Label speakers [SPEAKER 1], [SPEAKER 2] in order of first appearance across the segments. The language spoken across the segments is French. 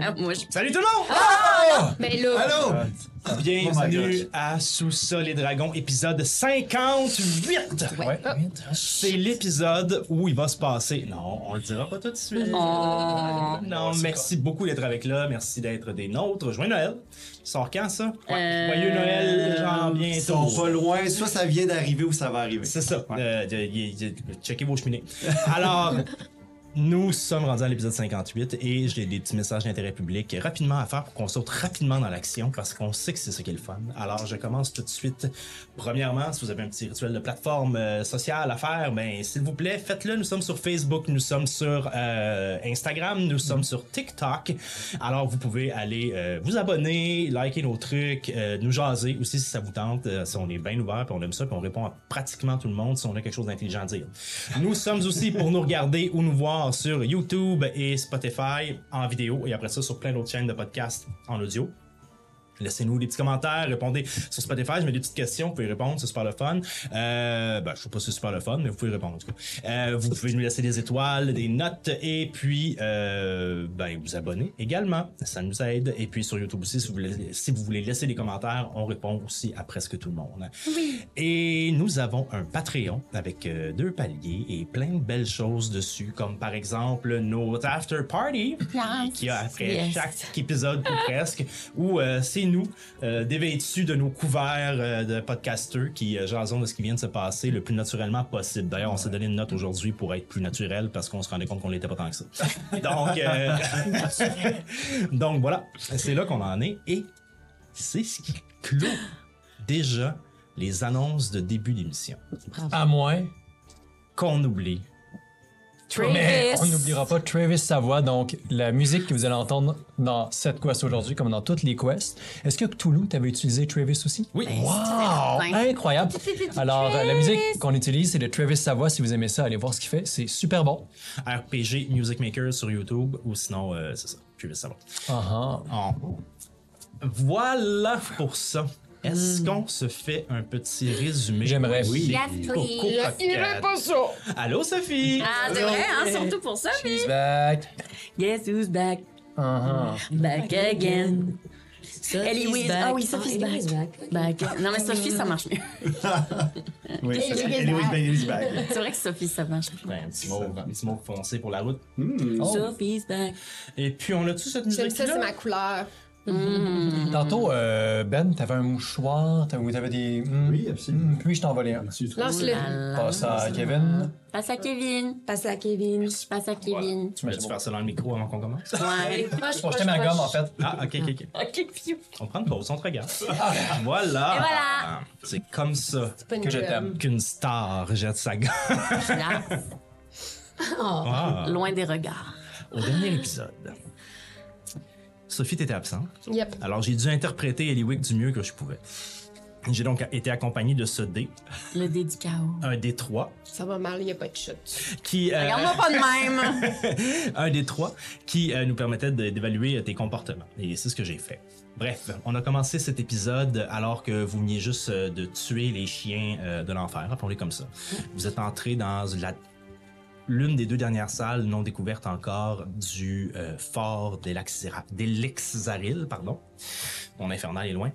[SPEAKER 1] Ah, moi, je...
[SPEAKER 2] Salut tout le monde!
[SPEAKER 1] Ben là,
[SPEAKER 2] Allô!
[SPEAKER 3] Euh, my
[SPEAKER 2] Bienvenue
[SPEAKER 3] God.
[SPEAKER 2] à Sous ça les dragons, épisode 58!
[SPEAKER 3] Ouais.
[SPEAKER 2] C'est l'épisode où il va se passer. Non, on le dira pas tout de suite.
[SPEAKER 1] Oh.
[SPEAKER 2] Non, merci beaucoup d'être avec là. Merci d'être des nôtres. Joyeux Noël. Sort quand ça?
[SPEAKER 1] Euh,
[SPEAKER 2] Joyeux Noël, genre
[SPEAKER 3] Ils sont
[SPEAKER 2] bientôt.
[SPEAKER 3] pas loin, soit ça vient d'arriver ou ça va arriver.
[SPEAKER 2] C'est ça. Euh, y- y- y- checkez vos cheminées. Alors, nous sommes rendus à l'épisode 58 et j'ai des petits messages d'intérêt public rapidement à faire pour qu'on saute rapidement dans l'action parce qu'on sait que c'est ça qui est le fun. Alors, je commence tout de suite. Premièrement, si vous avez un petit rituel de plateforme euh, sociale à faire, ben, s'il vous plaît, faites-le. Nous sommes sur Facebook, nous sommes sur euh, Instagram, nous sommes sur TikTok. Alors, vous pouvez aller euh, vous abonner, liker nos trucs, euh, nous jaser aussi si ça vous tente. Euh, si on est bien ouvert, puis on aime ça, puis on répond à pratiquement tout le monde si on a quelque chose d'intelligent à dire. Nous sommes aussi pour nous regarder ou nous voir sur YouTube et Spotify en vidéo et après ça sur plein d'autres chaînes de podcasts en audio. Laissez-nous des petits commentaires, répondez sur Spotify, je mets des petites questions, vous pouvez répondre, c'est super le fun. Euh, ben, je sais pas si c'est super le fun, mais vous pouvez répondre en tout cas. Euh, vous pouvez nous laisser des étoiles, des notes, et puis euh, ben, vous abonner également, ça nous aide. Et puis sur YouTube aussi, si vous voulez, si vous voulez laisser des commentaires, on répond aussi à presque tout le monde. Et nous avons un Patreon avec euh, deux paliers et plein de belles choses dessus, comme par exemple nos after party qu'il y a après
[SPEAKER 1] Yes.
[SPEAKER 2] chaque épisode ou presque, où euh, c'est nous, euh, dévêtus de nos couverts euh, de podcasteurs qui euh, jasons de ce qui vient de se passer le plus naturellement possible. D'ailleurs, on s'est donné une note aujourd'hui pour être plus naturel parce qu'on se rendait compte qu'on l'était pas tant que ça. Donc, euh, donc voilà, c'est là qu'on en est et c'est ce qui clôt déjà les annonces de début d'émission.
[SPEAKER 4] À moins.
[SPEAKER 2] Qu'on oublie.
[SPEAKER 1] Travis.
[SPEAKER 4] Mais on n'oubliera pas Travis Savoie, donc la musique que vous allez entendre dans cette quest aujourd'hui, comme dans toutes les quests. Est-ce que Cthulhu, t'avais utilisé Travis aussi?
[SPEAKER 2] Oui.
[SPEAKER 4] Wow!
[SPEAKER 1] certain.
[SPEAKER 4] Incroyable! Alors, euh, la musique qu'on utilise, c'est de Travis Savoie. Si vous aimez ça, allez voir ce qu'il fait. C'est super bon.
[SPEAKER 2] RPG Music Maker sur YouTube ou sinon, euh, c'est ça, je vais savoir.
[SPEAKER 4] Ah
[SPEAKER 2] Oh. Voilà pour ça. Est-ce qu'on se fait un petit résumé?
[SPEAKER 4] J'aimerais.
[SPEAKER 2] Oui.
[SPEAKER 1] Yes,
[SPEAKER 2] Coco
[SPEAKER 1] please.
[SPEAKER 2] Podcast. Allô, Sophie!
[SPEAKER 1] Ah, c'est vrai, hein, surtout pour ça, mais...
[SPEAKER 4] He's back.
[SPEAKER 5] Guess who's back?
[SPEAKER 4] Ah ah.
[SPEAKER 5] Back again.
[SPEAKER 1] Ellie Wies-
[SPEAKER 5] back.
[SPEAKER 1] Ah oui, Sophie's
[SPEAKER 5] Ah,
[SPEAKER 1] back.
[SPEAKER 5] Ellie Wies back.
[SPEAKER 1] Back. Non, mais Sophie, ça marche mieux.
[SPEAKER 3] Oui,
[SPEAKER 5] Hey,
[SPEAKER 3] c'est
[SPEAKER 5] look at
[SPEAKER 3] Anyway,
[SPEAKER 5] that.
[SPEAKER 3] ben, it's back.
[SPEAKER 1] C'est vrai que Sophie, ça marche mieux.
[SPEAKER 2] Ouais, un petit mot, un petit mot foncé pour la route.
[SPEAKER 4] Oh.
[SPEAKER 5] Sophie's back.
[SPEAKER 2] Et puis, on a-tu cette musique-là?
[SPEAKER 6] J'aime ça, c'est ma couleur.
[SPEAKER 4] Tantôt, euh, Ben, t'avais un mouchoir, t'avais, t'avais des. hmm,
[SPEAKER 3] Oui, absolument.
[SPEAKER 4] hmm, puis je t'en volais un. Ah.
[SPEAKER 6] Lance-le.
[SPEAKER 7] hein.
[SPEAKER 4] Passe à Kevin.
[SPEAKER 1] Passe à Kevin.
[SPEAKER 5] Passe à Kevin.
[SPEAKER 1] Passe à Kevin.
[SPEAKER 2] Tu vas-tu faire ça dans le micro avant qu'on commence?
[SPEAKER 1] Ouais.
[SPEAKER 4] Oh, Je projetais ma gomme, en fait.
[SPEAKER 2] Ah, ok, ok, ok.
[SPEAKER 1] Ok, phew.
[SPEAKER 2] On prend une pause, on te regarde. voilà!
[SPEAKER 1] Et voilà.
[SPEAKER 2] C'est comme ça
[SPEAKER 6] C'est pas une
[SPEAKER 4] Que je
[SPEAKER 6] gomme.
[SPEAKER 4] t'aime.
[SPEAKER 2] qu'une star jette sa gueule.
[SPEAKER 1] Là,
[SPEAKER 2] Ah,
[SPEAKER 1] loin des regards.
[SPEAKER 2] au dernier épisode, Sophie, t'étais absente.
[SPEAKER 6] Yep.
[SPEAKER 2] Alors, j'ai dû interpréter Eliwick du mieux que je pouvais. J'ai donc été accompagné de ce dé,
[SPEAKER 1] Le dé du chaos.
[SPEAKER 2] un dé 3,
[SPEAKER 6] Ça va mal, il n'y a pas de chute.
[SPEAKER 2] qui, euh,
[SPEAKER 1] Regarde-moi pas de même.
[SPEAKER 2] un des trois qui euh, nous permettait de- d'évaluer euh, tes comportements. Et c'est ce que j'ai fait. Bref, on a commencé cet épisode alors que vous veniez juste euh, de tuer les chiens euh, de l'enfer, appelons-les comme ça. Vous êtes entré dans la l'une des deux dernières salles non découvertes encore du euh, fort d'Elaxira- d'Elixaril, pardon. Mon infernal est loin.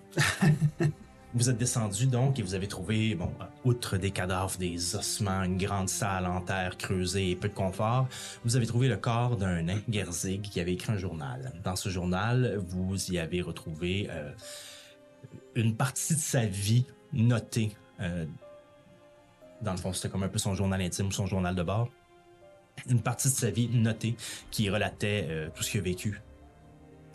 [SPEAKER 2] Vous êtes descendu donc et vous avez trouvé, bon, euh, outre des cadavres, des ossements, une grande salle en terre creusée et peu de confort, vous avez trouvé le corps d'un nain, Gerzig, qui avait écrit un journal. Dans ce journal, vous y avez retrouvé euh, une partie de sa vie notée. euh, dans le fond, c'était comme un peu son journal intime ou son journal de bord. Une partie de sa vie notée qui relatait euh, tout ce qu'il a vécu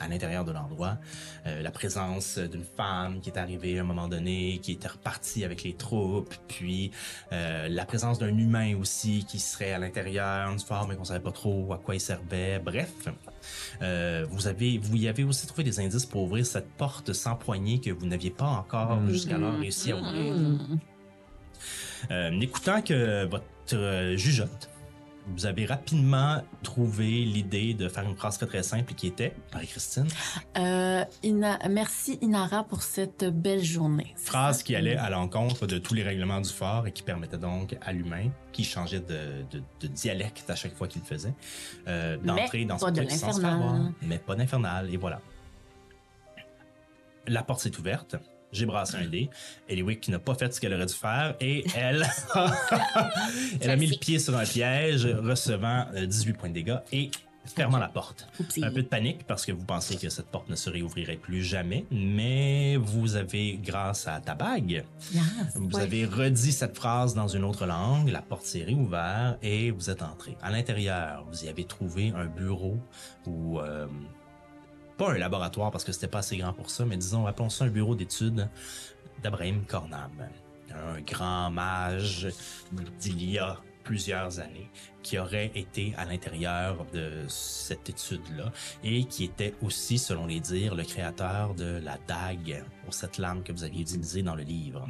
[SPEAKER 2] à l'intérieur de l'endroit. Euh, la présence d'une femme qui est arrivée à un moment donné, qui était repartie avec les troupes, puis euh, la présence d'un humain aussi qui serait à l'intérieur du fort, mais qu'on savait pas trop à quoi il servait. Bref, euh, vous avez, vous y avez aussi trouvé des indices pour ouvrir cette porte sans poignée que vous n'aviez pas encore jusqu'alors réussi à
[SPEAKER 1] Hmm.
[SPEAKER 2] ouvrir. Euh, n'écoutant que votre euh, jugeote, vous avez rapidement trouvé l'idée de faire une brasserie très simple qui était, Marie-Christine,
[SPEAKER 1] Euh, Ina- merci Inara pour cette belle journée.
[SPEAKER 2] phrase qui allait à l'encontre de tous les règlements du fort et qui permettait donc à l'humain, qui changeait de, de- de dialecte à chaque fois qu'il le faisait, euh, d'entrer
[SPEAKER 1] Mais
[SPEAKER 2] dans
[SPEAKER 1] pas
[SPEAKER 2] son
[SPEAKER 1] de
[SPEAKER 2] truc sans se faire
[SPEAKER 1] l'infernal.
[SPEAKER 2] voir. Mais pas d'infernal, et voilà. La porte s'est ouverte. J'ai brassé un dé. Eliwick qui n'a pas fait ce qu'elle aurait dû faire et elle, elle a mis le pied sur un piège, recevant euh, 18 points de dégâts et fermant la porte.
[SPEAKER 1] Oupsie.
[SPEAKER 2] Un peu de panique parce que vous pensez que cette porte ne se réouvrirait plus jamais, mais vous avez, grâce à ta bague,
[SPEAKER 1] Yes.
[SPEAKER 2] vous avez redit cette phrase dans une autre langue, la porte s'est réouverte et vous êtes entré. À l'intérieur, vous y avez trouvé un bureau ou euh, pas un laboratoire parce que c'était pas assez grand pour ça, mais disons, appelons ça un bureau d'études d'Abraham Cornam, un grand mage d'il y a plusieurs années qui aurait été à l'intérieur de cette étude-là et qui était aussi, selon les dires, le créateur de la dague, ou cette lame que vous aviez utilisée dans le livre.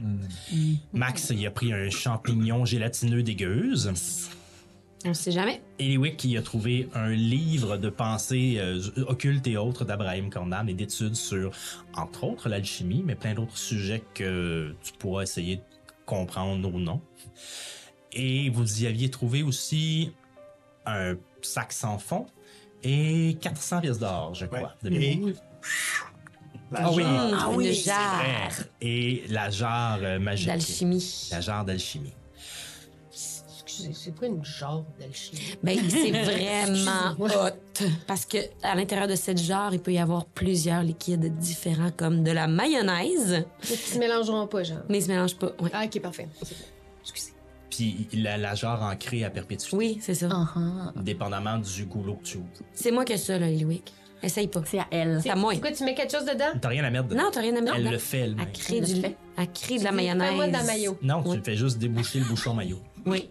[SPEAKER 2] Max, il a pris un champignon gélatineux dégueuse.
[SPEAKER 7] On sait jamais.
[SPEAKER 2] Eliwick, qui a trouvé un livre de pensées euh, occultes et autres d'Abraham Cornan et d'études sur, entre autres, l'alchimie, mais plein d'autres sujets que tu pourras essayer de comprendre ou non. Et vous y aviez trouvé aussi un sac sans fond et 400 pièces d'or, je crois, de mémoire.
[SPEAKER 3] Et... La
[SPEAKER 4] Ah oui.
[SPEAKER 3] jarre.
[SPEAKER 1] Ah
[SPEAKER 7] Une
[SPEAKER 1] oui, c'est
[SPEAKER 7] jarre
[SPEAKER 2] Et la jarre euh, magique.
[SPEAKER 7] d'alchimie.
[SPEAKER 2] La jarre d'alchimie.
[SPEAKER 8] Excusez, c'est quoi une genre d'alchimie?
[SPEAKER 7] Ben, c'est vraiment hot. Parce que à l'intérieur de cette jarre, il peut y avoir plusieurs liquides différents, comme de la mayonnaise,
[SPEAKER 6] Ils se mélangeront pas, genre.
[SPEAKER 7] mais ils se mélangent pas. Ouais.
[SPEAKER 6] Ah, ok, parfait.
[SPEAKER 7] Excusez.
[SPEAKER 2] Puis la, la jarre ancrée à perpétuité.
[SPEAKER 7] Oui, c'est ça.
[SPEAKER 1] Ah, ah.
[SPEAKER 2] Dépendamment du goulot que tu ouvres.
[SPEAKER 7] C'est moi qui ai ça, là, Eliwick. Essaye pas.
[SPEAKER 1] C'est à elle.
[SPEAKER 7] C'est à moi.
[SPEAKER 6] C'est quoi, tu mets quelque chose dedans?
[SPEAKER 2] T'as rien à mettre dedans.
[SPEAKER 7] Non, t'as rien à mettre
[SPEAKER 2] Elle
[SPEAKER 7] dedans.
[SPEAKER 2] le fait
[SPEAKER 7] Elle
[SPEAKER 2] elle-même.
[SPEAKER 7] crée
[SPEAKER 1] Elle le
[SPEAKER 7] du
[SPEAKER 1] fait.
[SPEAKER 7] Elle crée de la mayonnaise.
[SPEAKER 6] Fais-moi de la mayo.
[SPEAKER 2] Non, tu
[SPEAKER 7] Oui.
[SPEAKER 2] fais juste déboucher le bouchon maillot.
[SPEAKER 7] Oui,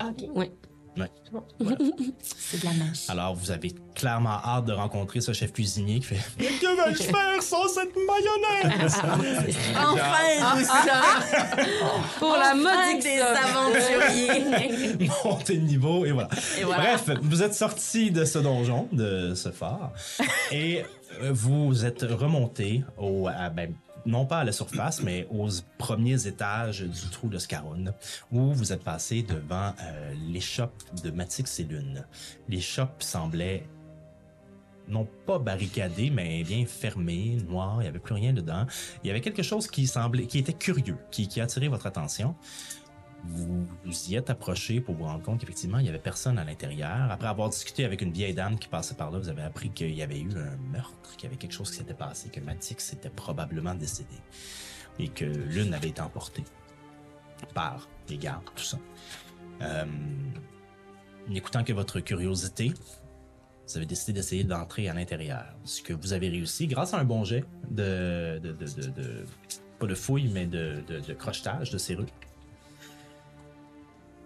[SPEAKER 6] Ok.
[SPEAKER 7] oui.
[SPEAKER 2] Ouais.
[SPEAKER 1] C'est de la magie.
[SPEAKER 2] Alors, vous avez clairement hâte de rencontrer ce chef cuisinier qui fait Mais que vais-je faire sans cette mayonnaise
[SPEAKER 7] Ah,
[SPEAKER 2] Ah.
[SPEAKER 1] Enfin, nous sommes
[SPEAKER 7] Pour la modique
[SPEAKER 1] Oh, des
[SPEAKER 7] somme.
[SPEAKER 1] aventuriers.
[SPEAKER 2] Montez de niveau, et voilà.
[SPEAKER 1] Et voilà.
[SPEAKER 2] Bref, vous êtes sorti de ce donjon, de ce phare, et euh, vous êtes remonté au. à- ben, non pas à la surface, mais aux premiers étages du trou de Scaroun, où vous êtes passé devant euh, l'échoppe de Matix et Lune. L'échoppe semblait non pas barricadé, mais bien fermé, noir, il n'y avait plus rien dedans. Il y avait quelque chose qui semblait, qui était curieux, qui, qui attirait votre attention. Vous, vous y êtes approché pour vous rendre compte qu'effectivement, il n'y avait personne à l'intérieur. Après avoir discuté avec une vieille dame qui passait par là, vous avez appris qu'il y avait eu un meurtre, qu'il y avait quelque chose qui s'était passé, que Matix était probablement décédé et que l'une avait été emportée par les gardes, tout ça. Euh, N'écoutant que votre curiosité, vous avez décidé d'essayer d'entrer à l'intérieur. Ce que vous avez réussi grâce à un bon jet de. de, de, de- de- pas de fouille, mais de, de, de crochetage, de serrure.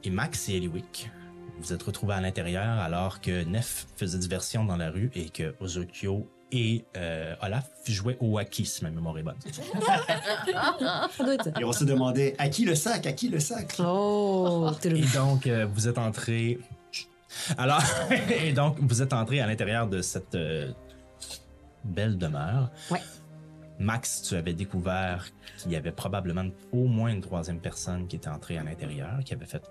[SPEAKER 2] Et Max et Eliwick, vous êtes retrouvés à l'intérieur alors que Nef faisait diversion dans la rue et que Ozokyo et euh, Olaf jouaient au Haki, si ma mémoire est bonne.
[SPEAKER 3] Et on se demandait à qui le sac, à qui le sac.
[SPEAKER 7] Oh, tout
[SPEAKER 2] Et donc, euh, vous êtes entré. Alors, et donc, vous êtes entré à l'intérieur de cette euh, belle demeure.
[SPEAKER 7] Ouais.
[SPEAKER 2] Max, tu avais découvert qu'il y avait probablement au moins une troisième personne qui était entrée à l'intérieur, qui avait fait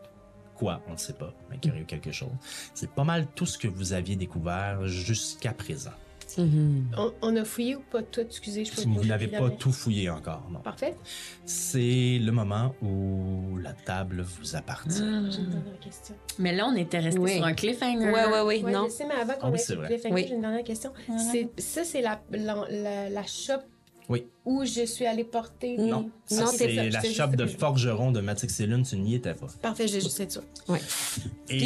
[SPEAKER 2] quoi, on ne sait pas, mais qui aurait eu quelque chose. C'est pas mal tout ce que vous aviez découvert jusqu'à présent.
[SPEAKER 7] Mhm.
[SPEAKER 6] On, on a fouillé ou pas tout? Excusez, je peux
[SPEAKER 2] Vous n'avez pas tout fouillé encore, non.
[SPEAKER 6] Parfait.
[SPEAKER 2] C'est le moment où la table vous appartient.
[SPEAKER 6] J'ai une dernière question.
[SPEAKER 1] Mm. Mais là, on était resté
[SPEAKER 7] Oui.
[SPEAKER 1] sur un cliffhanger.
[SPEAKER 7] Ouais, ouais, oui,
[SPEAKER 6] Ouais,
[SPEAKER 7] non.
[SPEAKER 6] je sais, mais avant
[SPEAKER 2] Ah
[SPEAKER 6] qu'on
[SPEAKER 2] oui,
[SPEAKER 6] ait
[SPEAKER 2] c'est vrai.
[SPEAKER 6] les fingers,
[SPEAKER 7] Oui.
[SPEAKER 6] j'ai une dernière question.
[SPEAKER 1] Voilà.
[SPEAKER 6] C'est- Ça, c'est la, la, la, la shop
[SPEAKER 2] Oui.
[SPEAKER 6] où je suis allée porter.
[SPEAKER 7] Non.
[SPEAKER 2] Ça,
[SPEAKER 7] Mm. Non,
[SPEAKER 2] c'est
[SPEAKER 6] ça,
[SPEAKER 2] la
[SPEAKER 6] c'est
[SPEAKER 2] shop
[SPEAKER 6] juste
[SPEAKER 2] de
[SPEAKER 6] que je-
[SPEAKER 2] forgeron de Matix et Lune, tu n'y étais pas.
[SPEAKER 6] Parfait, j'ai juste être sûre.
[SPEAKER 7] Puis,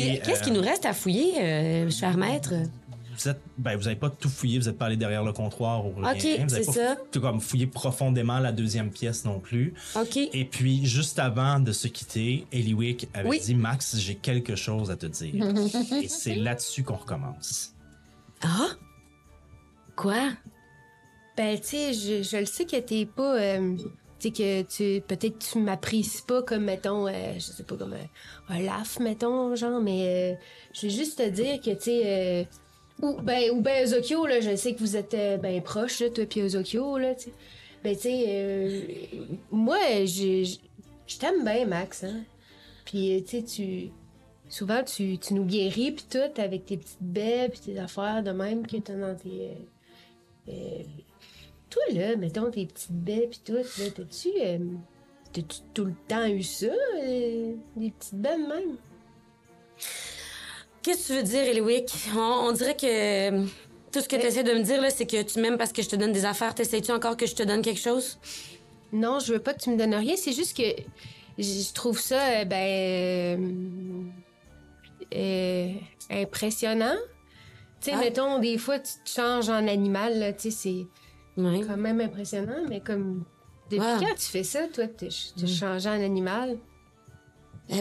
[SPEAKER 2] Et,
[SPEAKER 7] Qu'est-ce
[SPEAKER 2] euh,
[SPEAKER 7] qui nous reste à fouiller, euh, cher maître?
[SPEAKER 2] vous êtes, ben, vous avez pas tout fouillé, vous êtes pas allé derrière le comptoir ou rien.
[SPEAKER 7] Ok,
[SPEAKER 2] vous avez
[SPEAKER 7] c'est
[SPEAKER 2] pas
[SPEAKER 7] ça.
[SPEAKER 2] tout comme fouillé profondément la deuxième pièce non plus.
[SPEAKER 7] OK.
[SPEAKER 2] Et puis, juste avant de se quitter, Eliwick avait
[SPEAKER 7] Oui.
[SPEAKER 2] dit Max, j'ai quelque chose à te dire. et c'est là-dessus qu'on recommence.
[SPEAKER 7] Ah? Quoi?
[SPEAKER 6] Ben, tu sais, je, je le sais que t'es pas. euh, Tu sais que tu peut-être tu m'apprécies pas comme mettons euh, je sais pas comme euh, un, un laf mettons genre mais euh, je veux juste te dire que tu sais euh, ou ben ou ben Ozokyo là je sais que vous êtes euh, ben proches là, toi puis Ozokyo là tu sais. ben tu sais euh, moi je je- je t'aime bien Max hein puis euh, tu sais tu souvent tu, tu nous guéris puis tout avec tes petites baies puis tes affaires de même que t'as dans tes euh, euh, toi, là, mettons tes petites baies pis tout, là, t'as-tu. euh, t'as-tu tout le temps eu ça? euh, des petites baies de même?
[SPEAKER 7] Qu'est-ce que tu veux dire, Eliwick? On, on dirait que euh, tout ce que tu essaies de me dire, là, c'est que tu m'aimes parce que je te donne des affaires. T'essayes-tu encore que je te donne quelque chose?
[SPEAKER 6] Non, je veux pas que tu me donnes rien, c'est juste que. j- Je trouve ça, euh, ben. euh, euh, impressionnant. Tu sais,
[SPEAKER 7] Ah.
[SPEAKER 6] mettons, des fois, tu te changes en animal, là, tu sais, c'est
[SPEAKER 7] Oui.
[SPEAKER 6] quand même impressionnant, mais comme. Depuis
[SPEAKER 7] Wow.
[SPEAKER 6] quand tu fais ça, toi, tu te changes en animal?
[SPEAKER 7] Eh,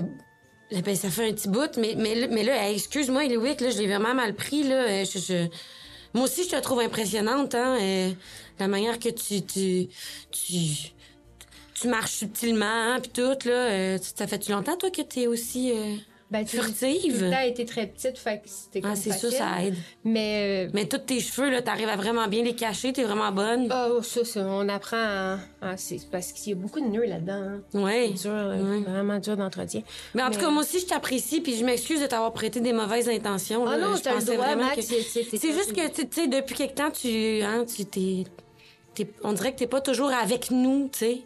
[SPEAKER 7] eh ben, ça fait un petit bout, mais, mais, là- mais là, eh, excuse-moi, Eliwick, là, je l'ai vraiment mal pris, là. Eh, Je, je- Moi aussi, je te trouve impressionnante, hein. eh, La manière que tu... Tu, tu, tu marches subtilement, hein, puis tout, là. eh, Ça fait-tu longtemps, toi, que t'es aussi... euh,
[SPEAKER 6] Ben, tu
[SPEAKER 7] Furtive.
[SPEAKER 6] Tout le temps, elle était très petite, fait que c'était comme
[SPEAKER 7] Ah, c'est sûr,
[SPEAKER 6] facile.
[SPEAKER 7] ça aide.
[SPEAKER 6] Mais. euh,
[SPEAKER 7] Mais tous tes cheveux, là, t'arrives à vraiment bien les cacher, t'es vraiment bonne.
[SPEAKER 6] Oh, ça, ça, on apprend à... à- c'est parce qu'il y a beaucoup de nœuds là-dedans. hein.
[SPEAKER 7] Ouais.
[SPEAKER 6] C'est dur, euh,
[SPEAKER 7] Ouais.
[SPEAKER 6] vraiment dur d'entretien.
[SPEAKER 7] Mais en tout
[SPEAKER 6] Mais-
[SPEAKER 7] cas, moi aussi, je t'apprécie, puis je m'excuse de t'avoir prêté des mauvaises intentions.
[SPEAKER 6] Ah
[SPEAKER 7] là.
[SPEAKER 6] non,
[SPEAKER 7] Je
[SPEAKER 6] t'as le
[SPEAKER 7] pensais
[SPEAKER 6] droit,
[SPEAKER 7] vraiment
[SPEAKER 6] Max.
[SPEAKER 7] que- C'est juste que,
[SPEAKER 6] que
[SPEAKER 7] tu tu sais, depuis quelque temps, tu. Hein, tu t'es. t'es- On dirait que t'es pas toujours avec nous, tu sais.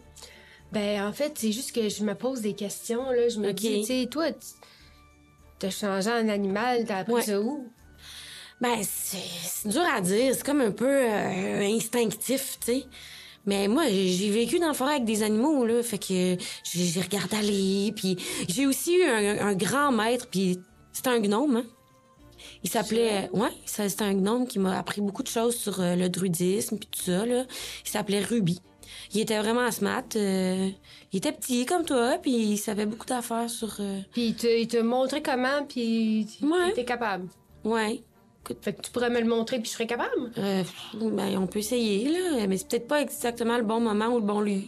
[SPEAKER 6] Ben, en fait, c'est juste que je me pose des questions, là. Je me
[SPEAKER 7] Ok.
[SPEAKER 6] dis, tu sais, toi, tu- t'as changé en animal, t'as appris
[SPEAKER 7] Ouais.
[SPEAKER 6] ça où?
[SPEAKER 7] Ben, c'est c'est dur à dire. C'est comme un peu euh, instinctif, tu sais. Mais moi, j'ai vécu dans la forêt avec des animaux, là. Fait que j'ai j'ai regardé aller, puis j'ai aussi eu un, un grand maître, puis c'était un gnome, hein. Il s'appelait... Ouais, ça- c'était un gnome qui m'a appris beaucoup de choses sur euh, le druidisme, puis tout ça, là. Il s'appelait Ruby. Il était vraiment smart. euh, il était petit comme toi, puis il savait beaucoup d'affaires sur... euh,
[SPEAKER 6] Puis il te- il te montrait comment, puis t-
[SPEAKER 7] Ouais.
[SPEAKER 6] t'es capable.
[SPEAKER 7] Ouais.
[SPEAKER 6] Fait que tu pourrais me le montrer, puis je serais capable.
[SPEAKER 7] Euh, ben, on peut essayer, là, mais c'est peut-être pas exactement le bon moment ou le bon, lieu,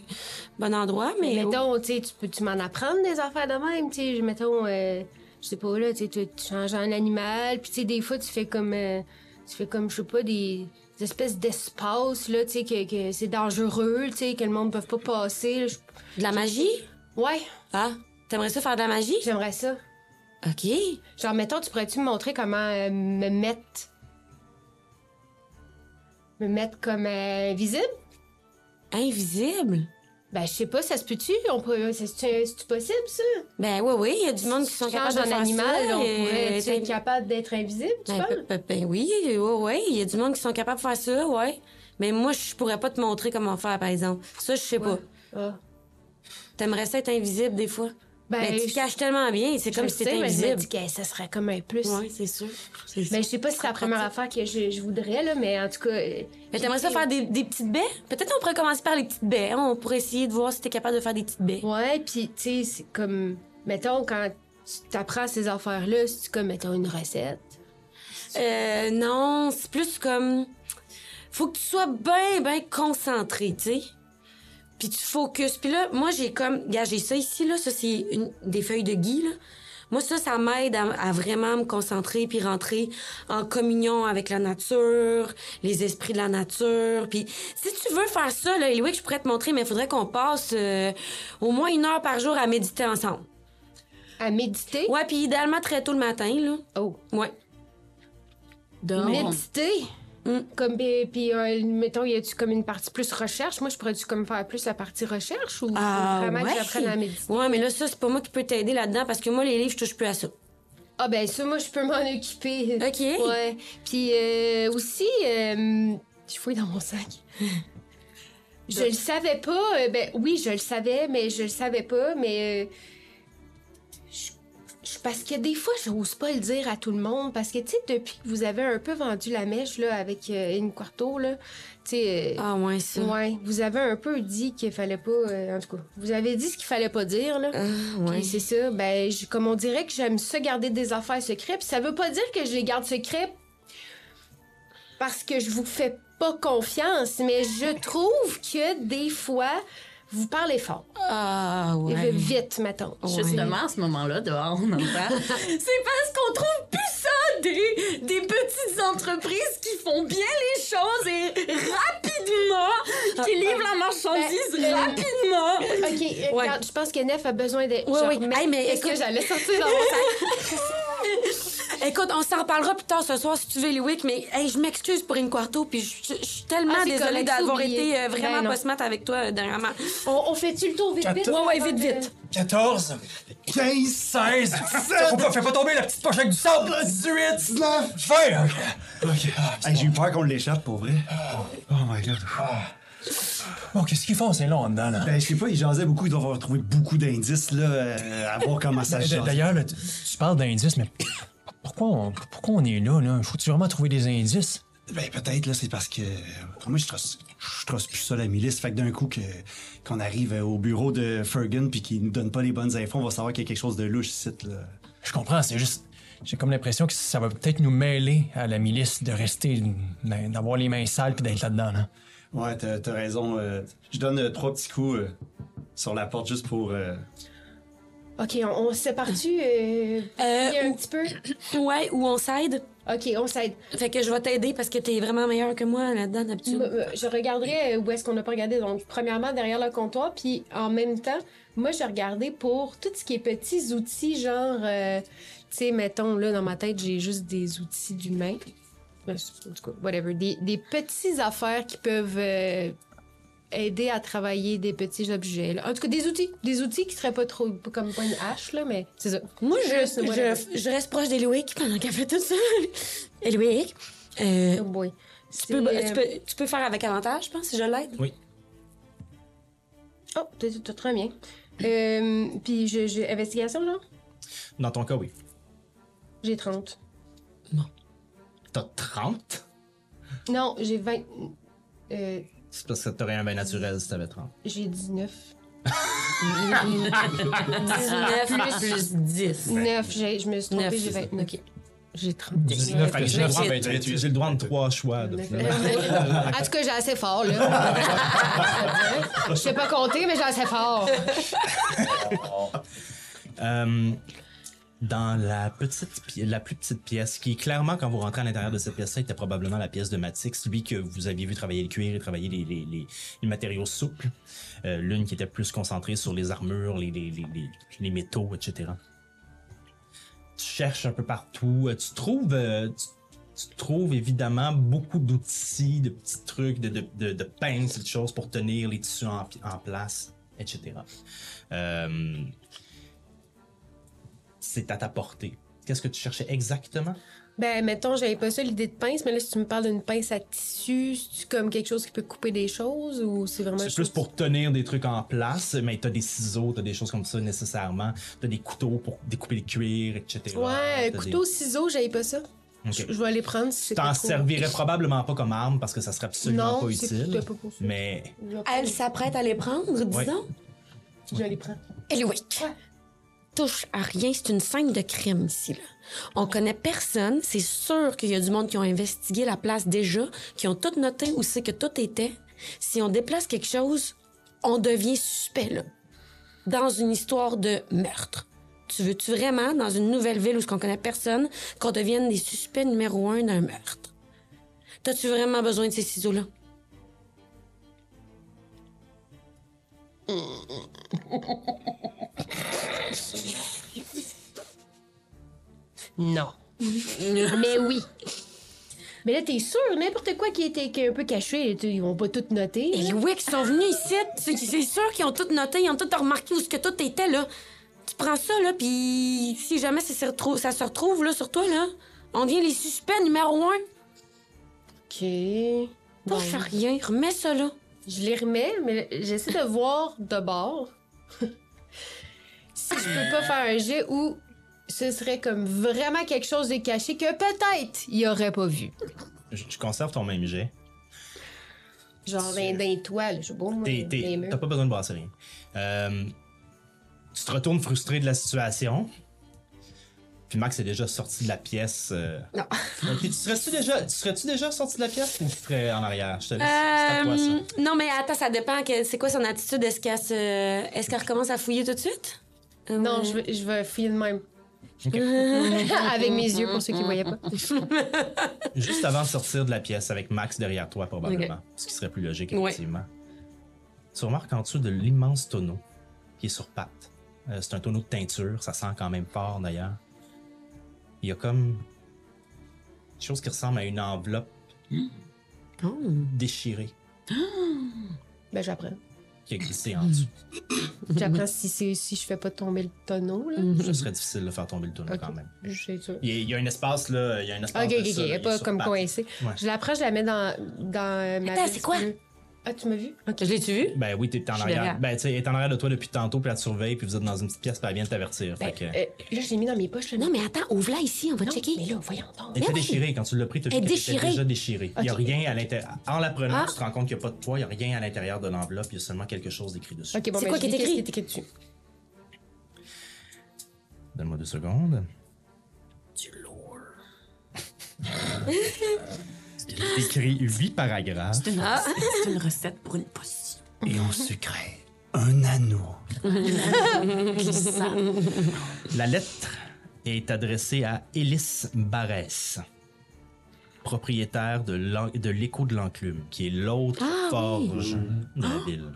[SPEAKER 7] bon endroit, mais.
[SPEAKER 6] Mettons, tu sais, tu peux-tu m'en apprendre des affaires de même, tu sais, je- mettons, euh, je sais pas, là, tu sais, tu tu changes un animal, puis tu sais, des fois, tu fais comme, euh, tu fais comme, je sais pas, des, des espèces d'espaces, là, tu sais, que, que c'est dangereux, tu sais, que le monde peut pas passer. là, je-
[SPEAKER 7] De la magie?
[SPEAKER 6] Ouais,
[SPEAKER 7] Ah, t'aimerais ça faire de la magie?
[SPEAKER 6] j'aimerais ça.
[SPEAKER 7] OK.
[SPEAKER 6] Genre, mettons, tu pourrais-tu me montrer comment euh, me mettre... Me mettre comme euh, invisible?
[SPEAKER 7] Invisible?
[SPEAKER 6] Ben, je sais pas, ça se peut-tu? On peut... c'est- C'est c'est-tu possible, ça?
[SPEAKER 7] Ben, oui, oui, il y a du monde qui sont
[SPEAKER 6] Tu changes
[SPEAKER 7] capables de
[SPEAKER 6] en
[SPEAKER 7] faire
[SPEAKER 6] animal,
[SPEAKER 7] ça.
[SPEAKER 6] on
[SPEAKER 7] euh,
[SPEAKER 6] pourrait
[SPEAKER 7] t'es-
[SPEAKER 6] être capable d'être invisible, tu
[SPEAKER 7] ben,
[SPEAKER 6] penses?
[SPEAKER 7] pe- pe- ben oui, oui, oui, il y a du monde qui sont capables de faire ça, ouais. Mais moi, je pourrais pas te montrer comment faire, par exemple. Ça, je sais pas.
[SPEAKER 6] Ah.
[SPEAKER 7] T'aimerais ça être invisible des fois?
[SPEAKER 6] Ben,
[SPEAKER 7] mais tu te
[SPEAKER 6] je-
[SPEAKER 7] caches tellement bien, c'est
[SPEAKER 6] je
[SPEAKER 7] comme
[SPEAKER 6] le
[SPEAKER 7] si
[SPEAKER 6] sais,
[SPEAKER 7] t'étais
[SPEAKER 6] mais Je me
[SPEAKER 7] invisible.
[SPEAKER 6] dis que ça serait comme un plus.
[SPEAKER 7] Oui, c'est sûr. C'est sûr.
[SPEAKER 6] Ben, je sais pas si c'est la première affaire que je, je voudrais, là, mais en tout cas. euh,
[SPEAKER 7] Mais t'aimerais ça faire des, des petites baies? Peut-être on pourrait commencer par les petites baies. hein. On pourrait essayer de voir si t'es capable de faire des petites baies.
[SPEAKER 6] Ouais, puis, tu sais, c'est comme. Mettons, quand tu t'apprends ces affaires-là, c'est comme, mettons, une recette.
[SPEAKER 7] Euh, non, c'est plus comme... Faut que tu sois bien, bien concentré, tu sais. Puis tu focuses. Puis là, moi, j'ai comme... Regarde, j'ai ça ici, là. Ça, c'est une- des feuilles de gui, là. Moi, ça, ça m'aide à, à vraiment me concentrer puis rentrer en communion avec la nature, les esprits de la nature. Puis si tu veux faire ça, là, Eliwick, je pourrais te montrer, mais il faudrait qu'on passe euh, au moins une heure par jour à méditer ensemble.
[SPEAKER 6] À méditer.
[SPEAKER 7] Ouais, puis idéalement très tôt le matin, là.
[SPEAKER 6] Oh.
[SPEAKER 7] Ouais.
[SPEAKER 1] Donc,
[SPEAKER 6] Méditer.
[SPEAKER 7] Oh. Mm.
[SPEAKER 6] Comme, puis, puis, euh, mettons, y a-tu comme une partie plus recherche? Moi, je pourrais-tu comme faire plus la partie recherche ou
[SPEAKER 7] Ah,
[SPEAKER 6] faut vraiment
[SPEAKER 7] ouais.
[SPEAKER 6] que j'apprenne à méditer?
[SPEAKER 7] Ouais, mais là, ça, c'est pas moi qui peux t'aider là-dedans parce que moi, les livres, je touche plus à ça.
[SPEAKER 6] Ah, ben, ça, moi, je peux m'en occuper.
[SPEAKER 7] OK.
[SPEAKER 6] Ouais. Puis euh, aussi, euh, je fouille dans mon sac. Je le savais pas. euh, ben oui, je le savais, mais je le savais pas. Mais euh, je- je- parce que des fois, j'ose pas le dire à tout le monde. Parce que tu sais, depuis que vous avez un peu vendu la mèche là avec euh, une quarto là, tu sais. euh,
[SPEAKER 7] Ah, ouais, ça.
[SPEAKER 6] Ouais, vous avez un peu dit qu'il fallait pas. euh, en tout cas, vous avez dit ce qu'il fallait pas dire, là.
[SPEAKER 7] Ah, ouais.
[SPEAKER 6] Puis c'est ça, ben, je- comme on dirait que j'aime ça garder des affaires secrètes, puis ça veut pas dire que je les garde secrètes parce que je vous fais pas confiance, mais je trouve que des fois, vous parlez fort.
[SPEAKER 7] Ah,
[SPEAKER 6] Et
[SPEAKER 7] ouais.
[SPEAKER 6] je- vite, mettons.
[SPEAKER 1] Justement, à ce moment-là, dehors, on entend. c'est parce qu'on trouve plus ça des, des petites entreprises qui font bien les choses et
[SPEAKER 7] Ah.
[SPEAKER 1] rapidement, qui livrent la marchandise
[SPEAKER 6] Ben, euh,
[SPEAKER 1] rapidement.
[SPEAKER 6] OK, euh,
[SPEAKER 7] Ouais.
[SPEAKER 6] regarde, je pense que Nef a besoin de.
[SPEAKER 7] Ouais, ouais. Hey, mais
[SPEAKER 6] est-ce que
[SPEAKER 7] écoute-
[SPEAKER 6] j'allais sortir dans mon sac?
[SPEAKER 7] Écoute, on s'en reparlera plus tard ce soir si tu veux, Loïc, mais hey, je m'excuse pour une quarto, puis je je- je suis tellement
[SPEAKER 6] Ah, c'est
[SPEAKER 7] désolée
[SPEAKER 6] correct,
[SPEAKER 7] d'avoir
[SPEAKER 6] c'est oublié.
[SPEAKER 7] été
[SPEAKER 6] Ben
[SPEAKER 7] euh, vraiment
[SPEAKER 6] non.
[SPEAKER 7] pas smart avec toi euh, dernièrement.
[SPEAKER 6] On, on fait-tu le tour vite, vite?
[SPEAKER 7] Ouais, ouais, vite,
[SPEAKER 6] avant de-
[SPEAKER 7] vite.
[SPEAKER 4] 14,
[SPEAKER 3] 15,
[SPEAKER 4] 16, faut pas, fais pas tomber la petite poche avec du sable!
[SPEAKER 3] 18, 19.
[SPEAKER 4] 20! Ok. Ok, ah,
[SPEAKER 3] Hey, J'ai eu peur qu'on l'échappe pour vrai. Oh my god.
[SPEAKER 4] bon, qu'est-ce qu'ils font? C'est long en dedans, là.
[SPEAKER 3] Ben, je sais pas, ils jasaient beaucoup, ils doivent avoir trouvé beaucoup d'indices, là, euh, à voir comment ça se
[SPEAKER 4] D-
[SPEAKER 3] jase.
[SPEAKER 4] D'ailleurs, là, tu, tu parles d'indices, mais pourquoi on, pourquoi on est là, là? Faut-tu vraiment trouver des indices?
[SPEAKER 3] Ben, peut-être, là, c'est parce que. euh, Moi, je trosse, je trosse plus ça, la milice. Fait que d'un coup, que, qu'on arrive euh, au bureau de Fergan puis qu'il nous donne pas les bonnes infos, on va savoir qu'il y a quelque chose de louche ici, là.
[SPEAKER 4] Je comprends, c'est juste. J'ai comme l'impression que ça va peut-être nous mêler à la milice de rester, ben, d'avoir les mains sales puis d'être là-dedans, là.
[SPEAKER 3] Ouais, t'as, t'as raison. euh, je donne euh, trois petits coups euh, sur la porte juste pour. euh,
[SPEAKER 6] OK, on, on se sépare-tu euh,
[SPEAKER 7] Euh,
[SPEAKER 6] un petit peu?
[SPEAKER 7] Ouais, ou on s'aide.
[SPEAKER 6] OK, on s'aide.
[SPEAKER 7] Fait que je vais t'aider parce que t'es vraiment meilleur que moi là-dedans d'habitude.
[SPEAKER 6] Moi, moi, Euh, Je regarderai euh, où est-ce qu'on n'a pas regardé. Donc, premièrement, derrière le comptoir, puis en même temps, moi, je regardais pour tout ce qui est petits outils, genre, euh, tu sais, mettons, là, dans ma tête, j'ai juste des outils d'humains. Euh, En tout cas, whatever. Des, des petites affaires qui peuvent euh, aider à travailler des petits objets. là. En tout cas, des outils. Des outils qui seraient pas trop comme pas une hache, là, mais c'est ça.
[SPEAKER 7] Moi,
[SPEAKER 6] Juste,
[SPEAKER 7] je,
[SPEAKER 6] whatever.
[SPEAKER 7] je, je reste proche d'Éloïc pendant qu'elle fait tout ça. Éloïc, euh,
[SPEAKER 6] Oh boy.
[SPEAKER 7] tu, peux, tu, peux, tu peux faire avec avantage, je pense, si je l'aide.
[SPEAKER 6] Oh, t'es t'es très bien. Euh, puis, je, je- investigation, genre?
[SPEAKER 2] Dans ton cas, oui.
[SPEAKER 6] J'ai 30.
[SPEAKER 2] T'as 30?
[SPEAKER 6] Non, j'ai 20. euh,
[SPEAKER 2] C'est parce que t'aurais un bain naturel si t'avais 30.
[SPEAKER 6] j'ai 19.
[SPEAKER 7] 19 plus 10.
[SPEAKER 6] 9, j'ai- je me suis trompée,
[SPEAKER 7] Neuf,
[SPEAKER 6] j'ai
[SPEAKER 7] c'est ça.
[SPEAKER 6] 29.
[SPEAKER 7] Ok.
[SPEAKER 6] J'ai 30.
[SPEAKER 4] Dix-neuf,
[SPEAKER 2] Fait que j'ai le droit- j'ai le droit de trois choix. de-
[SPEAKER 6] En tout cas, j'ai assez fort, là. je sais pas compter, mais j'ai assez fort.
[SPEAKER 2] Euh, dans la petite pi- la plus petite pièce qui clairement quand vous rentrez à l'intérieur de cette pièce là était probablement la pièce de Matix lui que vous aviez vu travailler le cuir et travailler les, les- les- les matériaux souples Euh, l'une qui était plus concentrée sur les armures les, les- les- les- les métaux etc tu cherches un peu partout Euh, tu trouves euh, tu, tu trouves évidemment beaucoup d'outils de petits trucs de, de, de, de pinces de choses pour tenir les tissus en, pi- en place etc euh, c'est à ta portée. Qu'est-ce que tu cherchais exactement?
[SPEAKER 6] Ben, mettons, j'avais pas ça l'idée de pince, mais là, si tu me parles d'une pince à tissu, c'est comme quelque chose qui peut couper des choses ou c'est vraiment.
[SPEAKER 2] C'est plus pour tenir des trucs en place, mais t'as des ciseaux, t'as des choses comme ça nécessairement. T'as des couteaux pour découper le cuir, etc.
[SPEAKER 6] Ouais,
[SPEAKER 2] Ah, T'as
[SPEAKER 6] couteau, ciseaux, j'avais pas ça.
[SPEAKER 2] des-
[SPEAKER 6] Je
[SPEAKER 2] Ok.
[SPEAKER 6] je vais aller prendre si c'est
[SPEAKER 2] Tu t'en
[SPEAKER 6] pas trop.
[SPEAKER 2] servirais probablement pas comme arme parce que ça serait absolument
[SPEAKER 6] Non,
[SPEAKER 2] pas
[SPEAKER 6] c'est
[SPEAKER 2] utile.
[SPEAKER 6] peut-être pas pour ça.
[SPEAKER 2] Mais
[SPEAKER 6] Je vais
[SPEAKER 7] Elle
[SPEAKER 6] prendre-
[SPEAKER 7] s'apprête à les prendre, disons.
[SPEAKER 2] Ouais.
[SPEAKER 6] je vais aller prendre.
[SPEAKER 7] Éloïc, touche à rien, c'est une scène de crime ici. Là. On connaît personne, c'est sûr qu'il y a du monde qui ont investigué la place déjà, qui ont tout noté où c'est que tout était. Si on déplace quelque chose, on devient suspect là. Dans une histoire de meurtre. Tu veux-tu vraiment, dans une nouvelle ville où on connaît personne, qu'on devienne des suspects numéro un d'un meurtre? T'as-tu vraiment besoin de ces ciseaux-là?
[SPEAKER 8] Non.
[SPEAKER 6] Mais oui. Mais là, t'es sûr, n'importe quoi qui était qui est un peu caché, tu- ils vont pas tout noter.
[SPEAKER 7] Et oui, qui sont venus ici, c'est c'est sûr qu'ils ont tout noté, ils ont tout remarqué où ce que tout était, là. Tu prends ça, là, puis si jamais ça se retrouve, ça se retrouve, là, sur toi, là, on devient les suspects numéro un.
[SPEAKER 6] OK. Bon.
[SPEAKER 7] Touche à rien, remets ça, là.
[SPEAKER 6] Je les remets, mais j'essaie de voir de bord si je peux pas faire un jet où ce serait comme vraiment quelque chose de caché que peut-être il aurait pas vu.
[SPEAKER 2] je, je conserve ton même jet.
[SPEAKER 6] Genre d'un d'un toit, là, je sais pas,
[SPEAKER 7] euh,
[SPEAKER 6] moi,
[SPEAKER 2] T'es-
[SPEAKER 6] des
[SPEAKER 2] t'es-
[SPEAKER 6] murs.
[SPEAKER 2] T'as pas besoin de brasser rien. Euh, tu te retournes frustré de la situation. Puis Max est déjà sorti de la pièce. euh.
[SPEAKER 7] Non.
[SPEAKER 2] Ok, tu serais-tu déjà, tu serais-tu déjà sorti de la pièce ou tu serais en arrière? Je te laisse. C'est à toi, ça.
[SPEAKER 7] Euh, non, mais attends, ça dépend. que- C'est quoi son attitude? Est-ce qu'elle se... est qu'elle recommence à fouiller tout de suite? Euh,
[SPEAKER 6] Non, je vais, je vais fouiller de même. Avec mes yeux, pour ceux qui ne voyaient pas.
[SPEAKER 2] Juste avant de sortir de la pièce avec Max derrière toi, probablement. Ce qui serait plus logique,
[SPEAKER 7] Ouais.
[SPEAKER 2] effectivement. Tu remarques en dessous de l'immense tonneau qui est sur pattes. euh, c'est un tonneau de teinture, ça sent quand même fort d'ailleurs. Il y a comme quelque chose qui ressemble à une enveloppe
[SPEAKER 6] Oh.
[SPEAKER 2] déchirée
[SPEAKER 6] Ben, j'apprends.
[SPEAKER 2] qui a glissé en dessous.
[SPEAKER 6] J'apprends si, c'est- si je fais pas tomber le tonneau, là.
[SPEAKER 2] Ce serait difficile de faire tomber le tonneau
[SPEAKER 6] Ok.
[SPEAKER 2] quand même.
[SPEAKER 6] Je suis sûre.
[SPEAKER 2] Il y, a, il y a un espace là, il y a un espace.
[SPEAKER 6] Ah, Ok,
[SPEAKER 2] de
[SPEAKER 6] ok,
[SPEAKER 2] ça,
[SPEAKER 6] ok.
[SPEAKER 2] là,
[SPEAKER 6] elle est
[SPEAKER 2] il est
[SPEAKER 6] Pas
[SPEAKER 2] sur
[SPEAKER 6] comme
[SPEAKER 2] pattes.
[SPEAKER 6] coincée.
[SPEAKER 2] Ouais.
[SPEAKER 6] Je l'approche, je la mets dans, dans ma
[SPEAKER 7] Attends,
[SPEAKER 6] veste
[SPEAKER 7] c'est quoi?
[SPEAKER 6] bleue. Ah, tu m'as vu?
[SPEAKER 7] Je l'ai-tu vu?
[SPEAKER 2] Ben oui, t'es en
[SPEAKER 7] suis
[SPEAKER 2] arrière.
[SPEAKER 7] derrière.
[SPEAKER 2] Ben tu sais, elle est en arrière de toi depuis tantôt, puis elle te surveille, puis vous êtes dans une petite pièce, puis elle vient de t'avertir.
[SPEAKER 6] Ben,
[SPEAKER 2] fait que-
[SPEAKER 6] euh, là, je l'ai mis dans mes poches. Là,
[SPEAKER 7] Non, mais attends, ouvre-la ici, on va
[SPEAKER 6] Non,
[SPEAKER 7] checker.
[SPEAKER 6] mais là, voyons donc.
[SPEAKER 2] Elle était
[SPEAKER 7] Ben oui.
[SPEAKER 2] déchirée quand tu l'as pris, tu as
[SPEAKER 7] Elle est déchirée.
[SPEAKER 2] déjà déchirée. Il n'y a
[SPEAKER 6] Ok.
[SPEAKER 2] rien à l'intérieur. En la prenant,
[SPEAKER 7] Ah.
[SPEAKER 2] tu te rends compte qu'il n'y a pas de poids, il n'y a rien à l'intérieur de l'enveloppe, il y a seulement quelque chose d'écrit dessus.
[SPEAKER 6] Ok, bon,
[SPEAKER 7] C'est
[SPEAKER 6] ben,
[SPEAKER 7] quoi
[SPEAKER 6] je
[SPEAKER 7] qui est
[SPEAKER 6] lis qu'est-ce
[SPEAKER 7] écrit?
[SPEAKER 6] qui est écrit dessus?
[SPEAKER 2] Donne-moi deux secondes. Du lore. Il écrit huit paragraphes.
[SPEAKER 5] C'est une,
[SPEAKER 7] Ah.
[SPEAKER 5] recette- c'est une recette pour une potion.
[SPEAKER 3] Et on sucrait un anneau.
[SPEAKER 2] La lettre est adressée à Élis Barès, propriétaire de l'en- de l'écho de l'enclume, qui est l'autre
[SPEAKER 7] Ah,
[SPEAKER 2] forge de la ville.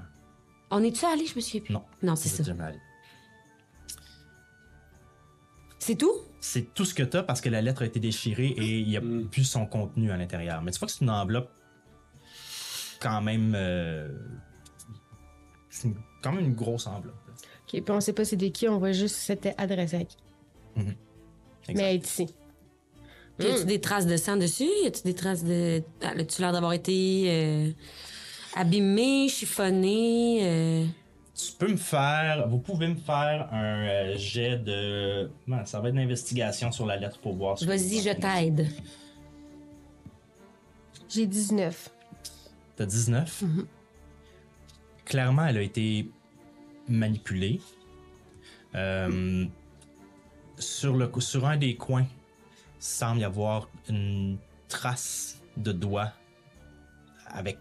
[SPEAKER 7] On est-tu allé? Je me souviens plus.
[SPEAKER 2] Non.
[SPEAKER 7] Non, c'est
[SPEAKER 2] vous
[SPEAKER 7] ça.
[SPEAKER 2] êtes jamais allé.
[SPEAKER 7] C'est tout?
[SPEAKER 2] C'est tout ce que t'as parce que la lettre a été déchirée et il n'y a plus son contenu à l'intérieur. Mais tu vois que c'est une enveloppe quand même. euh, c'est une- quand même une grosse enveloppe.
[SPEAKER 6] Ok, puis on sait pas c'était qui, on voit juste si c'était adressé à qui.
[SPEAKER 2] Mhm. Exact.
[SPEAKER 6] Mais elle est ici.
[SPEAKER 7] Puis Y a-tu des traces de sang dessus? Y a-tu des traces de. Ah, As-tu l'air d'avoir été euh, abîmé, chiffonné? euh,
[SPEAKER 2] Tu peux me faire. Vous pouvez me faire un euh, jet de. Bon, ça va être une investigation sur la lettre pour voir ce que vous
[SPEAKER 7] Vas-y, je
[SPEAKER 2] en pensez.
[SPEAKER 7] t'aide.
[SPEAKER 6] J'ai 19.
[SPEAKER 2] T'as 19. Clairement, elle a été manipulée. Euh, sur, le, sur un des coins, semble y avoir une trace de doigt avec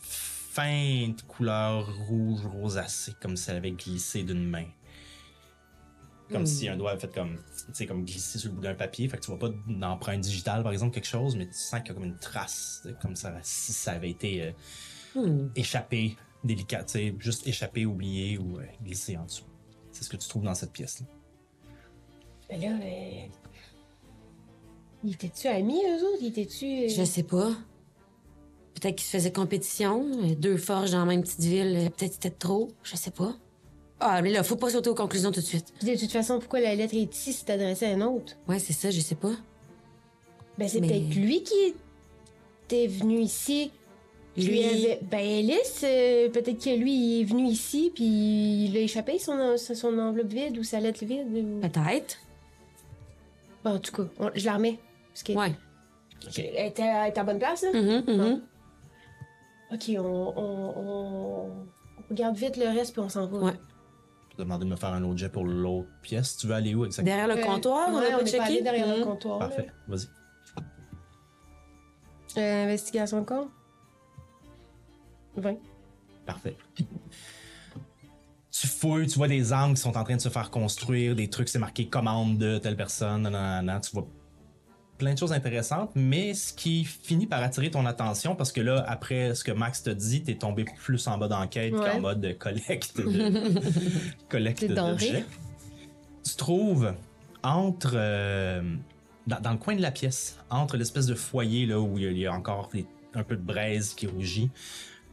[SPEAKER 2] feinte couleur rouge rosacée, comme si elle avait glissé d'une main. Comme si un doigt avait fait comme, tu sais, comme glisser sur le bout d'un papier. Fait que tu vois pas d'empreinte digitale, par exemple, quelque chose, mais tu sens qu'il y a comme une trace, de- comme ça, si ça avait été euh, échappé, délicat, tu sais, juste échappé, oublié ou euh, glissé en dessous. C'est ce que tu trouves dans cette pièce-là.
[SPEAKER 6] Mais là, euh... Ils étaient-tu amis, eux autres? Ils étaient-tu... euh,
[SPEAKER 7] Je sais pas. Peut-être qu'ils se faisaient compétition, euh, deux forges dans la même petite ville, euh, peut-être c'était trop, je sais pas. Ah, mais là, faut pas sauter aux conclusions tout de suite.
[SPEAKER 6] Puis de toute façon, pourquoi la lettre est ici si c'est adressé à un autre?
[SPEAKER 7] Ouais, c'est ça, je sais pas.
[SPEAKER 6] Ben, c'est
[SPEAKER 7] Mais-
[SPEAKER 6] peut-être lui qui était venu ici. qui
[SPEAKER 7] Lui-
[SPEAKER 6] avait- Ben, Alice, euh, peut-être que lui, il est venu ici, puis il a échappé son, son enveloppe vide ou sa lettre vide. ou-
[SPEAKER 7] Peut-être.
[SPEAKER 6] Bon, en tout cas, on- je la remets. Parce que
[SPEAKER 7] Ouais.
[SPEAKER 6] elle, était, elle était en bonne place, là.
[SPEAKER 7] Mhm, mhm.
[SPEAKER 6] Bon.
[SPEAKER 7] Mm.
[SPEAKER 6] OK, on, on- on- on regarde vite le reste, puis on s'en va.
[SPEAKER 7] Ouais.
[SPEAKER 2] Je vais te demander de me faire un autre jet pour l'autre pièce. Tu veux aller où exactement?
[SPEAKER 7] Derrière le
[SPEAKER 6] Euh,
[SPEAKER 7] comptoir,
[SPEAKER 6] ouais,
[SPEAKER 7] on a pas
[SPEAKER 6] est
[SPEAKER 7] checké.
[SPEAKER 6] allé derrière le
[SPEAKER 7] Mhm.
[SPEAKER 6] comptoir. là.
[SPEAKER 2] Parfait, vas-y.
[SPEAKER 6] Euh, investigation encore? 20.
[SPEAKER 2] Parfait. Tu fouilles, tu vois des angles qui sont en train de se faire construire, des trucs, c'est marqué commande de telle personne, nanana, nanana, tu vois plein de choses intéressantes, mais ce qui finit par attirer ton attention, parce que là, après ce que Max te dit, t'es tombé plus en mode enquête
[SPEAKER 6] Ouais.
[SPEAKER 2] qu'en mode collecte de, collecte
[SPEAKER 6] Des denrées.
[SPEAKER 2] d'objets. Tu trouves entre... euh, dans, dans le coin de la pièce, entre l'espèce de foyer là, où il y a- il y a encore des- un peu de braise qui rougit,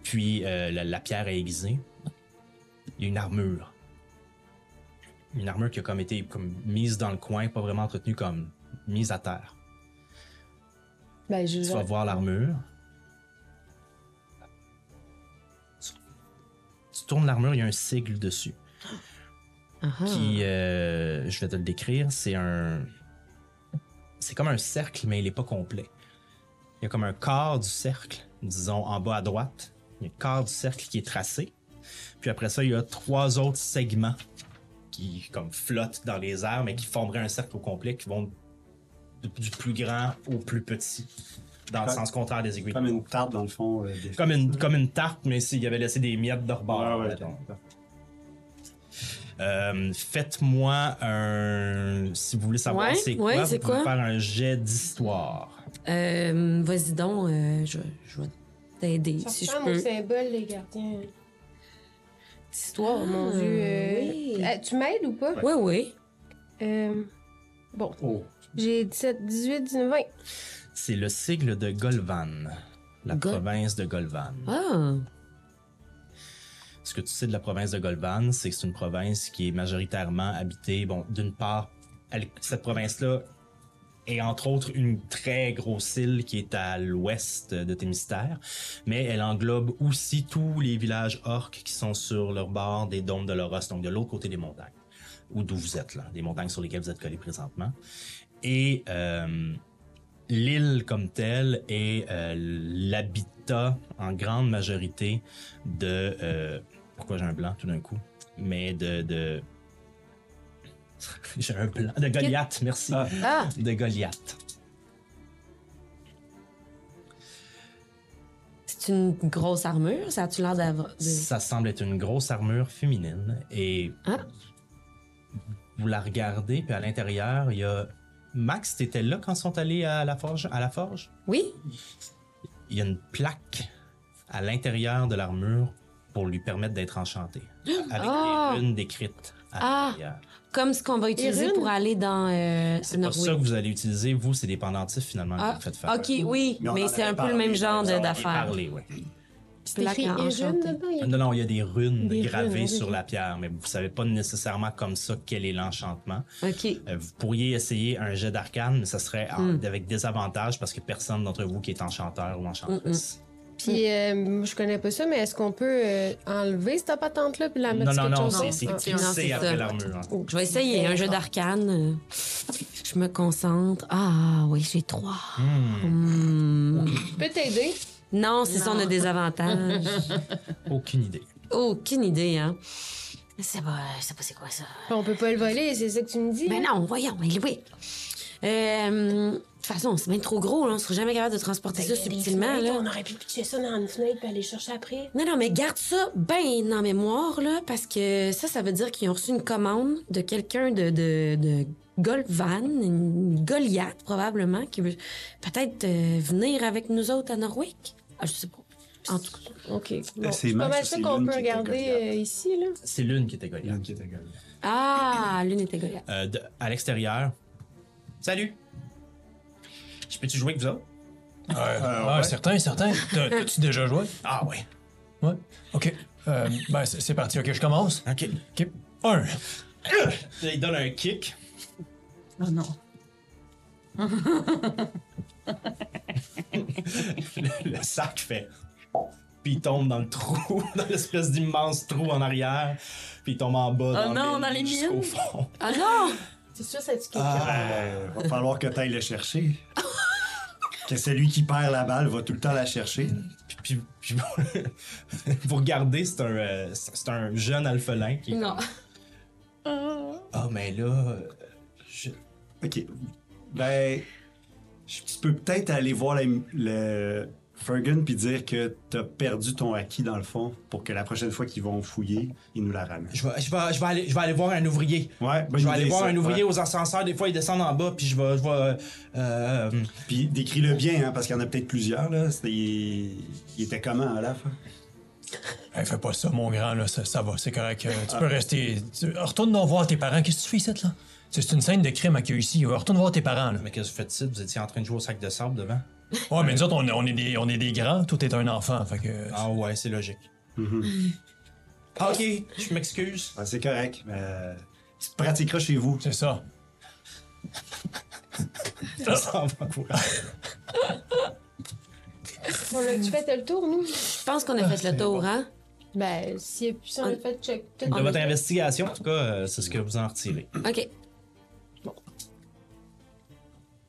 [SPEAKER 2] puis euh, la, la pierre est aiguisée, il y a une armure. Une armure qui a comme été comme mise dans le coin, pas vraiment entretenue comme mise à terre.
[SPEAKER 6] Ben, je
[SPEAKER 2] Tu vas voir l'armure. Tu, tu tournes l'armure, il y a un sigle dessus.
[SPEAKER 7] Aha.
[SPEAKER 2] Qui, euh, je vais te le décrire, c'est un. C'est comme un cercle, mais il n'est pas complet. Il y a comme un quart du cercle, disons en bas à droite. Il y a le quart du cercle qui est tracé. Puis après ça, il y a trois autres segments qui comme flottent dans les airs, mais qui formeraient un cercle au complet, qui vont du- du plus grand au plus petit, dans le
[SPEAKER 3] Comme-
[SPEAKER 2] sens contraire des aiguilles.
[SPEAKER 3] Comme une tarte, dans le fond. euh, des-
[SPEAKER 2] Comme une, comme une tarte, mais s'il y avait laissé des miettes de rebord.
[SPEAKER 3] Ah ouais,
[SPEAKER 2] mettons.
[SPEAKER 3] ok.
[SPEAKER 2] Euh, Faites-moi un. Si vous voulez savoir
[SPEAKER 7] Ouais,
[SPEAKER 2] c'est quoi,
[SPEAKER 7] ouais,
[SPEAKER 2] vous
[SPEAKER 7] c'est
[SPEAKER 2] pouvez
[SPEAKER 7] quoi?
[SPEAKER 2] faire un jet d'histoire.
[SPEAKER 7] Euh, Vas-y donc, euh, je, je vais t'aider si je
[SPEAKER 6] au
[SPEAKER 7] peux.
[SPEAKER 6] symbole, les gardiens.
[SPEAKER 7] Histoire,
[SPEAKER 6] Mon Dieu. euh,
[SPEAKER 7] Oui,
[SPEAKER 6] euh, tu m'aides ou pas?
[SPEAKER 7] oui. oui.
[SPEAKER 6] Euh, bon,
[SPEAKER 3] Oh.
[SPEAKER 6] j'ai 17, 18, 19, 20.
[SPEAKER 2] C'est le sigle de Golvan, la
[SPEAKER 7] Go-
[SPEAKER 2] province de Golvan.
[SPEAKER 7] Ah,
[SPEAKER 2] Ce que tu sais de la province de Golvan, c'est que c'est une province qui est majoritairement habitée. Bon, d'une part, elle- cette province-là est entre autres une très grosse île qui est à l'ouest de Thémistère, mais elle englobe aussi tous les villages orques qui sont sur le bord des dômes de l'Oros, donc de l'autre côté des montagnes, ou d'où vous êtes, là, des montagnes sur lesquelles vous êtes collés présentement. Et euh, l'île comme telle est euh, l'habitat en grande majorité de. euh, pourquoi j'ai un blanc tout d'un coup? Mais de. de- j'ai un blanc. De Goliath, merci.
[SPEAKER 3] Ah.
[SPEAKER 8] Ah.
[SPEAKER 2] De Goliath.
[SPEAKER 7] c'est une grosse armure, ça a-tu l'air d'avoir. de-
[SPEAKER 2] Ça semble être une grosse armure féminine et.
[SPEAKER 7] Ah.
[SPEAKER 2] Vous la regardez, puis à l'intérieur, il y a. Max, t'étais là quand ils sont allés à la forge? À la forge?
[SPEAKER 7] Oui?
[SPEAKER 2] il y a une plaque à l'intérieur de l'armure pour lui permettre d'être enchanté. Avec
[SPEAKER 7] Ah!
[SPEAKER 2] des runes décrites à
[SPEAKER 7] Ah!
[SPEAKER 2] l'intérieur.
[SPEAKER 7] Comme ce qu'on va utiliser
[SPEAKER 6] runes?
[SPEAKER 7] pour aller dans. Euh,
[SPEAKER 2] C'est pas
[SPEAKER 7] Norway.
[SPEAKER 2] ça que vous allez utiliser. Vous, c'est des pendentifs finalement que
[SPEAKER 7] Ah,
[SPEAKER 2] vous faites faire.
[SPEAKER 7] ok, oui,
[SPEAKER 3] Mais on
[SPEAKER 7] mais,
[SPEAKER 3] en
[SPEAKER 7] c'est
[SPEAKER 3] avait
[SPEAKER 7] un peu
[SPEAKER 3] parlé,
[SPEAKER 7] le même genre
[SPEAKER 3] on en
[SPEAKER 7] de-
[SPEAKER 3] avait
[SPEAKER 7] d'affaires.
[SPEAKER 2] Parler, ouais.
[SPEAKER 6] C'est écrit
[SPEAKER 7] Plaque
[SPEAKER 6] et jaune
[SPEAKER 7] enchantée.
[SPEAKER 6] dedans. il y a-
[SPEAKER 2] Non, non, il y a des runes
[SPEAKER 6] Des
[SPEAKER 2] gravées
[SPEAKER 6] runes, oui,
[SPEAKER 2] sur
[SPEAKER 6] oui.
[SPEAKER 2] la pierre, mais vous savez pas nécessairement comme ça quel est l'enchantement.
[SPEAKER 7] Ok.
[SPEAKER 2] Euh, vous pourriez essayer un jet d'arcane, mais ça serait en- avec des avantages parce que personne d'entre vous qui est enchanteur ou enchantresse.
[SPEAKER 6] Puis, euh, je connais pas ça, mais est-ce qu'on peut euh, enlever cette patente-là puis la
[SPEAKER 2] Non,
[SPEAKER 6] mettre sur
[SPEAKER 2] non,
[SPEAKER 6] quelque
[SPEAKER 2] non,
[SPEAKER 6] chose
[SPEAKER 2] c'est
[SPEAKER 6] d'autre?
[SPEAKER 2] c'est
[SPEAKER 6] Ah.
[SPEAKER 7] Non,
[SPEAKER 2] fixé
[SPEAKER 7] c'est
[SPEAKER 2] après
[SPEAKER 7] ça.
[SPEAKER 2] l'armure. hein.
[SPEAKER 7] Je vais essayer un jeu d'arcane. euh, Je me concentre. Ah oui, j'ai trois. Hmm.
[SPEAKER 6] Je peux t'aider?
[SPEAKER 7] Non, c'est ça, on a des avantages.
[SPEAKER 2] Aucune idée.
[SPEAKER 7] Aucune idée, hein. C'est pas, c'est pas c'est quoi ça.
[SPEAKER 6] On peut pas le voler, c'est ça que tu me dis?
[SPEAKER 7] Ben non, voyons, mais oui. Euh, De toute façon, c'est bien trop gros, là. On serait jamais capable de transporter
[SPEAKER 6] Ben,
[SPEAKER 7] ça subtilement, là.
[SPEAKER 6] aurait pu pitcher ça dans une fenêtre et aller chercher après.
[SPEAKER 7] Non, non, mais garde ça bien en mémoire, là, parce que ça, ça veut dire qu'ils ont reçu une commande de quelqu'un de, de, de Golvan, une Goliath, probablement, qui veut peut-être euh, venir avec nous autres à Norwick. Ah, je sais pas. En tout cas.
[SPEAKER 6] OK.
[SPEAKER 3] Euh,
[SPEAKER 6] Bon.
[SPEAKER 3] c'est
[SPEAKER 6] C'est pas
[SPEAKER 3] Max ou
[SPEAKER 6] mal ça
[SPEAKER 3] c'est
[SPEAKER 6] qu'on
[SPEAKER 3] Lune
[SPEAKER 6] peut
[SPEAKER 3] qui était
[SPEAKER 6] regarder
[SPEAKER 3] Goliath?
[SPEAKER 6] euh, ici, là.
[SPEAKER 2] C'est l'une qui était Goliath.
[SPEAKER 3] Lune qui était gueule.
[SPEAKER 7] Ah, l'une était Goliath.
[SPEAKER 2] Euh, de- à l'extérieur. Salut! Je peux-tu jouer avec vous autres?
[SPEAKER 4] Ah, certain, certain. T'as- T'as-tu déjà joué?
[SPEAKER 2] Ah ouais.
[SPEAKER 4] Ouais. OK. Euh, ben, c'est c'est parti. OK, je commence.
[SPEAKER 2] Ok.
[SPEAKER 4] OK. Un.
[SPEAKER 2] Il donne un kick.
[SPEAKER 1] Oh non.
[SPEAKER 2] Le, le sac fait. Puis il tombe dans le trou, dans l'espèce d'immense trou en arrière. Puis il tombe en bas.
[SPEAKER 1] Oh non, dans les
[SPEAKER 2] jusqu'au
[SPEAKER 1] mines.
[SPEAKER 2] fond.
[SPEAKER 7] Ah non!
[SPEAKER 8] C'est sûr, ça tue quelqu'un.
[SPEAKER 3] Ah, va falloir que t'ailles le chercher. que celui qui perd la balle va tout le temps la chercher.
[SPEAKER 2] Puis, puis- puis vous, vous regardez, c'est un, euh, c'est c'est un jeune alphelin qui. est
[SPEAKER 7] Non.
[SPEAKER 2] comme, Ah, mais là. euh, je-
[SPEAKER 3] Ok. Ben, je- tu peux peut-être aller voir le, le Fergun puis dire que t'as perdu ton acquis dans le fond pour que la prochaine fois qu'ils vont fouiller, ils nous la ramènent.
[SPEAKER 2] Je vais, je, vais, je, vais aller, je vais aller voir un ouvrier.
[SPEAKER 3] Ouais, bonne
[SPEAKER 2] je vais aller
[SPEAKER 3] idée,
[SPEAKER 2] voir
[SPEAKER 3] ça.
[SPEAKER 2] un ouvrier
[SPEAKER 3] Ouais.
[SPEAKER 2] aux ascenseurs. Des fois, ils descendent en bas, puis je vais. Je vais euh, euh,
[SPEAKER 3] Puis décris-le bien, hein, parce qu'il y en a peut-être plusieurs. Là. C'était- Il... il était comment, hein, Olaf?
[SPEAKER 4] Hey, fais pas ça, mon grand, là. Ça, ça va, c'est correct. Euh, tu peux rester. tu- Retourne donc voir tes parents. Qu'est-ce que tu fais, cette, là? C'est c'est une scène de crime hein, qu'il y a eu ici. Euh, Retourne voir tes parents, là.
[SPEAKER 2] Mais qu'est-ce que vous faites-vous? Vous étiez en train de jouer au sac de sable devant?
[SPEAKER 4] Ouais, mais nous autres, on, on est des, on est des grands. Tout est un enfant. Fait que.
[SPEAKER 2] Ah ouais, c'est logique.
[SPEAKER 3] Mm-hmm.
[SPEAKER 2] Ah, ok, je m'excuse.
[SPEAKER 3] Ah, c'est correct. mais, euh, Tu te pratiqueras chez vous.
[SPEAKER 4] C'est ça.
[SPEAKER 2] Ça s'en va quoi?
[SPEAKER 6] On l'a-tu fait le tour, nous?
[SPEAKER 7] Je pense qu'on a fait le tour, hein?
[SPEAKER 6] Ben, si, si on l'a fait check. peut-être-
[SPEAKER 2] De votre investigation, en tout cas, euh, c'est ce que vous en retirez.
[SPEAKER 7] OK.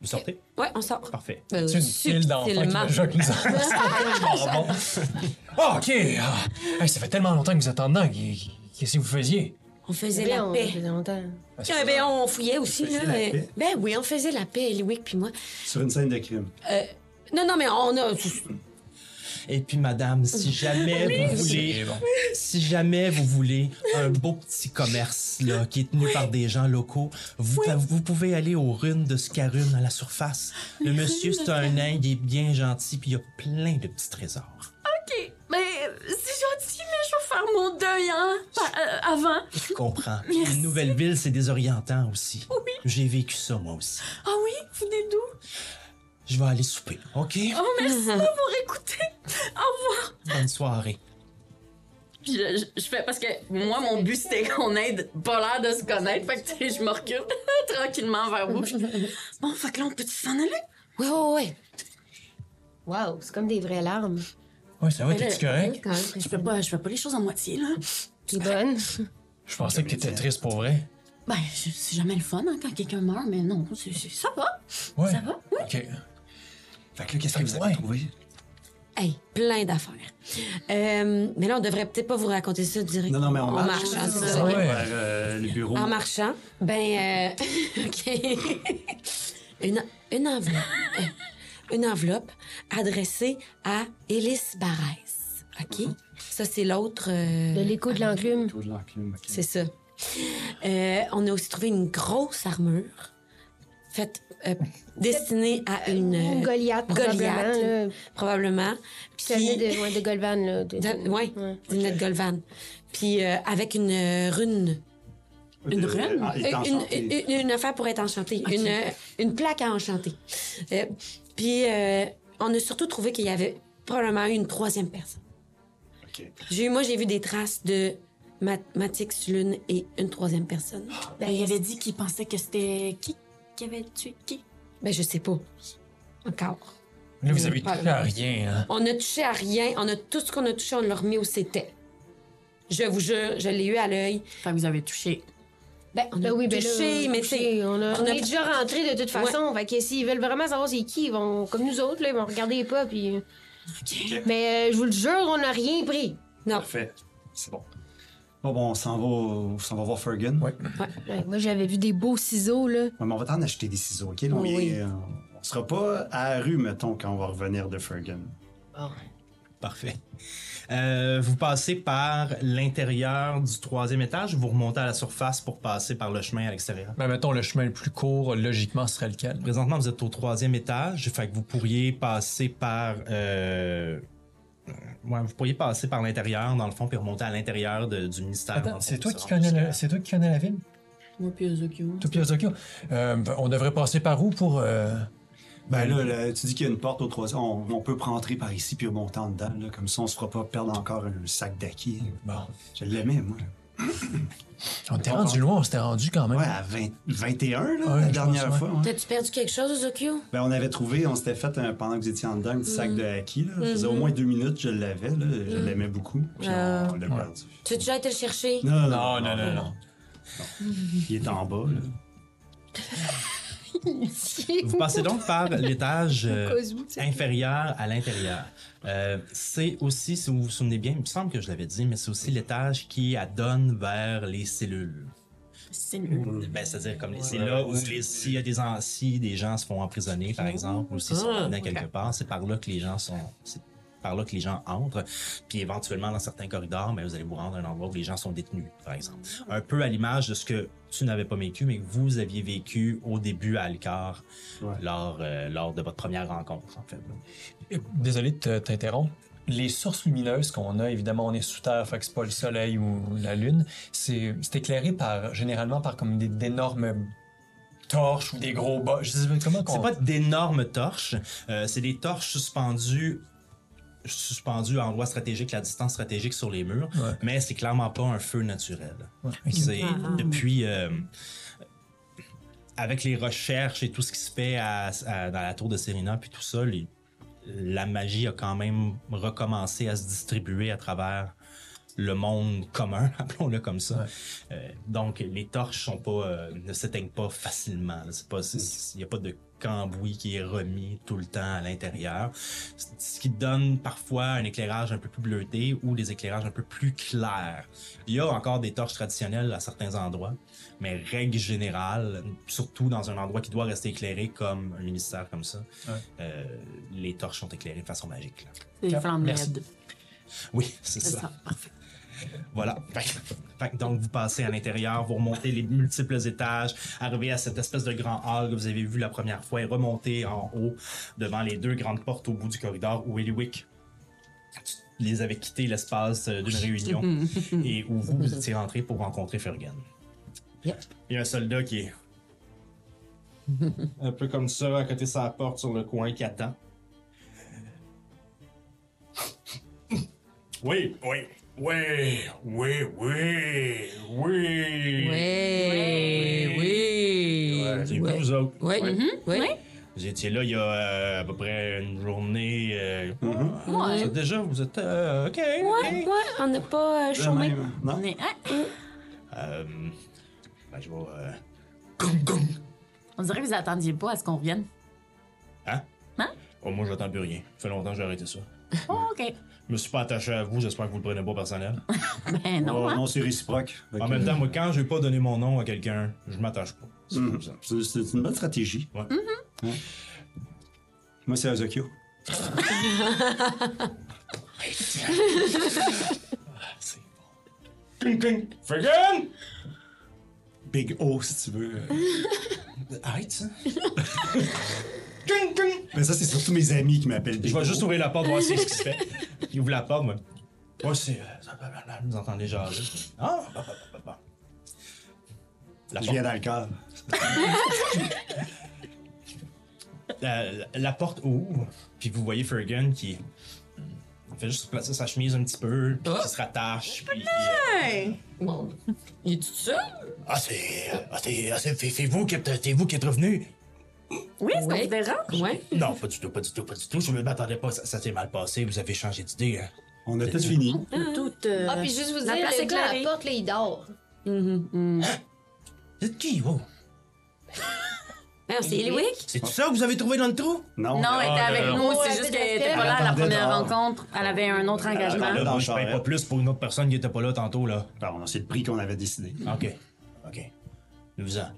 [SPEAKER 2] Vous sortez?
[SPEAKER 7] Ouais, on sort.
[SPEAKER 2] Parfait.
[SPEAKER 7] Euh,
[SPEAKER 4] C'est une pile d'enfants qui
[SPEAKER 7] subtilement.
[SPEAKER 4] déjà nous en Ah, OK. Ah, hey, ça fait tellement longtemps que vous êtes en dedans. Qu'est- Qu'est-ce que vous faisiez?
[SPEAKER 7] On faisait
[SPEAKER 6] Oui,
[SPEAKER 7] la
[SPEAKER 6] on-
[SPEAKER 7] paix.
[SPEAKER 6] ça faisait longtemps.
[SPEAKER 3] Parce que
[SPEAKER 7] Ah, ben, on fouillait aussi,
[SPEAKER 3] faisait
[SPEAKER 7] là.
[SPEAKER 3] la
[SPEAKER 7] euh,
[SPEAKER 3] paix.
[SPEAKER 7] Ben oui, on faisait la paix, Eliwick puis moi.
[SPEAKER 3] Sur une scène de crime.
[SPEAKER 7] Non, non, mais on a.
[SPEAKER 2] Et puis, madame, si jamais vous voulez,
[SPEAKER 4] C'est bon.
[SPEAKER 2] si jamais vous voulez un beau petit commerce là, qui est tenu par des gens locaux, vous, vous pouvez aller aux runes de Scarune à la surface. Le monsieur, c'est un nain, il est bien gentil, puis il y a plein de petits trésors.
[SPEAKER 1] Ok, mais euh, c'est gentil, mais je vais faire mon deuil, hein, pa- euh, avant.
[SPEAKER 2] Je comprends.
[SPEAKER 1] Merci.
[SPEAKER 2] Une nouvelle ville, c'est désorientant aussi. J'ai vécu ça, moi aussi.
[SPEAKER 1] Ah oui, vous venez d'où?
[SPEAKER 2] Je vais aller souper, OK?
[SPEAKER 1] Oh, merci d'avoir écouté. Au revoir.
[SPEAKER 2] Bonne soirée.
[SPEAKER 1] Puis je, je- je fais parce que moi, mon but, c'était qu'on aide pas l'air de se connaître. Fait que tu sais, je me recule tranquillement vers vous. Bon, fait que là, on peut s'en aller?
[SPEAKER 7] Oui, oui, oui.
[SPEAKER 6] Wow, c'est comme des vraies larmes.
[SPEAKER 4] Ouais, ça va,
[SPEAKER 7] Mais là,
[SPEAKER 4] t'es-tu correct?
[SPEAKER 6] Quand même,
[SPEAKER 1] Je fais pas, je fais pas les choses à moitié, là.
[SPEAKER 6] t'es bonne.
[SPEAKER 4] Je pensais que t'étais triste pour vrai.
[SPEAKER 1] Ben, je- c'est jamais le fun hein, quand quelqu'un meurt, mais non, c'est- c'est- ça va.
[SPEAKER 4] Ouais.
[SPEAKER 1] Ça va?
[SPEAKER 4] Oui. OK.
[SPEAKER 3] Fait que là, qu'est-ce que vous
[SPEAKER 4] Ouais.
[SPEAKER 3] avez trouvé?
[SPEAKER 7] Hey, plein d'affaires. Euh, mais là, on devrait peut-être pas vous raconter ça direct.
[SPEAKER 3] Non, non, mais on,
[SPEAKER 7] En
[SPEAKER 3] marche.
[SPEAKER 7] marchant,
[SPEAKER 3] là,
[SPEAKER 7] c'est
[SPEAKER 4] ça. Ouais.
[SPEAKER 3] Vers euh, les bureaux.
[SPEAKER 7] En marchant. Ben, euh, OK. une, une enveloppe. euh, Une enveloppe adressée à Élise Barès. OK? Ça, c'est l'autre. euh,
[SPEAKER 6] De l'écho de l'enclume.
[SPEAKER 3] Autour de l'enclume, ok.
[SPEAKER 7] C'est ça. Euh, on a aussi trouvé une grosse armure faite, euh, destinée à une.
[SPEAKER 6] Ou
[SPEAKER 7] euh,
[SPEAKER 6] Goliath,
[SPEAKER 7] Goliath.
[SPEAKER 6] probablement. Là.
[SPEAKER 7] probablement.
[SPEAKER 6] Puis ça venait de, ouais, de Golvan, là. De,
[SPEAKER 7] De- ouais, Ben,
[SPEAKER 6] ouais.
[SPEAKER 7] d'une lettre Golvan. Puis euh, avec une euh, rune.
[SPEAKER 1] Une reine?
[SPEAKER 3] Ah, il est
[SPEAKER 7] Euh, Une,
[SPEAKER 3] enchanté.
[SPEAKER 7] une- une affaire pour être enchantée. Une, euh, une plaque à enchanter. Euh, puis euh, on a surtout trouvé qu'il y avait probablement eu une troisième personne.
[SPEAKER 3] Ok.
[SPEAKER 7] J'ai eu- moi, j'ai vu des traces de Mat Matix Lune et une troisième personne.
[SPEAKER 3] Ah.
[SPEAKER 1] Ben, il avait dit qu'il pensait que c'était qui qui avait tué qui?
[SPEAKER 7] Ben, je sais pas. Encore.
[SPEAKER 4] Là, vous avez
[SPEAKER 7] Pas
[SPEAKER 4] touché à rien, hein?
[SPEAKER 7] On a touché à rien. On a tout ce qu'on a touché, on l'a remis où c'était. Je vous jure, je l'ai eu à l'œil.
[SPEAKER 1] Fait que vous avez touché.
[SPEAKER 7] Ben, on a
[SPEAKER 6] Ben oui, ben là,
[SPEAKER 7] touché, mais tu sais,
[SPEAKER 6] touché, on, a-
[SPEAKER 7] on
[SPEAKER 6] on
[SPEAKER 7] a-
[SPEAKER 6] est déjà rentré de toute façon. Fait que s'ils veulent vraiment savoir c'est qui, ils vont, comme nous autres, là, ils vont regarder les pas. Puis... Mais euh, je vous le jure, on n'a rien pris.
[SPEAKER 3] Parfait. C'est bon. Bon, bon, on s'en va, on s'en va voir Fergan.
[SPEAKER 4] Ouais.
[SPEAKER 6] Ouais, moi, j'avais vu des beaux ciseaux, là.
[SPEAKER 3] Ouais, mais on va t'en acheter des ciseaux, OK? Là, on,
[SPEAKER 7] Oui.
[SPEAKER 3] est- euh, on sera pas à la rue, mettons, quand on va revenir de Fergan.
[SPEAKER 2] Parfait. Euh, vous passez par l'intérieur du troisième étage, vous remontez à la surface pour passer par le chemin à l'extérieur.
[SPEAKER 4] Ben, mettons, le chemin le plus court, logiquement, serait lequel?
[SPEAKER 2] Présentement, vous êtes au troisième étage, fait que vous pourriez passer par. euh, ouais, vous pourriez passer par l'intérieur, dans le fond, puis remonter à l'intérieur de- du ministère. dans
[SPEAKER 4] Attends,
[SPEAKER 2] le fond,
[SPEAKER 4] c'est toi,
[SPEAKER 2] Ah, ça
[SPEAKER 4] qui
[SPEAKER 2] rentre
[SPEAKER 4] connais le-
[SPEAKER 2] jusqu'à-
[SPEAKER 4] c'est toi qui connais la ville?
[SPEAKER 1] Moi, puis Ozokyo.
[SPEAKER 4] Tout Piazocchio. Euh, ben, on devrait passer par où pour. euh,
[SPEAKER 3] Ben là, là, tu dis qu'il y a une porte au troisième. On, on peut rentrer par ici puis remonter en dedans. Là, comme ça, on se fera pas perdre encore un sac d'acquis.
[SPEAKER 4] Bon.
[SPEAKER 3] Je l'aimais, moi.
[SPEAKER 4] On était rendu loin, on s'était rendu quand même.
[SPEAKER 3] Ouais, à 20 21, là,
[SPEAKER 4] Ouais,
[SPEAKER 3] la
[SPEAKER 4] je
[SPEAKER 3] dernière
[SPEAKER 4] pense, ouais.
[SPEAKER 3] fois. ouais.
[SPEAKER 7] T'as-tu perdu quelque chose, Ozokyo?
[SPEAKER 3] Ben, on avait trouvé, on s'était fait, un- pendant que vous étiez en dedans, un petit
[SPEAKER 7] Mm.
[SPEAKER 3] sac de haki. Là. Ça faisait au moins deux minutes, je l'avais. là. Je l'aimais beaucoup. Puis
[SPEAKER 7] Mm-hmm. Euh,
[SPEAKER 3] on, on l'a perdu.
[SPEAKER 7] Tu as déjà été le chercher?
[SPEAKER 3] Non,
[SPEAKER 4] Non, non, non, non.
[SPEAKER 3] Il est en bas, là.
[SPEAKER 2] Vous passez donc par l'étage euh,
[SPEAKER 6] Au cas où, tu sais.
[SPEAKER 2] inférieur à l'intérieur. Euh, c'est aussi, si vous vous souvenez bien, il me semble que je l'avais dit, mais c'est aussi l'étage qui adonne vers les cellules.
[SPEAKER 1] C'est mieux.
[SPEAKER 4] Mmh.
[SPEAKER 2] Ben, c'est-à-dire comme les- c'est là où les- s'il y a des en- si des gens se font emprisonner par exemple ou s'ils sont
[SPEAKER 7] Ah,
[SPEAKER 2] emmenés
[SPEAKER 7] ok.
[SPEAKER 2] quelque part, c'est par là que les gens sont c'est par là que les gens entrent, puis éventuellement dans certains corridors, ben, vous allez vous rendre à un endroit où les gens sont détenus, par exemple. Un peu à l'image de ce que tu n'avais pas vécu, mais que vous aviez vécu au début à Alcar
[SPEAKER 3] Ouais.
[SPEAKER 2] lors, euh, lors de votre première rencontre, en fait.
[SPEAKER 4] Euh, Désolé de te- t'interrompre. Les sources lumineuses qu'on a, évidemment, on est sous terre, fait que c'est pas le soleil ou la lune. C'est c'est éclairé par, généralement par comme des- d'énormes torches ou des gros bas. Je sais pas comment qu'on-
[SPEAKER 2] C'est pas d'énormes torches, euh, c'est des torches suspendues suspendues à endroit stratégique, la distance stratégique sur les murs,
[SPEAKER 4] Ouais.
[SPEAKER 2] mais c'est clairement pas un feu naturel.
[SPEAKER 4] Ouais, ok.
[SPEAKER 2] C'est depuis euh, avec les recherches et tout ce qui se fait à- à- dans la tour de Serena puis tout ça, les- la magie a quand même recommencé à se distribuer à travers le monde commun, appelons-le comme ça. Euh, donc les torches sont pas, euh, ne s'éteignent pas facilement. là. C'est pas, il n'y a pas de cambouis qui est remis tout le temps à l'intérieur. C- Ce qui donne parfois un éclairage un peu plus bleuté ou des éclairages un peu plus clairs. Il y a encore des torches traditionnelles à certains endroits, mais règle générale, surtout dans un endroit qui doit rester éclairé comme un ministère comme ça,
[SPEAKER 4] Ouais.
[SPEAKER 2] euh, les torches sont éclairées de façon magique. là.
[SPEAKER 5] Les
[SPEAKER 4] Cap-
[SPEAKER 5] flammes
[SPEAKER 4] merci.
[SPEAKER 5] laides.
[SPEAKER 2] Oui, c'est
[SPEAKER 5] C'est
[SPEAKER 2] ça.
[SPEAKER 5] ça, parfait.
[SPEAKER 2] Voilà. Fait que- fait que donc, vous passez à l'intérieur, vous remontez les multiples étages, arrivez à cette espèce de grand hall que vous avez vu la première fois et remontez en haut devant les deux grandes portes au bout du corridor où Eliwick les avait quittés l'espace euh, d'une réunion et où vous, vous étiez rentré pour rencontrer Fergan.
[SPEAKER 8] Yep.
[SPEAKER 2] Il y a un soldat qui est un peu comme ça, à côté de sa porte sur le coin, qui attend. Oui, oui, oui, Eh, oui, oui, oui.
[SPEAKER 7] Ouais, oui.
[SPEAKER 2] C'est pas vous autres.
[SPEAKER 7] Ouais, Mhm.
[SPEAKER 1] Mhm.
[SPEAKER 7] ouais.
[SPEAKER 2] Vous étiez là il y a euh, à peu près une journée. euh,
[SPEAKER 5] Ouais.
[SPEAKER 2] ça, déjà, vous êtes. euh, ok.
[SPEAKER 7] Ouais,
[SPEAKER 2] ok.
[SPEAKER 7] ouais, on n'a pas euh,
[SPEAKER 3] De
[SPEAKER 7] chômé.
[SPEAKER 3] même, non?
[SPEAKER 5] On est- hein?
[SPEAKER 2] Euh, ben, je vais. euh, gong, gong.
[SPEAKER 5] On dirait que vous attendiez pas à ce qu'on revienne.
[SPEAKER 2] Hein?
[SPEAKER 5] Hein?
[SPEAKER 2] Oh, moi, j'attends plus rien. Ça fait longtemps que j'ai arrêté ça.
[SPEAKER 5] Oh, OK.
[SPEAKER 2] Je me suis pas attaché à vous, j'espère que vous le prenez pas personnel.
[SPEAKER 5] Ben non,
[SPEAKER 3] Oh,
[SPEAKER 5] hein?
[SPEAKER 3] non, c'est réciproque. Fait
[SPEAKER 2] En
[SPEAKER 3] que,
[SPEAKER 2] même temps, moi, quand j'ai pas donné mon nom à quelqu'un, je m'attache pas. C'est
[SPEAKER 3] Mhm.
[SPEAKER 2] comme ça.
[SPEAKER 3] c'est- C'est une bonne stratégie.
[SPEAKER 2] Ouais.
[SPEAKER 5] Mm-hmm.
[SPEAKER 3] Ouais. Moi, c'est Azokyo.
[SPEAKER 2] C'est bon. Cling, cling. Friggin!
[SPEAKER 3] Big O, si tu veux.
[SPEAKER 2] Arrête ça. Cling, cling.
[SPEAKER 3] Mais ça, c'est surtout mes amis qui m'appellent Big
[SPEAKER 2] Je vais
[SPEAKER 3] O.
[SPEAKER 2] juste ouvrir la porte, voir si c'est ce qui se fait. Il ouvre la porte, moi. Ouais, c'est. euh, ça, blablabla, Vous entendez jaser. Ah, bah, bah, bah, bah. La
[SPEAKER 3] Je
[SPEAKER 2] porte,
[SPEAKER 3] viens dans le cœur.
[SPEAKER 2] euh, la- la porte ouvre, puis vous voyez Fergan qui. Il fait juste placer sa chemise un petit peu, puis qui euh, se rattache. Puis,
[SPEAKER 8] Bon. Il est tout seul?
[SPEAKER 2] Ah, c'est. Ah, c'est. ah, c'est- c'est- c'est vous qui êtes. C'est vous qui êtes revenu.
[SPEAKER 5] Oui, est-ce qu'on
[SPEAKER 7] Ouais.
[SPEAKER 5] vous dérange?
[SPEAKER 7] Ouais.
[SPEAKER 2] Non, pas du tout, pas du tout, pas du tout. Je ne m'attendais pas. Ça, ça s'est mal passé. Vous avez changé d'idée, hein.
[SPEAKER 3] On a tout fini.
[SPEAKER 5] Tout, euh,
[SPEAKER 6] Ah, puis juste vous
[SPEAKER 7] La
[SPEAKER 6] dire,
[SPEAKER 7] place
[SPEAKER 6] le gars à
[SPEAKER 7] éclairée.
[SPEAKER 6] la porte, là, il dort.
[SPEAKER 2] Vous êtes qui, vous?
[SPEAKER 7] Non, Ah, c'est Eliwick.
[SPEAKER 2] C'est tout ça que vous avez trouvé dans le trou?
[SPEAKER 3] Non.
[SPEAKER 5] Non, elle était avec
[SPEAKER 2] non,
[SPEAKER 5] nous,
[SPEAKER 6] non.
[SPEAKER 5] c'est
[SPEAKER 6] Ouais,
[SPEAKER 5] juste
[SPEAKER 6] elle
[SPEAKER 5] qu'elle
[SPEAKER 6] était
[SPEAKER 5] était pas là à la
[SPEAKER 3] attendait
[SPEAKER 5] première
[SPEAKER 3] dehors.
[SPEAKER 5] rencontre. Elle avait un autre engagement.
[SPEAKER 3] attendait.
[SPEAKER 2] Là,
[SPEAKER 3] Dans
[SPEAKER 2] moi,
[SPEAKER 3] le
[SPEAKER 2] je paye
[SPEAKER 3] charrette.
[SPEAKER 2] pas plus pour une autre personne qui était pas là tantôt, là.
[SPEAKER 3] Pardon, c'est le prix qu'on avait décidé.
[SPEAKER 2] OK. OK. Nous en.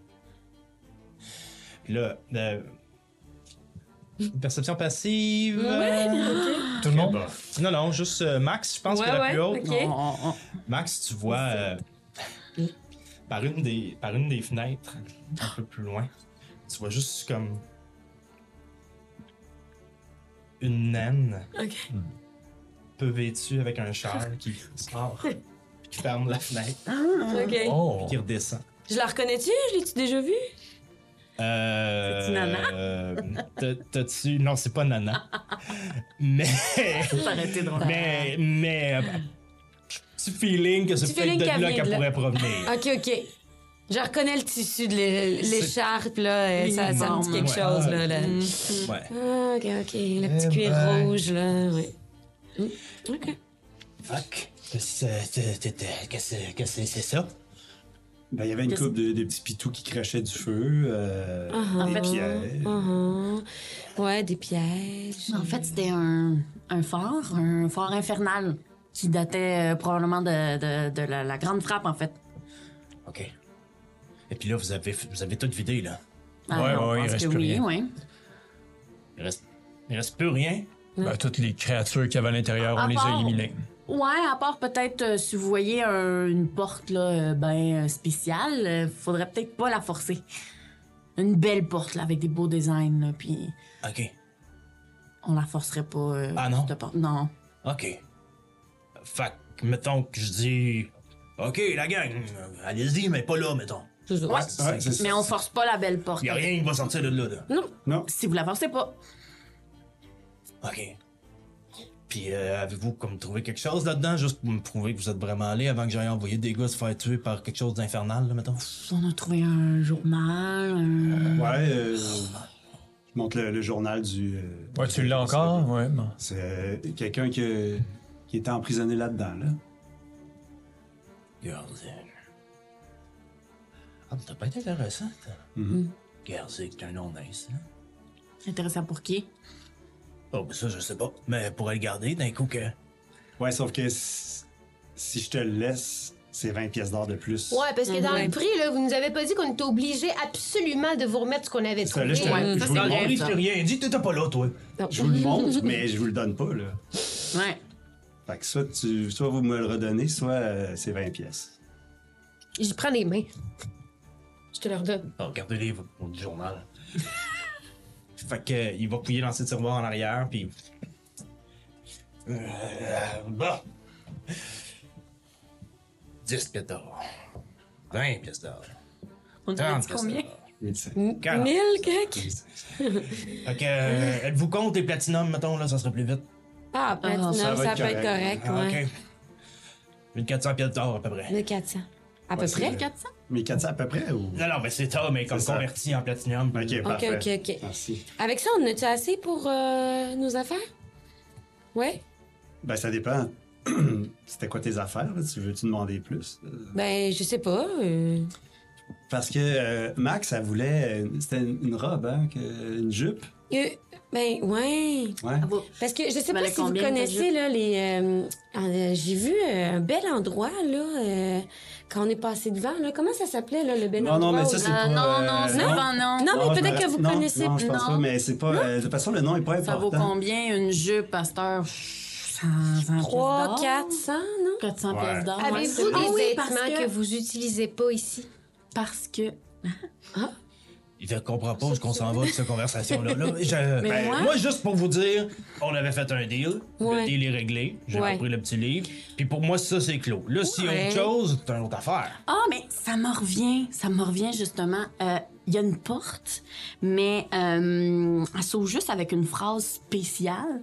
[SPEAKER 2] Puis là, euh, perception passive. euh,
[SPEAKER 4] Tout le monde?
[SPEAKER 2] bah, Non, non, juste euh, Max, je pense
[SPEAKER 7] Ouais,
[SPEAKER 2] que la
[SPEAKER 7] ouais,
[SPEAKER 2] plus haute.
[SPEAKER 7] ok.
[SPEAKER 5] On- on- on-
[SPEAKER 2] Max, tu vois euh, par, une des, par une des fenêtres, un peu plus loin, tu vois juste comme une naine
[SPEAKER 7] Ok.
[SPEAKER 2] peu vêtue avec un châle qui sort, puis qui ferme la fenêtre,
[SPEAKER 7] Ok.
[SPEAKER 4] Oh!
[SPEAKER 2] qui redescend.
[SPEAKER 7] Je la reconnais-tu? Je l'ai-tu déjà vue?
[SPEAKER 2] Euh,
[SPEAKER 7] C'est-tu Nana?
[SPEAKER 2] euh, t'as- T'as-tu. Non, c'est pas Nana. mais.
[SPEAKER 5] Ça aurait été drôle.
[SPEAKER 2] Mais. Mais. euh, Petit feeling que c'est
[SPEAKER 7] Petit
[SPEAKER 2] peut-être
[SPEAKER 7] feeling
[SPEAKER 2] de
[SPEAKER 7] qu'elle
[SPEAKER 2] là
[SPEAKER 7] vient
[SPEAKER 2] qu'elle
[SPEAKER 7] de là.
[SPEAKER 2] pourrait provenir.
[SPEAKER 7] Ok, ok. Je reconnais le tissu de l'é- l'écharpe, là. euh, Ça, ça me dit quelque
[SPEAKER 2] Ouais.
[SPEAKER 7] chose, là. là.
[SPEAKER 2] Ouais.
[SPEAKER 7] Ah, ok, ok. Le petit
[SPEAKER 4] Eh
[SPEAKER 7] cuir
[SPEAKER 4] ben.
[SPEAKER 7] rouge, là. Ouais. Mm. Ok.
[SPEAKER 2] Fuck. Qu'est-ce que c'est- c'est- c'est- qu'est-ce que qu'est-ce que c'est ça?
[SPEAKER 3] Ben, il y avait une
[SPEAKER 5] Qu'est-ce-
[SPEAKER 3] couple de, des petits pitous qui crachaient du feu. euh,
[SPEAKER 7] Ah,
[SPEAKER 3] des
[SPEAKER 7] ah,
[SPEAKER 3] pierres.
[SPEAKER 7] ah, ah. Ouais, des pièges.
[SPEAKER 5] En fait, c'était un, un fort, un fort infernal qui datait euh, probablement de, de- de la, la grande frappe, en fait.
[SPEAKER 2] Ok. Et puis là, vous avez, vous avez tout vidé, là.
[SPEAKER 4] Ouais,
[SPEAKER 5] on
[SPEAKER 4] ouais, il
[SPEAKER 5] pense Ah,
[SPEAKER 4] reste
[SPEAKER 5] que
[SPEAKER 4] plus
[SPEAKER 5] oui,
[SPEAKER 4] rien.
[SPEAKER 5] ouais.
[SPEAKER 2] Il reste, il reste plus rien.
[SPEAKER 4] Ben, toutes les créatures qu'il y avait à l'intérieur,
[SPEAKER 5] À
[SPEAKER 4] on les
[SPEAKER 5] part-
[SPEAKER 4] a éliminées.
[SPEAKER 5] Ouais, à part peut-être euh, si vous voyez un- une porte là, euh, ben euh, spéciale, euh, faudrait peut-être pas la forcer. Une belle porte là, avec des beaux designs, là, puis
[SPEAKER 2] Ok.
[SPEAKER 5] on la forcerait pas. euh,
[SPEAKER 2] Ah, non?
[SPEAKER 5] cette porte. Non.
[SPEAKER 2] Ok. Fait que, mettons que je dis. Ok, la gang, euh, allez-y, mais pas là, mettons.
[SPEAKER 7] Toujours.
[SPEAKER 5] Ouais,
[SPEAKER 3] Ouais, Ah, c'est ça.
[SPEAKER 5] mais on force pas la belle porte.
[SPEAKER 2] Y a rien qui va sortir de là, là.
[SPEAKER 3] Non,
[SPEAKER 5] Si vous la forcez pas,
[SPEAKER 2] Ok. Puis, euh, avez-vous comme trouvé quelque chose là-dedans, juste pour me prouver que vous êtes vraiment allé avant que j'aille envoyer des gars se faire tuer par quelque chose d'infernal, là, mettons?
[SPEAKER 5] on a trouvé un journal. un-
[SPEAKER 3] ouais. euh, je montre le, le journal du. euh,
[SPEAKER 4] Ouais, tu l'as encore? Ouais, bon.
[SPEAKER 3] C'est euh, quelqu'un que- qui était emprisonné là-dedans, là.
[SPEAKER 2] Gerzik. Ah, mais t'as pas été intéressant, toi.
[SPEAKER 3] Mhm.
[SPEAKER 2] Gerzik, t'es un nom nice, hein?
[SPEAKER 5] Intéressant pour qui?
[SPEAKER 2] Oh, ben ça, je sais pas. Mais pour le garder, d'un coup que.
[SPEAKER 3] Ouais, sauf que si, si je te le laisse, c'est 20 pièces d'or de plus.
[SPEAKER 6] Ouais, parce que dans
[SPEAKER 3] Mhm.
[SPEAKER 6] le prix, là, vous nous avez pas dit qu'on était obligé absolument de vous remettre ce qu'on avait
[SPEAKER 3] Ça,
[SPEAKER 6] trouvé.
[SPEAKER 3] là, je te-
[SPEAKER 5] Ouais,
[SPEAKER 3] je
[SPEAKER 5] ça, c'est
[SPEAKER 3] vous le
[SPEAKER 5] correct.
[SPEAKER 2] Henri, je t'ai rien dit, t'étais pas là, toi.
[SPEAKER 7] oh,
[SPEAKER 3] Je vous le montre, mais je vous le donne pas, là.
[SPEAKER 5] Ouais.
[SPEAKER 3] Fait que soit, tu, soit vous me le redonnez, soit euh, c'est 20 pièces.
[SPEAKER 6] J'y prends les mains. Je te le redonne.
[SPEAKER 2] Oh, regardez-les, vous- du journal. fait que, euh, il va fouiller dans ses tiroirs en arrière, puis. Euh, bon. 10 pièces d'or. 20 pièces d'or.
[SPEAKER 1] On dirait
[SPEAKER 2] 30
[SPEAKER 1] dit
[SPEAKER 2] pièces
[SPEAKER 1] combien?
[SPEAKER 2] d'or.
[SPEAKER 5] Mm.
[SPEAKER 2] Quarante.
[SPEAKER 7] Mille, quelques?
[SPEAKER 2] Fait que, euh, êtes-vous compte les platinums, mettons, là, ça serait plus vite.
[SPEAKER 7] Ah, platinum,
[SPEAKER 3] ça
[SPEAKER 7] ça,
[SPEAKER 3] va être
[SPEAKER 7] peut être correct,
[SPEAKER 2] Ah,
[SPEAKER 7] ouais.
[SPEAKER 2] Une 400 pièces d'or, à peu près.
[SPEAKER 7] De 400. À peu
[SPEAKER 3] Ouais,
[SPEAKER 7] près?
[SPEAKER 3] c'est-
[SPEAKER 5] 400?
[SPEAKER 3] Mais 400 à peu près, ou...
[SPEAKER 2] Non, non, mais c'est ça, mais comme
[SPEAKER 3] C'est ça.
[SPEAKER 2] converti en platinum.
[SPEAKER 3] Ok,
[SPEAKER 7] Ok,
[SPEAKER 3] parfait.
[SPEAKER 7] ok, ok.
[SPEAKER 3] Merci.
[SPEAKER 7] Avec ça, on a-tu assez pour euh, nos affaires? Ouais?
[SPEAKER 3] Ben, ça dépend. C'était quoi tes affaires, là? Tu veux-tu demander plus? Euh,
[SPEAKER 7] Ben, je sais pas. euh,
[SPEAKER 3] Parce que euh, Max, elle voulait... euh, C'était une une robe, hein? que- Une jupe?
[SPEAKER 7] euh, ben, ouais.
[SPEAKER 3] Ouais.
[SPEAKER 5] Ah, vous-
[SPEAKER 7] Parce que je sais pas
[SPEAKER 5] valait
[SPEAKER 7] si
[SPEAKER 5] combien,
[SPEAKER 7] vous
[SPEAKER 5] ta
[SPEAKER 7] connaissez,
[SPEAKER 5] jupe?
[SPEAKER 7] là, les. euh, euh, J'ai vu euh, un bel endroit, là, euh, quand on est passé devant, là. Comment ça s'appelait, là, le bel
[SPEAKER 3] Non, non,
[SPEAKER 7] endroit?
[SPEAKER 3] mais ça,
[SPEAKER 7] où-
[SPEAKER 3] c'est
[SPEAKER 1] Euh,
[SPEAKER 3] pas...
[SPEAKER 1] non, non,
[SPEAKER 3] euh,
[SPEAKER 1] c'est pas non.
[SPEAKER 7] Non, mais
[SPEAKER 3] je me
[SPEAKER 7] peut-être que
[SPEAKER 3] rappelle-
[SPEAKER 7] vous
[SPEAKER 3] non,
[SPEAKER 7] connaissez.
[SPEAKER 3] Non, je pense
[SPEAKER 5] Non.
[SPEAKER 3] pas, mais c'est pas... euh, de toute façon, le nom est pas
[SPEAKER 5] Ça vaut
[SPEAKER 3] important.
[SPEAKER 5] combien une jupe, pasteur? 100,
[SPEAKER 7] 3, 400, non?
[SPEAKER 5] 400
[SPEAKER 2] Ouais.
[SPEAKER 5] pièces d'or. ouais,
[SPEAKER 6] Avez-vous
[SPEAKER 5] c'est-
[SPEAKER 6] des
[SPEAKER 5] Ah oui, parce
[SPEAKER 6] vêtements que...
[SPEAKER 5] que-
[SPEAKER 6] vous utilisez pas ici?
[SPEAKER 5] Parce que
[SPEAKER 2] Il ne comprend pas où qu'on s'en va de cette conversation-là. Là, je-
[SPEAKER 5] Mais
[SPEAKER 2] ben, moi...
[SPEAKER 5] moi-
[SPEAKER 2] juste pour vous dire, on avait fait un deal. Le
[SPEAKER 7] Ouais.
[SPEAKER 2] deal est réglé. J'ai
[SPEAKER 7] Ouais.
[SPEAKER 2] repris le petit livre. Puis pour moi, ça, c'est clos. Là, s'il y a
[SPEAKER 7] Ouais.
[SPEAKER 2] autre chose, c'est une autre affaire.
[SPEAKER 5] Ah, mais ça me revient, ça me revient justement. Euh, Il y a une porte, mais euh, elle s'ouvre juste avec une phrase spéciale.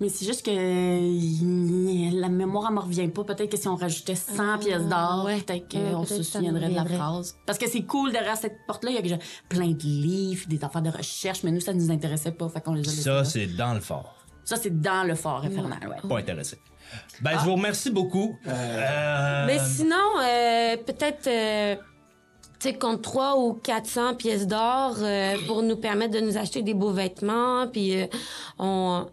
[SPEAKER 5] Mais c'est juste que euh, la mémoire, elle me revient pas. Peut-être que si on rajoutait 100 pièces d'or,
[SPEAKER 7] Ah, ouais.
[SPEAKER 5] peut-être
[SPEAKER 7] Ouais,
[SPEAKER 5] qu'on
[SPEAKER 7] peut-être
[SPEAKER 5] se
[SPEAKER 7] que ça
[SPEAKER 5] souviendrait de la
[SPEAKER 7] reviendrait.
[SPEAKER 5] phrase. Parce que c'est cool, derrière cette porte-là, il y a déjà plein de livres, des affaires de recherche, mais nous, ça nous intéressait pas, fait qu'on les a laissés
[SPEAKER 2] Ça,
[SPEAKER 5] là.
[SPEAKER 2] c'est dans le fort.
[SPEAKER 5] Ça, c'est dans le fort infernal, ouais.
[SPEAKER 2] Pas intéressé. Ben, je vous remercie beaucoup. Euh,
[SPEAKER 7] Mais sinon, euh, peut-être, euh, tu sais, contre 3 ou 400 pièces d'or euh, pour nous permettre de nous acheter des beaux vêtements. Puis, euh, on.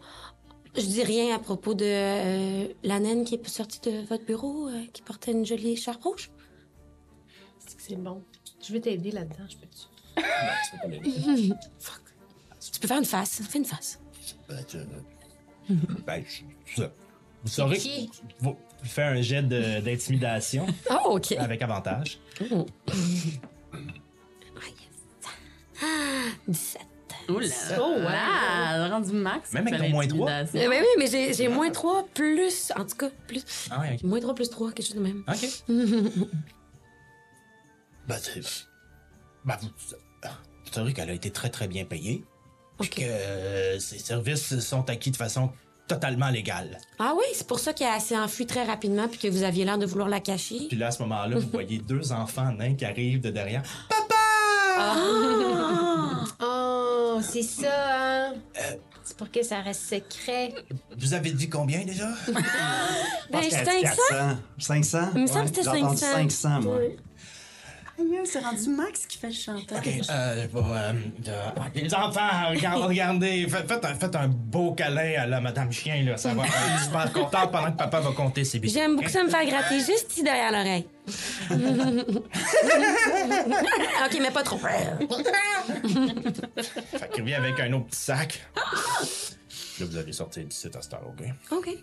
[SPEAKER 7] Je dis rien à propos de euh, la naine qui est sortie de votre bureau, euh, qui portait une jolie écharpe rouge.
[SPEAKER 8] C'est que c'est bon. Je vais t'aider là-dedans, je peux-tu?
[SPEAKER 2] Ben,
[SPEAKER 7] Tu peux faire une face. Fais une face.
[SPEAKER 2] Ben, je- ben, je- ça. Vous saurez.
[SPEAKER 8] qui?
[SPEAKER 2] Vous faites un jet de- d'intimidation
[SPEAKER 7] Oh, OK.
[SPEAKER 2] avec avantage.
[SPEAKER 7] 17.
[SPEAKER 5] Oh là
[SPEAKER 8] Oh, ouais.
[SPEAKER 5] là, Ah, rendu max.
[SPEAKER 2] Même avec
[SPEAKER 5] ça,
[SPEAKER 2] ton moins trois.
[SPEAKER 5] l'intimidation.
[SPEAKER 7] Eh ben oui, mais j'ai j'ai moins 3 plus. En tout cas, plus.
[SPEAKER 2] Ah, ouais, ok.
[SPEAKER 7] Moins 3 plus 3, quelque chose de même.
[SPEAKER 2] OK. ben, c'est. Ben, vous. Vous saurez qu'elle a été très, très bien payée. Puis
[SPEAKER 7] OK.
[SPEAKER 2] que euh, ses services sont acquis de façon totalement légale.
[SPEAKER 7] Ah oui, c'est pour ça qu'elle s'est enfuie très rapidement puis que vous aviez l'air de vouloir la cacher.
[SPEAKER 2] Puis là, à ce moment-là, vous voyez deux enfants nains qui arrivent de derrière.
[SPEAKER 6] Oh, c'est ça, hein?
[SPEAKER 2] Euh.
[SPEAKER 6] C'est pour que ça reste secret.
[SPEAKER 2] Vous avez dit combien déjà?
[SPEAKER 7] Ben,
[SPEAKER 2] Parce qu'elle
[SPEAKER 7] j'étais
[SPEAKER 2] dit
[SPEAKER 7] inquiète.
[SPEAKER 3] 400? 500?
[SPEAKER 7] Il me semble que c'était
[SPEAKER 3] J'ai entendu
[SPEAKER 7] 500.
[SPEAKER 3] 500, moi.
[SPEAKER 5] Aïe, C'est rendu Max qui fait le chanteur.
[SPEAKER 2] Ok, euh, bon, euh, euh, les enfants, regardez, regardez, fa- faites un, faites un beau câlin à la Madame Chien, là, ça va être super content pendant que papa va compter ses billets.
[SPEAKER 7] J'aime beaucoup ça me faire gratter juste ici derrière l'oreille. ok, mais pas trop.
[SPEAKER 2] Fait qu'il vient avec un autre petit sac. Là, vous allez sortir d'ici à cette heure, ok?
[SPEAKER 7] Ok.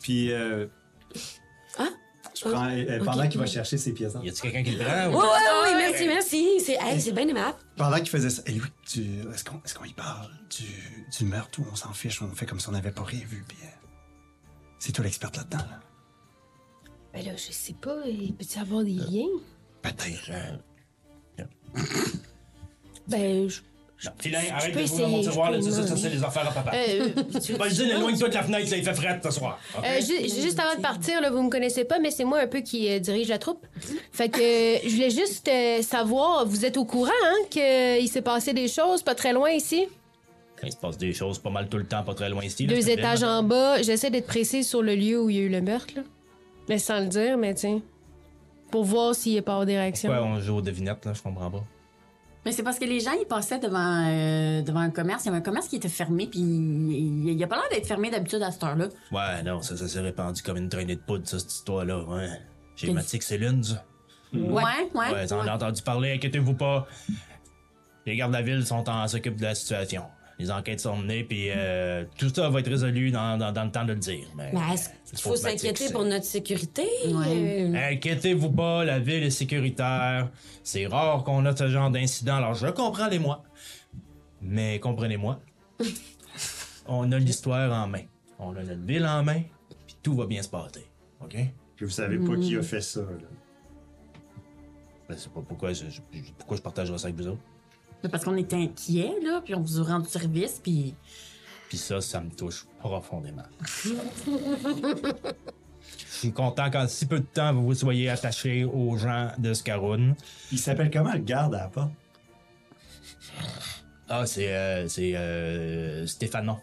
[SPEAKER 3] Puis, euh,
[SPEAKER 7] Ah?
[SPEAKER 3] je prends- euh, pendant
[SPEAKER 7] ok.
[SPEAKER 3] qu'il va chercher ses pièces d'or.
[SPEAKER 2] Y a-tu quelqu'un qui le prend?
[SPEAKER 7] Oui,
[SPEAKER 2] ou-
[SPEAKER 7] oui, oui, merci, merci. C'est hey, c'est bien aimable.
[SPEAKER 3] Pendant qu'il faisait ça, et lui, tu, est-ce qu'on est qu'on y parle du, du meurtre ou on s'en fiche, on fait comme si on n'avait pas rien vu, puis euh, c'est toi l'experte là-dedans. là.
[SPEAKER 8] Ben là, je sais pas. Il peut-tu avoir
[SPEAKER 2] Euh.
[SPEAKER 8] des liens?
[SPEAKER 3] Peut-être. euh,
[SPEAKER 8] Ben, je...
[SPEAKER 2] Non, Filin, arrête
[SPEAKER 8] peux
[SPEAKER 2] de jouer dans mon
[SPEAKER 8] essayer,
[SPEAKER 2] tiroir,
[SPEAKER 8] je
[SPEAKER 2] là,
[SPEAKER 8] peux
[SPEAKER 2] c'est ça, ça,
[SPEAKER 8] demander.
[SPEAKER 2] c'est les affaires à papa.
[SPEAKER 6] Euh,
[SPEAKER 2] Vas-y, éloigne-toi de la fenêtre, là, il fait fret ce soir. Ok?
[SPEAKER 6] Euh, ju- juste avant de partir, là, vous me connaissez pas, mais c'est moi un peu qui euh, dirige la troupe. Fait que euh, je voulais juste euh, savoir, vous êtes au courant hein, qu'il s'est passé des choses pas très loin ici?
[SPEAKER 2] Il se passe des choses pas mal tout le temps, pas très loin ici. là,
[SPEAKER 6] Deux
[SPEAKER 2] c'est
[SPEAKER 6] étages
[SPEAKER 2] vraiment-
[SPEAKER 6] en bas. J'essaie d'être précise sur le lieu où il y a eu le meurtre, là. Mais sans le dire, mais tiens. Pour voir s'il n'y a pas hors des réactions.
[SPEAKER 2] Pourquoi on joue aux devinettes, là? Je comprends pas.
[SPEAKER 5] Mais c'est parce que les gens, ils passaient devant, euh, devant un commerce. Il y avait un commerce qui était fermé, puis il il y a pas l'air d'être fermé d'habitude à cette heure-là.
[SPEAKER 2] Ouais, non, ça, ça s'est répandu comme une traînée de poudre, ça, cette histoire-là. Ouais. J'ai
[SPEAKER 5] Une-
[SPEAKER 2] maté que c'est l'une, ça.
[SPEAKER 5] Ouais, Hein? ouais.
[SPEAKER 2] Mm-hmm. Ouais, j'en ai entendu parler, inquiétez-vous pas. Les gardes de la ville sont en s'occupent de la situation. Les enquêtes sont menées, puis euh, tout ça va être résolu dans, dans- dans le temps de le dire. Mais,
[SPEAKER 7] Mais ben, est-ce qu'il faut s'inquiéter pour notre sécurité?
[SPEAKER 5] Ouais.
[SPEAKER 7] Euh,
[SPEAKER 2] Inquiétez-vous pas, la ville est sécuritaire. C'est rare qu'on a ce genre d'incident, alors je comprends les moi. Mais comprenez-moi, on a l'histoire en main. On a notre ville en main, puis tout va bien se passer. OK?
[SPEAKER 3] Puis vous savez pas qui
[SPEAKER 7] Hmm.
[SPEAKER 3] a fait ça. là.
[SPEAKER 2] Ben, c'est pas pourquoi je, je- pourquoi je partagerais ça avec vous autres.
[SPEAKER 5] Mais Parce qu'on était inquiets, là, puis on vous a rendu service, puis...
[SPEAKER 2] Puis ça, ça me touche profondément. Je suis content qu'en si peu de temps, vous vous soyez attaché aux gens de Scaroun.
[SPEAKER 3] Il s'appelle comment le garde à la porte?
[SPEAKER 2] Ah, c'est euh, c'est euh, Stéphanon.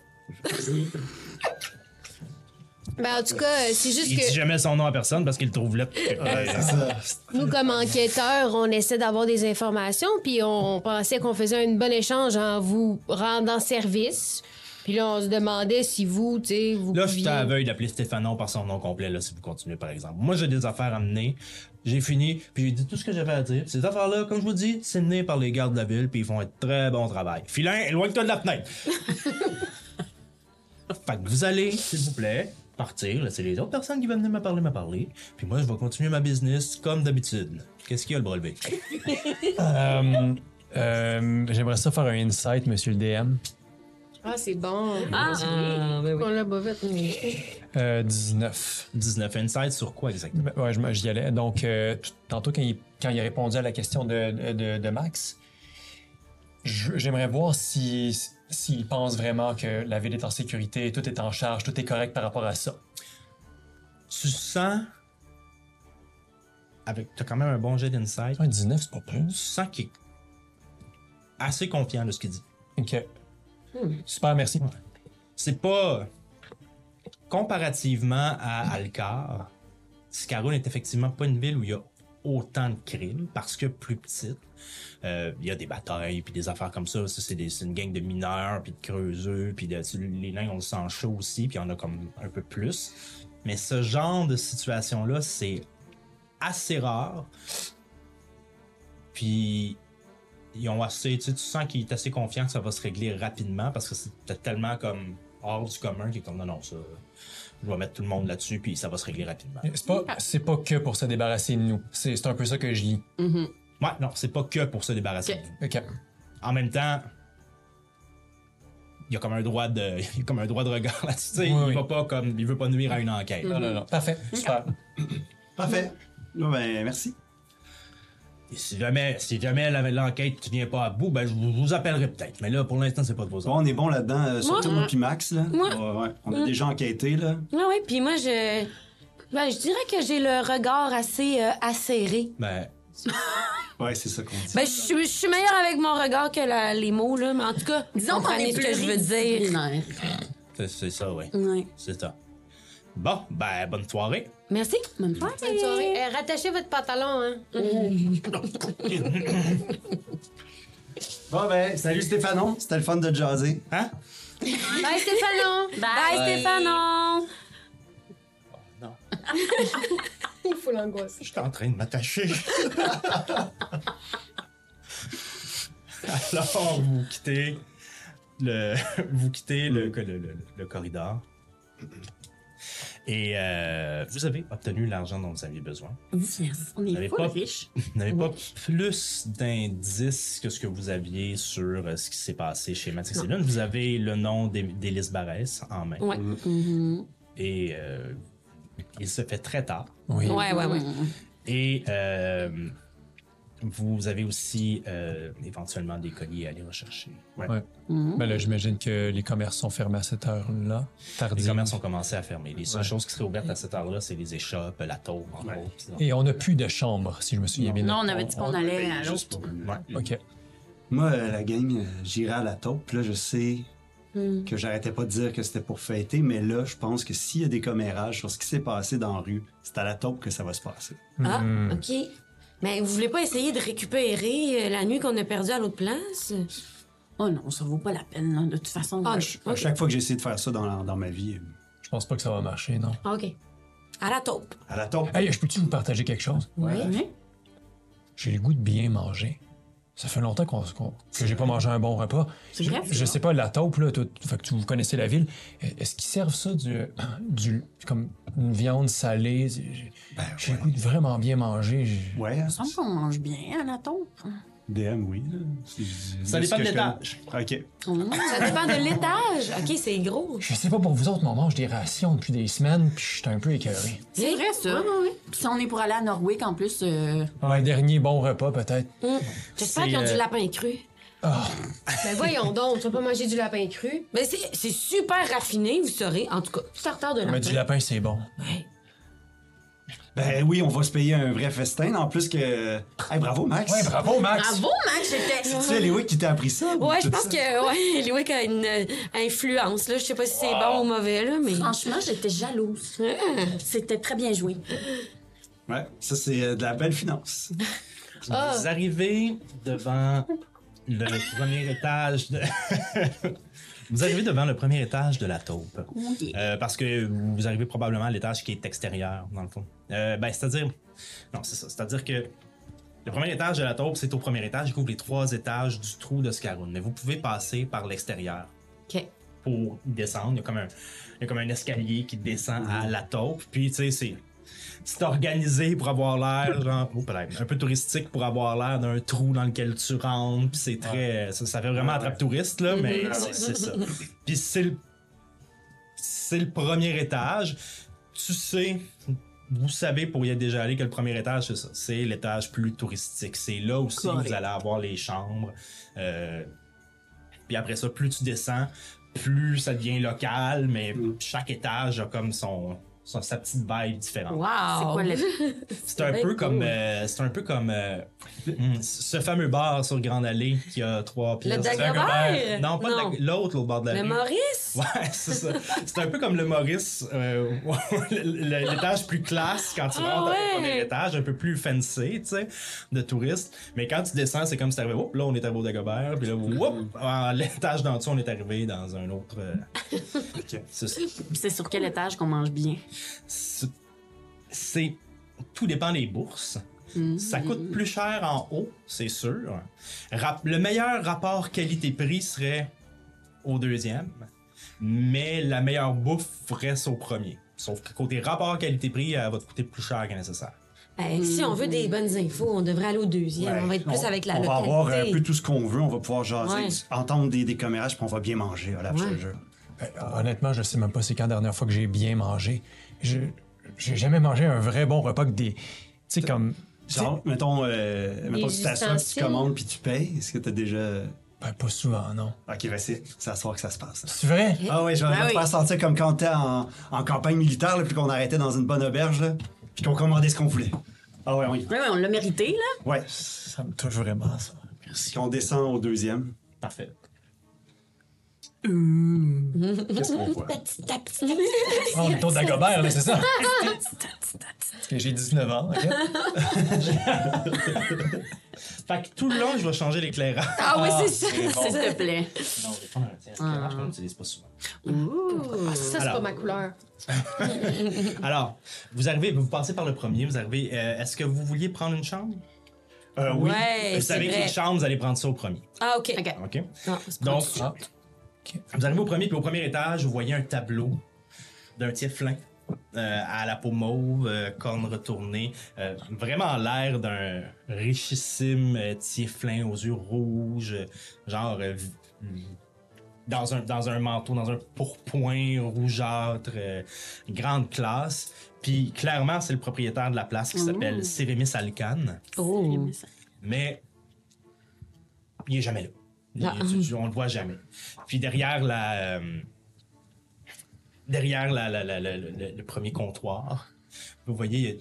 [SPEAKER 6] Ben, en tout cas, euh, c'est juste
[SPEAKER 2] Il dit
[SPEAKER 6] que
[SPEAKER 2] jamais son nom à personne parce qu'il le trouve là.
[SPEAKER 3] Euh,
[SPEAKER 6] nous, comme enquêteurs, on essaie d'avoir des informations, puis on pensait qu'on faisait un bon échange en vous rendant service. Puis là, on se demandait si vous, tu sais, vous
[SPEAKER 2] Là, je
[SPEAKER 6] pouviez-
[SPEAKER 2] suis à l'aveugle d'appeler Stéphanon par son nom complet, là, si vous continuez, par exemple. Moi, j'ai des affaires à mener. J'ai fini, puis j'ai dit tout ce que j'avais à dire. Puis Ces affaires-là, comme je vous dis, c'est mené par les gardes de la ville, puis ils font un très bon travail. Filin, éloigne-toi de la fenêtre! fait que vous allez, s'il vous plaît, partir. Là, c'est les autres personnes qui vont venir me parler, me parler. Puis moi, je vais continuer ma business comme d'habitude. Qu'est-ce qu'il y a, le bras levé?
[SPEAKER 4] Euh, euh, J'aimerais ça faire un insight, monsieur le DM.
[SPEAKER 6] Ah, c'est bon.
[SPEAKER 8] Ah, ben oui.
[SPEAKER 6] On l'a pas fait. mais-
[SPEAKER 4] Euh, 19.
[SPEAKER 2] 19 insights sur quoi exactement?
[SPEAKER 4] Ben, Ouais, je me- j'y allais. Donc, euh, tout- tantôt, quand il, quand il a répondu à la question de, de- de- de Max, je- j'aimerais voir si- s'il pense vraiment que la ville est en sécurité, tout est en charge, tout est correct par rapport à ça.
[SPEAKER 2] Tu sens. Avec. T'as quand même un bon jet d'insight.
[SPEAKER 4] Un 19, c'est pas
[SPEAKER 2] Tu
[SPEAKER 4] plus.
[SPEAKER 2] sens qu'il est assez confiant de ce qu'il dit.
[SPEAKER 4] Ok.
[SPEAKER 5] Hmm.
[SPEAKER 4] Super, merci.
[SPEAKER 2] C'est pas. Comparativement à Alcar, Scaroun est effectivement pas une ville où il y a autant de crimes parce que plus petite. Euh, il y a des batailles puis des affaires comme ça. Ça, c'est des- c'est une gang de mineurs puis de creuseux puis de- les nains ont le sang chaud aussi puis il y en a comme un peu plus. Mais ce genre de situation là, c'est assez rare. Puis ils ont assez, tu, sais, tu sens qu'il est assez confiant que ça va se régler rapidement parce que c'est tellement comme hors du commun qu'il est comme non, non, ça, je vais mettre tout le monde là-dessus puis ça va se régler rapidement.
[SPEAKER 4] C'est pas,
[SPEAKER 5] Ah.
[SPEAKER 4] c'est pas que pour se débarrasser de nous. C'est c'est un peu ça que je lis.
[SPEAKER 2] Ouais, non, c'est pas que pour se débarrasser.
[SPEAKER 5] Ok.
[SPEAKER 2] de vous.
[SPEAKER 4] Ok.
[SPEAKER 2] En même temps, il y a comme un droit de, il y a comme un droit de regard là-dessus. tu sais,
[SPEAKER 4] Oui,
[SPEAKER 2] il
[SPEAKER 4] oui.
[SPEAKER 2] va pas comme, il veut pas nuire à une enquête.
[SPEAKER 4] Non, non, non. Parfait. Super.
[SPEAKER 3] Parfait. Là, ben, merci.
[SPEAKER 2] Et si jamais, si jamais la- l'enquête ne vient pas à bout, ben je vous, vous appellerai peut-être. Mais là, pour l'instant, c'est pas de vos ordres.
[SPEAKER 3] Bon, on est bon là-dedans, euh, surtout moi puis Max. Là.
[SPEAKER 7] Moi.
[SPEAKER 3] Ouais, ouais. On a déjà enquêté. Là.
[SPEAKER 7] Ouais, ah, ouais, puis moi, je. Ben, je dirais que j'ai le regard assez euh, acéré.
[SPEAKER 2] Ben,
[SPEAKER 3] Ouais, c'est ça qu'on dit.
[SPEAKER 7] Ben, je suis- je suis meilleure avec mon regard que la- les mots, là, mais en tout cas,
[SPEAKER 5] Disons qu'on
[SPEAKER 7] comprenez
[SPEAKER 5] est
[SPEAKER 7] ce que je veux dire.
[SPEAKER 5] pluridisciplinaires.
[SPEAKER 2] c'est- c'est ça, oui.
[SPEAKER 5] Ouais.
[SPEAKER 2] C'est ça. Bon, ben, bonne soirée.
[SPEAKER 7] Merci.
[SPEAKER 5] Bonne soirée.
[SPEAKER 6] Bonne soirée. Euh, rattachez votre pantalon, hein.
[SPEAKER 3] Bon, ben, salut Stéphanon. C'était le fun de jaser.
[SPEAKER 2] Hein?
[SPEAKER 6] Bye, Stéphanon!
[SPEAKER 7] Bye, Stéphanon.
[SPEAKER 6] Il faut l'angoisse.
[SPEAKER 2] Je suis en train de m'attacher. Alors, vous quittez le, vous quittez le, le- le- le corridor. Et euh, vous avez obtenu l'argent dont vous aviez besoin.
[SPEAKER 5] Yes. On est
[SPEAKER 2] J'avais
[SPEAKER 5] full
[SPEAKER 2] pas-
[SPEAKER 5] riche.
[SPEAKER 2] Vous n'avez pas plus d'indices que ce que vous aviez sur euh, ce qui s'est passé chez Matrix Elon. Vous avez le nom d'É- d'Élise Barès en main.
[SPEAKER 7] Ouais.
[SPEAKER 2] Et euh, il se fait très tard.
[SPEAKER 4] Oui.
[SPEAKER 7] Ouais, ouais, ouais.
[SPEAKER 2] Et euh, vous avez aussi euh, éventuellement des colis à aller rechercher.
[SPEAKER 4] Ouais. Ben là, j'imagine que les commerces sont fermés à cette heure-là.
[SPEAKER 2] Les
[SPEAKER 4] Tardive.
[SPEAKER 2] commerces ont commencé à fermer. Les seules
[SPEAKER 4] Ouais.
[SPEAKER 2] choses qui seraient ouvertes à cette heure-là, c'est les échoppes, la taupe, en gros, pis
[SPEAKER 4] Et on n'a plus de chambre, si je me souviens bien.
[SPEAKER 5] Non, on avait dit qu'on allait à l'autre.
[SPEAKER 2] Ouais.
[SPEAKER 4] Ok.
[SPEAKER 3] Moi, euh, la gang, euh, j'irai à la taupe. puis Là, je sais que j'arrêtais pas de dire que c'était pour fêter, mais là, je pense que s'il y a des commérages sur ce qui s'est passé dans la rue, c'est à la taupe que ça va se passer.
[SPEAKER 7] Ah, OK. Mais vous voulez pas essayer de récupérer euh, la nuit qu'on a perdue à l'autre place?
[SPEAKER 5] Oh non, ça vaut pas la peine, là. De toute façon,
[SPEAKER 7] Ah,
[SPEAKER 5] euh,
[SPEAKER 7] ok.
[SPEAKER 3] À chaque fois que j'ai essayé de faire ça dans, la- dans ma vie, euh,
[SPEAKER 4] Je pense pas que ça va marcher, non.
[SPEAKER 7] OK. À la taupe.
[SPEAKER 3] à la tombe.
[SPEAKER 4] Hey, je peux-tu vous partager quelque chose?
[SPEAKER 5] oui.
[SPEAKER 4] J'ai le goût de bien manger. Ça fait longtemps qu'on, qu'on- que j'ai pas mangé un bon repas.
[SPEAKER 5] C'est
[SPEAKER 4] Je-
[SPEAKER 5] vrai,
[SPEAKER 4] Je
[SPEAKER 5] ça.
[SPEAKER 4] sais pas, la taupe, là, tout, fait que tu- vous connaissez la ville. Est-ce qu'ils servent ça du, du, comme une viande salée? J'ai
[SPEAKER 3] Ben,
[SPEAKER 4] j'ai le goût de vraiment bien manger. J'ai-
[SPEAKER 3] Ouais,
[SPEAKER 5] Il me semble qu'on mange bien à la taupe.
[SPEAKER 3] DM, oui. là. C'est-
[SPEAKER 2] Ça
[SPEAKER 3] de
[SPEAKER 2] dépend
[SPEAKER 3] ce
[SPEAKER 2] de
[SPEAKER 3] que je
[SPEAKER 2] l'étage.
[SPEAKER 3] connais. Ok.
[SPEAKER 5] Mm.
[SPEAKER 7] Ça dépend de l'étage. OK, c'est gros.
[SPEAKER 4] Je sais pas pour vous autres, mais on mange des rations depuis des semaines, puis je suis un peu écœuré.
[SPEAKER 5] C'est vrai, ça. Puis si on est pour aller à Norwick, en plus, euh,
[SPEAKER 4] Un dernier bon repas, peut-être.
[SPEAKER 7] Hum. J'espère
[SPEAKER 2] C'est,
[SPEAKER 7] qu'ils ont
[SPEAKER 2] euh,
[SPEAKER 7] du lapin cru.
[SPEAKER 6] Ben voyons donc, tu vas pas manger du lapin cru.
[SPEAKER 7] Mais c'est c'est super raffiné, vous saurez. En tout cas, tout tartare de lapin.
[SPEAKER 4] Mais du lapin, c'est bon.
[SPEAKER 7] Ouais.
[SPEAKER 3] Ben oui, on va se payer un vrai festin. En plus que. Hey, bravo, Max.
[SPEAKER 4] Ouais, bravo, Max!
[SPEAKER 1] Bravo, Max, j'étais.
[SPEAKER 3] C'est Léo qui t'a appris ça. ou
[SPEAKER 7] Ouais, je
[SPEAKER 3] tout
[SPEAKER 7] pense
[SPEAKER 3] ça?
[SPEAKER 7] que ouais, Louis a une euh, influence. Là. Je sais pas si c'est bon ou mauvais, là, mais.
[SPEAKER 5] franchement, j'étais jalouse. C'était très bien joué.
[SPEAKER 3] Ouais, ça, c'est euh, de la belle finance.
[SPEAKER 2] Vous arrivez devant le premier étage de... Vous arrivez devant le premier étage de la taupe.
[SPEAKER 5] Oui.
[SPEAKER 2] Euh, parce que vous arrivez probablement à l'étage qui est extérieur, dans le fond. Euh, ben, c'est-à-dire. Non, c'est ça. C'est-à-dire que le premier étage de la taupe, c'est au premier étage. Il couvre les trois étages du trou de Scaroun. Mais vous pouvez passer par l'extérieur.
[SPEAKER 7] OK.
[SPEAKER 2] Pour descendre. Il y a comme un, il y a comme un escalier qui descend à la taupe. Puis, tu sais, c'est. C'est organisé pour avoir l'air, genre, oh, peut-être, un peu touristique pour avoir l'air d'un trou dans lequel tu rentres. Puis c'est très. Ça, ça fait vraiment attrape touriste, là, mais c'est c'est ça. Puis c'est le c'est le premier étage. Tu sais, vous savez pour y être déjà allé que le premier étage, c'est ça. C'est l'étage plus touristique. C'est là aussi que vous allez avoir les chambres. Euh, puis après ça, plus tu descends, plus ça devient local, mais chaque étage a comme son, son- sa petite vibe différente.
[SPEAKER 7] Wow!
[SPEAKER 5] C'est quoi le.
[SPEAKER 2] C'est un, peu comme, euh, c'est un peu comme euh, hum, ce fameux bar sur Grande Allée qui a trois pièces.
[SPEAKER 7] Dagobert?
[SPEAKER 2] Non, pas
[SPEAKER 7] Non.
[SPEAKER 2] le Dag- l'autre, l'autre bord de la
[SPEAKER 7] Le
[SPEAKER 2] rue.
[SPEAKER 7] Maurice?
[SPEAKER 2] Ouais, c'est ça. C'est un peu comme le Maurice, euh, le- le- l'étage plus classe quand tu
[SPEAKER 7] Ah
[SPEAKER 2] rentres
[SPEAKER 7] ouais.
[SPEAKER 2] au premier étage, un peu plus fancy, tu sais, de touriste. Mais quand tu descends, c'est comme si t'arrivais, Oups, là on est à Beaudagobert, puis là, whoop, à l'étage d'en dessous, on est arrivé dans un autre. euh, c'est ça.
[SPEAKER 5] Puis c'est sur quel étage qu'on mange bien?
[SPEAKER 2] C'est- C'est. Tout dépend des bourses.
[SPEAKER 7] Mm-hmm.
[SPEAKER 2] Ça coûte plus cher en haut, c'est sûr. Rap- le meilleur rapport qualité-prix serait au deuxième, mais la meilleure bouffe reste au premier. Sauf que côté rapport qualité-prix, euh, elle va te coûter plus cher que nécessaire.
[SPEAKER 7] Hey, Eh, Si on veut des bonnes infos, on devrait aller au deuxième.
[SPEAKER 3] Ouais.
[SPEAKER 7] On va être plus avec la
[SPEAKER 3] On va
[SPEAKER 7] localité.
[SPEAKER 3] avoir euh, un peu tout ce qu'on veut. On va pouvoir jaser,
[SPEAKER 7] Ouais.
[SPEAKER 3] entendre des décommérages, puis on va bien manger. Olaf, je te
[SPEAKER 7] Ouais.
[SPEAKER 3] jure.
[SPEAKER 4] Euh, Honnêtement, je sais même pas c'est quand la dernière fois que j'ai bien mangé. Je j'ai jamais mangé un vrai bon repas que des tu sais comme
[SPEAKER 3] Genre, mettons, euh, mettons
[SPEAKER 6] Les
[SPEAKER 3] tu t'assois, puis tu
[SPEAKER 6] ustensiles.
[SPEAKER 3] commandes, puis tu payes. Est-ce que t'as déjà.
[SPEAKER 4] ben, pas souvent non.
[SPEAKER 3] Ok, ben c'est c'est à soir que ça se passe.
[SPEAKER 4] C'est vrai
[SPEAKER 3] Ah ouais, je vais
[SPEAKER 5] Ah
[SPEAKER 3] te
[SPEAKER 5] oui.
[SPEAKER 3] faire sentir comme quand t'es en, en campagne militaire, là, puis qu'on arrêtait dans une bonne auberge, là, puis qu'on commandait ce qu'on voulait. Ah ouais, on y-
[SPEAKER 5] Oui, on l'a mérité, là.
[SPEAKER 3] Ouais.
[SPEAKER 4] Ça me touche vraiment ça.
[SPEAKER 3] Puis qu'on descend au deuxième.
[SPEAKER 2] Parfait.
[SPEAKER 3] Qu'est-ce qu'on voit?
[SPEAKER 4] Oh, le tour d'Agobert, là, c'est ça Ok, J'ai 19 ans, OK
[SPEAKER 2] Fait que tout le long, je vais changer l'éclairage.
[SPEAKER 7] Ah, oui, c'est ça.
[SPEAKER 2] c'est bon.
[SPEAKER 7] c'est
[SPEAKER 5] S'il
[SPEAKER 7] ça.
[SPEAKER 5] te plaît.
[SPEAKER 2] Non, je vais prendre un petit éclairage qu'on n'utilise pas souvent.
[SPEAKER 6] Ah, ça, c'est
[SPEAKER 2] Alors.
[SPEAKER 6] pas ma couleur.
[SPEAKER 2] Alors, vous arrivez, vous passez par le premier, vous arrivez. euh, Est-ce que vous vouliez prendre une chambre?
[SPEAKER 3] Euh, oui.
[SPEAKER 7] Ouais,
[SPEAKER 2] vous
[SPEAKER 7] c'est
[SPEAKER 2] savez que
[SPEAKER 7] vrai.
[SPEAKER 2] les chambres, vous allez prendre ça au premier.
[SPEAKER 7] Ah, OK.
[SPEAKER 5] OK.
[SPEAKER 2] OK?
[SPEAKER 7] Non, on se prend
[SPEAKER 2] Donc,
[SPEAKER 7] dessus.
[SPEAKER 4] Ah,
[SPEAKER 2] Vous arrivez au premier, puis au premier étage, vous voyez un tableau d'un tieflin euh, à la peau mauve, euh, cornes retournées, euh, vraiment l'air d'un richissime euh, tieflin aux yeux rouges, euh, genre euh, vi- dans, un, dans un manteau, dans un pourpoint rougeâtre, euh, grande classe. Puis clairement, c'est le propriétaire de la place qui s'appelle Sérémis Alcan.
[SPEAKER 7] Oh.
[SPEAKER 2] mais il est jamais là. Il-
[SPEAKER 7] Ah.
[SPEAKER 2] tu- tu- on le voit jamais. Puis derrière la euh, derrière la, la- la- la- la- la- le premier comptoir, vous voyez il y a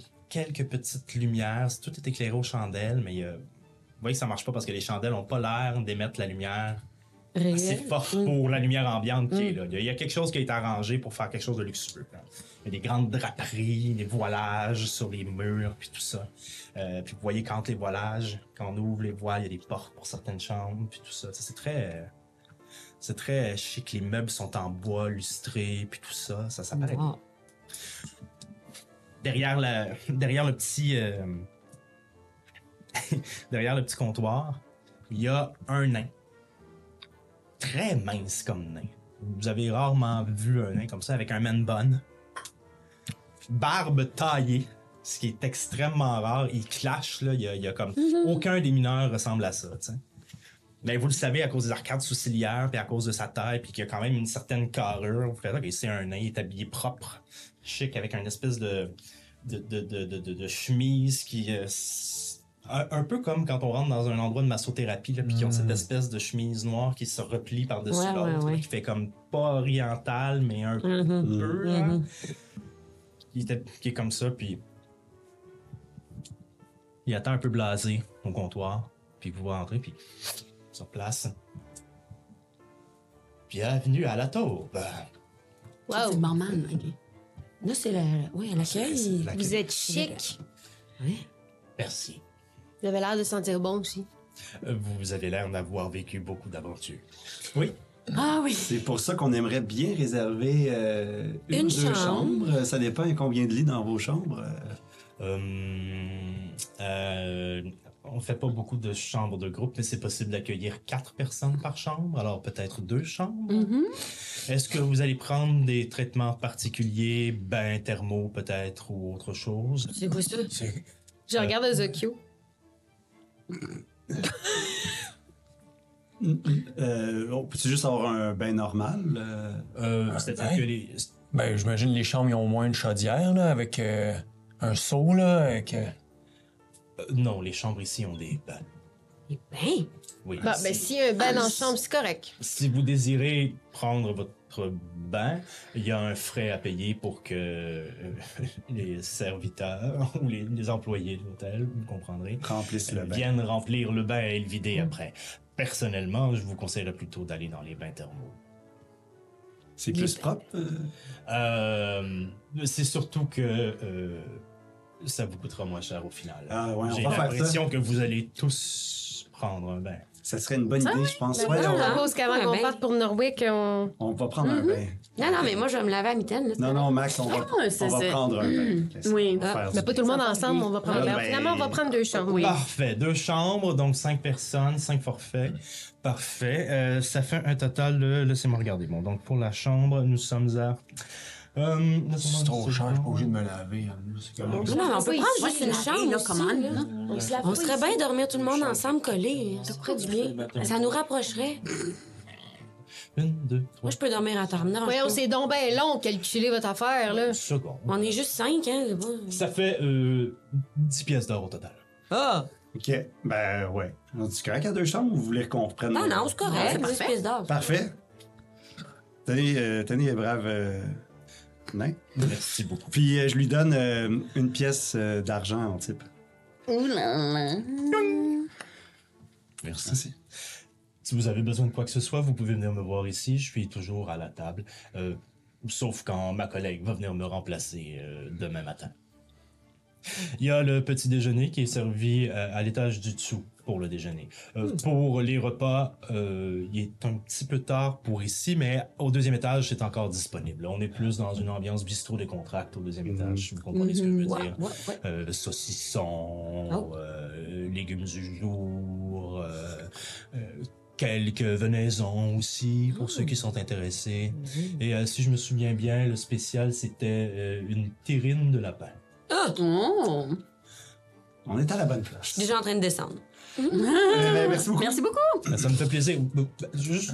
[SPEAKER 2] quelques petites lumières. Tout est éclairé aux chandelles, mais il y a- vous voyez que ça marche pas parce que les chandelles ont pas l'air d'émettre la lumière
[SPEAKER 7] Réel.
[SPEAKER 2] assez Ah, fort pour la lumière ambiante qui est là. Il y a- il y a quelque chose qui a été arrangé pour faire quelque chose de luxueux. hein. Il y a des grandes draperies, des voilages sur les murs, puis tout ça. Euh, puis vous voyez quand les voilages, quand on ouvre les voiles, il y a des portes pour certaines chambres, puis tout ça. Ça, C'est très... euh, c'est très chic, les meubles sont en bois lustré, puis tout ça, ça s'apparaît bien.
[SPEAKER 7] Wow.
[SPEAKER 2] Derrière, la, derrière le petit... euh, derrière le petit comptoir, il y a un nain très mince comme nain. Vous avez rarement vu un nain comme ça avec un man bun. Barbe taillée, ce qui est extrêmement rare. Il clash, là. Il y a, il y a comme.
[SPEAKER 7] Mhm.
[SPEAKER 2] Aucun des mineurs ressemble à ça, tu sais. Mais vous le savez à cause des arcades sourcilières, puis à cause de sa taille, puis qu'il y a quand même une certaine carrure. Vous faites, OK, c'est un nain, il est habillé propre, chic, avec une espèce de, de, de, de, de, de- de chemise qui. euh, s- un, un peu comme quand on rentre dans un endroit de massothérapie, là, puis qu'ils ont cette espèce de chemise noire qui se replie par-dessus
[SPEAKER 7] Ouais,
[SPEAKER 2] l'autre,
[SPEAKER 7] ouais, ouais.
[SPEAKER 2] là, qui fait comme pas orientale, mais un
[SPEAKER 7] Mhm.
[SPEAKER 2] peu, là.
[SPEAKER 7] Mhm.
[SPEAKER 2] Il était piqué comme ça, puis. Il attend un peu blasé au comptoir, puis vous voit entrer, puis. Sur place. Bienvenue à la taube.
[SPEAKER 5] C'est le barman, ok.
[SPEAKER 7] Là, c'est la. Oui, à l'accueil.
[SPEAKER 2] La-
[SPEAKER 6] Vous êtes chic.
[SPEAKER 2] Merci.
[SPEAKER 6] Vous avez l'air de sentir bon aussi.
[SPEAKER 2] Euh, Vous avez l'air d'avoir vécu beaucoup d'aventures. Oui.
[SPEAKER 7] Ah oui.
[SPEAKER 3] C'est pour ça qu'on aimerait bien réserver euh, une,
[SPEAKER 7] Une
[SPEAKER 3] ou deux
[SPEAKER 7] chambre.
[SPEAKER 3] chambres. Ça dépend combien de lits dans vos chambres. Euh,
[SPEAKER 2] Euh, euh, on fait pas beaucoup de chambres de groupe, mais c'est possible d'accueillir quatre personnes par chambre, alors peut-être deux chambres. Est-ce que vous allez prendre des traitements particuliers, bains thermaux peut-être ou autre chose
[SPEAKER 7] C'est quoi ça?
[SPEAKER 4] C'est-
[SPEAKER 6] Je regarde Ezokyo.
[SPEAKER 3] euh, on peut juste avoir un bain normal? euh?
[SPEAKER 2] Euh, C'est-à-dire
[SPEAKER 4] bain?
[SPEAKER 2] que les-
[SPEAKER 4] Ben, j'imagine les chambres, ils ont au moins une chaudière, là, avec euh, un seau, là, avec... euh,
[SPEAKER 2] euh, non, les chambres ici ont des bains.
[SPEAKER 7] Eh ben,
[SPEAKER 2] Oui.
[SPEAKER 6] Bon,
[SPEAKER 2] si,
[SPEAKER 6] ben si un bain en chambre, c'est correct.
[SPEAKER 2] si vous désirez prendre votre bain, il y a un frais à payer pour que euh, les serviteurs ou les, les employés de l'hôtel, vous comprendrez,
[SPEAKER 3] Remplissez le bain.
[SPEAKER 2] viennent remplir le bain et le
[SPEAKER 6] Mm.
[SPEAKER 2] vider après. Personnellement, je vous conseillerais plutôt d'aller dans les bains thermaux.
[SPEAKER 3] C'est plus propre. euh?
[SPEAKER 2] Euh, c'est surtout que euh, ça vous coûtera moins cher au final.
[SPEAKER 3] Ah ouais, on
[SPEAKER 2] J'ai
[SPEAKER 3] va faire ça.
[SPEAKER 2] l'impression que vous allez tous prendre un bain.
[SPEAKER 3] Ça serait une bonne idée, je pense.
[SPEAKER 6] Moi,
[SPEAKER 3] ah, Ouais,
[SPEAKER 6] je
[SPEAKER 7] non,
[SPEAKER 3] on,
[SPEAKER 7] non.
[SPEAKER 6] propose qu'avant
[SPEAKER 7] Ouais,
[SPEAKER 6] qu'on
[SPEAKER 7] ben.
[SPEAKER 6] parte pour Norwick, on...
[SPEAKER 3] on va prendre
[SPEAKER 7] Mm-hmm.
[SPEAKER 3] un bain.
[SPEAKER 7] Non, non, mais moi, je vais me laver à mitaine. là.
[SPEAKER 3] Non, non, Max, on va,
[SPEAKER 5] Ah, ça,
[SPEAKER 3] on va
[SPEAKER 5] c'est-
[SPEAKER 3] prendre un
[SPEAKER 7] Mm.
[SPEAKER 3] bain. Laisse-
[SPEAKER 5] Oui.
[SPEAKER 3] on
[SPEAKER 7] Ah,
[SPEAKER 3] va faire
[SPEAKER 6] Ben,
[SPEAKER 3] du
[SPEAKER 6] pas tout le
[SPEAKER 3] bien.
[SPEAKER 6] monde ensemble, on va prendre.
[SPEAKER 3] Ah,
[SPEAKER 6] Ben,
[SPEAKER 3] ben.
[SPEAKER 6] Finalement, on va prendre deux chambres.
[SPEAKER 5] Oui.
[SPEAKER 2] Parfait. Deux chambres, donc cinq personnes, cinq forfaits. Parfait. Euh, ça fait un total de. Laissez-moi regarder. Bon, donc pour la chambre, nous sommes à. Euh,
[SPEAKER 4] C'est trop cher, je suis pas obligé de me laver. hein, c'est comme-
[SPEAKER 7] Non, mais on peut
[SPEAKER 6] Oui,
[SPEAKER 7] prendre
[SPEAKER 5] Moi,
[SPEAKER 7] juste
[SPEAKER 5] c'est
[SPEAKER 7] une
[SPEAKER 5] la
[SPEAKER 7] chambre.
[SPEAKER 5] là,
[SPEAKER 7] aussi,
[SPEAKER 5] comment,
[SPEAKER 7] là.
[SPEAKER 5] là?
[SPEAKER 7] On se, serait bien dormir tout le monde ensemble collés. hein. Ça ferait du bien. Ça nous rapprocherait.
[SPEAKER 2] Une, deux,
[SPEAKER 7] Moi,
[SPEAKER 2] trois.
[SPEAKER 7] je peux dormir à terre. Non, je
[SPEAKER 6] Voyons,
[SPEAKER 7] peux.
[SPEAKER 6] c'est donc ben long de calculer votre affaire, là.
[SPEAKER 2] Une seconde.
[SPEAKER 7] On est juste cinq, hein? c'est pas-
[SPEAKER 2] Ça fait euh, 10 pièces d'or au total.
[SPEAKER 3] OK. Ben, ouais. On dit correct à deux chambres ou vous voulez qu'on reprenne
[SPEAKER 7] Non,
[SPEAKER 3] un-
[SPEAKER 7] non, c'est correct. C'est juste pièce d'or.
[SPEAKER 3] Parfait. Tenez, euh, tenez, brave euh, nain.
[SPEAKER 2] Merci beaucoup.
[SPEAKER 3] Puis euh, je lui donne euh, une pièce euh, d'argent en type.
[SPEAKER 5] Ouh là là.
[SPEAKER 2] Merci. Si vous avez besoin de quoi que ce soit, vous pouvez venir me voir ici. Je suis toujours à la table. Euh, sauf quand ma collègue va venir me remplacer euh, demain matin. Il y a le petit déjeuner qui est servi euh, à l'étage du dessous pour le déjeuner. Euh, Pour les repas, euh, il est un petit peu tard pour ici, mais au deuxième étage, c'est encore disponible. On est plus dans une ambiance bistrot des contracts au deuxième étage. Vous comprenez ce que je veux
[SPEAKER 7] Ouais,
[SPEAKER 2] dire?
[SPEAKER 7] ouais, ouais.
[SPEAKER 2] euh, saucisson,
[SPEAKER 7] Oh.
[SPEAKER 2] euh, légumes du jour, euh, euh, quelques venaisons aussi pour ceux qui sont intéressés. Et euh, si je me souviens bien, le spécial c'était euh, une terrine de lapin.
[SPEAKER 7] Ah!
[SPEAKER 5] Oh.
[SPEAKER 3] On est à la bonne place.
[SPEAKER 7] Je suis
[SPEAKER 5] Ah,
[SPEAKER 7] déjà en train de descendre.
[SPEAKER 3] Euh, ben, merci beaucoup.
[SPEAKER 5] Merci beaucoup.
[SPEAKER 2] Ben, Ça me fait plaisir. Juste,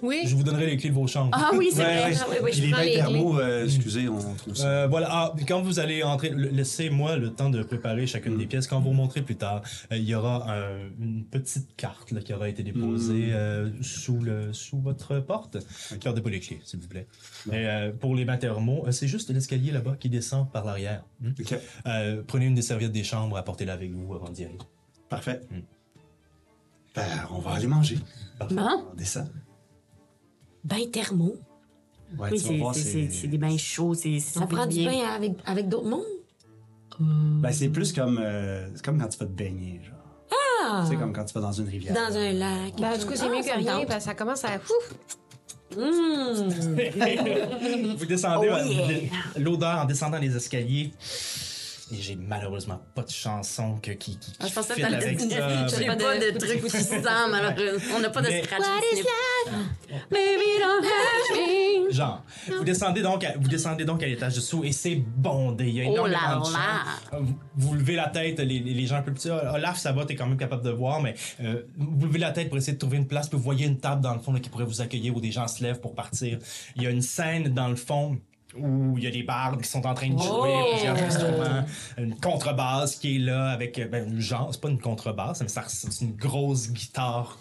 [SPEAKER 6] Oui.
[SPEAKER 2] je vous donnerai les clés de vos chambres.
[SPEAKER 5] Ah oui, c'est
[SPEAKER 3] Ouais,
[SPEAKER 5] vrai.
[SPEAKER 3] ouais.
[SPEAKER 7] Ah, oui, oui,
[SPEAKER 3] Puis
[SPEAKER 7] je
[SPEAKER 3] les
[SPEAKER 6] prends
[SPEAKER 3] bains
[SPEAKER 6] les
[SPEAKER 3] thermaux, euh, excusez, on trouve ça.
[SPEAKER 2] Euh, voilà, Ah, quand vous allez entrer, le- laissez-moi le temps de préparer chacune
[SPEAKER 5] Mm.
[SPEAKER 2] des pièces. Quand vous montrez plus tard, euh, il y aura un- une petite carte là, qui aura été déposée
[SPEAKER 5] Mm.
[SPEAKER 2] euh, sous, le, sous votre porte. Gardez pas les clés, s'il vous plaît. Et, euh, pour les bains thermaux, euh, c'est juste l'escalier là-bas qui descend par l'arrière.
[SPEAKER 5] Mm.
[SPEAKER 2] Hmm?
[SPEAKER 3] OK.
[SPEAKER 2] Euh, prenez une des serviettes des chambres, apportez-la avec vous avant d'y aller.
[SPEAKER 3] Parfait.
[SPEAKER 2] Mm.
[SPEAKER 3] Ben, on va aller manger.
[SPEAKER 5] Bon.
[SPEAKER 3] On descend.
[SPEAKER 7] bains thermaux.
[SPEAKER 3] Ouais,
[SPEAKER 5] Oui,
[SPEAKER 3] tu vas
[SPEAKER 5] c'est-
[SPEAKER 3] voir,
[SPEAKER 5] c'est c'est- c'est des bains chauds. c'est- Ça
[SPEAKER 7] On
[SPEAKER 5] fait
[SPEAKER 7] prend du
[SPEAKER 5] bien.
[SPEAKER 7] bain avec, avec d'autres mondes.
[SPEAKER 3] Ben, c'est plus comme, euh, c'est comme quand tu vas te baigner, genre.
[SPEAKER 7] Ah!
[SPEAKER 3] C'est comme quand tu vas dans une rivière.
[SPEAKER 7] Dans un lac.
[SPEAKER 6] Ben, en tout cas, c'est
[SPEAKER 7] Ah,
[SPEAKER 6] mieux
[SPEAKER 7] ça
[SPEAKER 6] que
[SPEAKER 7] me
[SPEAKER 6] rien
[SPEAKER 7] tente.
[SPEAKER 6] parce que ça commence à. Ouf!
[SPEAKER 7] Mmh.
[SPEAKER 2] Vous descendez,
[SPEAKER 5] Oh
[SPEAKER 2] euh,
[SPEAKER 5] yeah.
[SPEAKER 2] l'odeur en descendant les escaliers. Et j'ai malheureusement pas de chanson que, qui, qui,
[SPEAKER 5] Ah, je pensais que
[SPEAKER 2] fit
[SPEAKER 5] t'allais
[SPEAKER 2] avec
[SPEAKER 5] dire-
[SPEAKER 2] ça.
[SPEAKER 5] J'ai
[SPEAKER 2] mais-
[SPEAKER 5] pas de truc qui sent, malheureusement. euh, On n'a pas de
[SPEAKER 2] Mais-
[SPEAKER 5] scratch.
[SPEAKER 7] What is
[SPEAKER 5] sniff.
[SPEAKER 2] Genre, vous descendez donc, à, vous descendez donc à l'étage dessous et c'est bondé. Il y a
[SPEAKER 5] Oh
[SPEAKER 2] énormément
[SPEAKER 5] là
[SPEAKER 2] de gens.
[SPEAKER 5] là.
[SPEAKER 2] Vous, vous levez la tête, les, les- les gens un peu petits. Ah, Olaf, ça va, t'es quand même capable de voir, mais euh, vous levez la tête pour essayer de trouver une place. Puis vous voyez une table dans le fond là, qui pourrait vous accueillir où des gens se lèvent pour partir. Il y a une scène dans le fond où il y a des bardes qui sont en train de jouer plusieurs instruments, une contrebasse qui est là avec euh, ben, genre c'est pas une contrebasse mais ça res- c'est une grosse guitare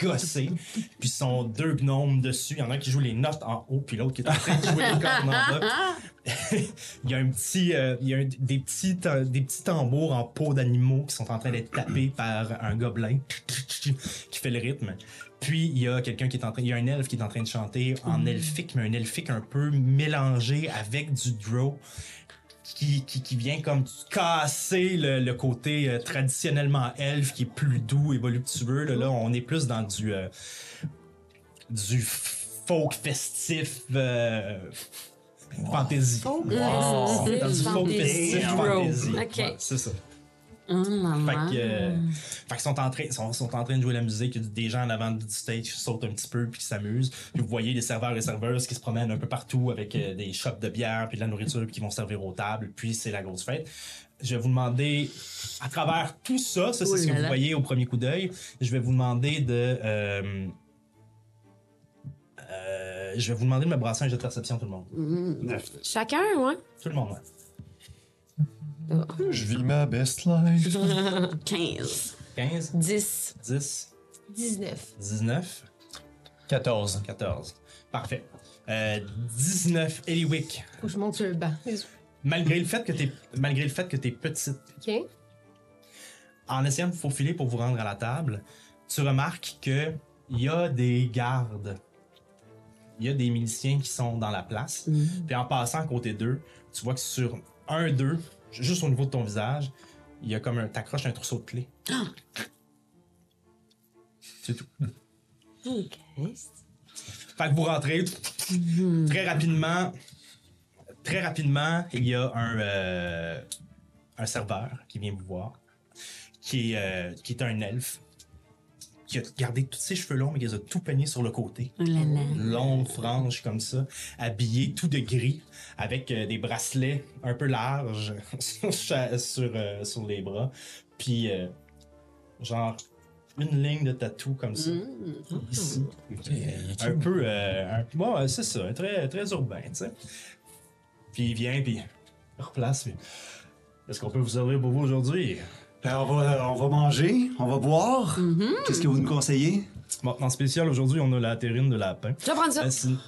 [SPEAKER 2] gossée puis ils sont deux gnomes dessus, il y en a un qui joue les notes en haut puis l'autre qui est en train de jouer les cordes en bas. il y a un petit euh, il y a un- des petits ta- des petits tambours en peau d'animaux qui sont en train d'être tapés par un gobelin qui fait le rythme. Puis il y a quelqu'un qui est en train, il y a un elfe qui est en train de chanter en elfique, mais un elfique un peu mélangé avec du draw. Qui, qui, qui vient comme casser le, le côté euh, traditionnellement elfe qui est plus doux et voluptueux. Là,
[SPEAKER 7] Mm.
[SPEAKER 2] Là, on est plus dans du, euh, du folk festif euh, fantasy.
[SPEAKER 7] Wow.
[SPEAKER 2] Dans du folk
[SPEAKER 7] Fantasy.
[SPEAKER 2] festif
[SPEAKER 7] Draw.
[SPEAKER 2] fantasy.
[SPEAKER 7] Ok.
[SPEAKER 2] Ouais, c'est ça.
[SPEAKER 5] Hum,
[SPEAKER 2] Fait
[SPEAKER 5] maman.
[SPEAKER 2] que, euh, fait qu'ils sont en train, sont, sont en train de jouer la musique, il y a des gens en avant du stage qui sautent un petit peu puis qui s'amusent. Puis vous voyez les serveurs et serveuses qui se promènent un peu partout avec euh, des shops de bière puis de la nourriture puis qui vont servir aux tables. Puis c'est la grosse fête. Je vais vous demander, à travers tout ça, ça c'est
[SPEAKER 5] Oh
[SPEAKER 2] ce que
[SPEAKER 5] là
[SPEAKER 2] vous
[SPEAKER 5] là.
[SPEAKER 2] voyez au premier coup d'œil. Je vais vous demander de, euh, euh, je vais vous demander de me brasser un jeu de perception tout le monde.
[SPEAKER 3] Neuf.
[SPEAKER 7] Chacun, ouais.
[SPEAKER 2] Tout le monde. ouais.
[SPEAKER 4] Je vis ma best life.
[SPEAKER 5] mmh, 15.
[SPEAKER 2] 15,
[SPEAKER 7] 10.
[SPEAKER 2] 10,
[SPEAKER 6] 19.
[SPEAKER 2] 19.
[SPEAKER 4] 14.
[SPEAKER 2] 14. Parfait. Euh, 19, Eliwick.
[SPEAKER 6] Faut que je monte sur le banc.
[SPEAKER 2] Malgré le fait que t'es, malgré le fait que t'es petite,
[SPEAKER 6] OK?
[SPEAKER 2] en essayant de vous faufiler pour vous rendre à la table, tu remarques que il y a des gardes, il y a des miliciens qui sont dans la place. Puis en passant à côté d'eux, tu vois que sur un d'eux, ju- juste au niveau de ton visage, il y a comme un, t'accroches un trousseau de clés. C'est tout. Fait que vous rentrez très rapidement. Très rapidement, il y a un, euh, un serveur qui vient vous voir, qui est, euh, qui est un elfe, qui a gardé tous ses cheveux longs, mais qui les a tout peignés sur le côté.
[SPEAKER 5] Oh là là.
[SPEAKER 2] Longue frange comme ça, habillé tout de gris, avec euh, des bracelets un peu larges sur, cha- sur, euh, sur les bras. Puis, euh, genre, une ligne de tatou comme ça, ici. Un peu. euh, un- bon, euh, c'est ça, très, très urbain, tu sais. Puis il vient, puis il replace. puis, Est-ce qu'on peut vous servir pour vous aujourd'hui?
[SPEAKER 3] Ben, on, va, on va manger, on va boire.
[SPEAKER 5] Mm-hmm.
[SPEAKER 3] Qu'est-ce que vous nous conseillez?
[SPEAKER 2] Bon, en spécial, aujourd'hui, on a la terrine de lapin.
[SPEAKER 7] Je vais prendre ça.
[SPEAKER 2] Euh, sin-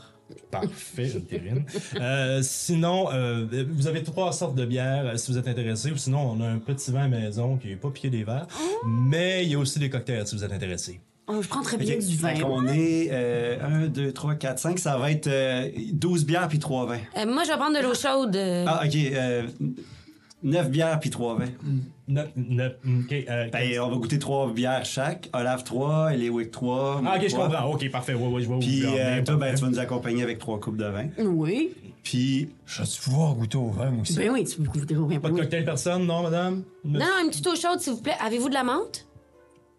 [SPEAKER 2] Parfait, une terrine. Euh, sinon, euh, vous avez trois sortes de bières euh, si vous êtes intéressé, ou sinon, on a un petit vin maison qui est pas piqué des verres, mais il y a aussi des cocktails si vous êtes intéressé.
[SPEAKER 5] Oh, je prends très bien
[SPEAKER 3] Ok,
[SPEAKER 5] du vin.
[SPEAKER 3] fait qu'on est euh, 1, 2, 3, 4, 5. Ça va être euh, 12 bières puis 3 vins.
[SPEAKER 7] Euh, moi, je vais prendre de l'eau chaude. euh,
[SPEAKER 3] Ah, OK. 9 bières puis 3 vins.
[SPEAKER 2] Ne- ne- ok, euh,
[SPEAKER 3] Ben, on va goûter 3 bières chaque. Olaf 3, Eliwick 3.
[SPEAKER 2] ah, ok, je comprends. Ok, parfait. Ouais, ouais, je vois où
[SPEAKER 3] Puis
[SPEAKER 2] vous voulez en
[SPEAKER 3] euh,
[SPEAKER 2] venir.
[SPEAKER 3] toi, ben, tu vas nous accompagner avec 3 coupes de vin.
[SPEAKER 5] Oui.
[SPEAKER 3] Puis,
[SPEAKER 4] Je vais pouvoir goûter au vin, moi aussi.
[SPEAKER 5] Ben oui, tu peux goûter au vin.
[SPEAKER 2] Pas de cocktail personne, non, madame?
[SPEAKER 7] Non, non, une petite eau chaude, s'il vous plaît. Avez-vous de la menthe?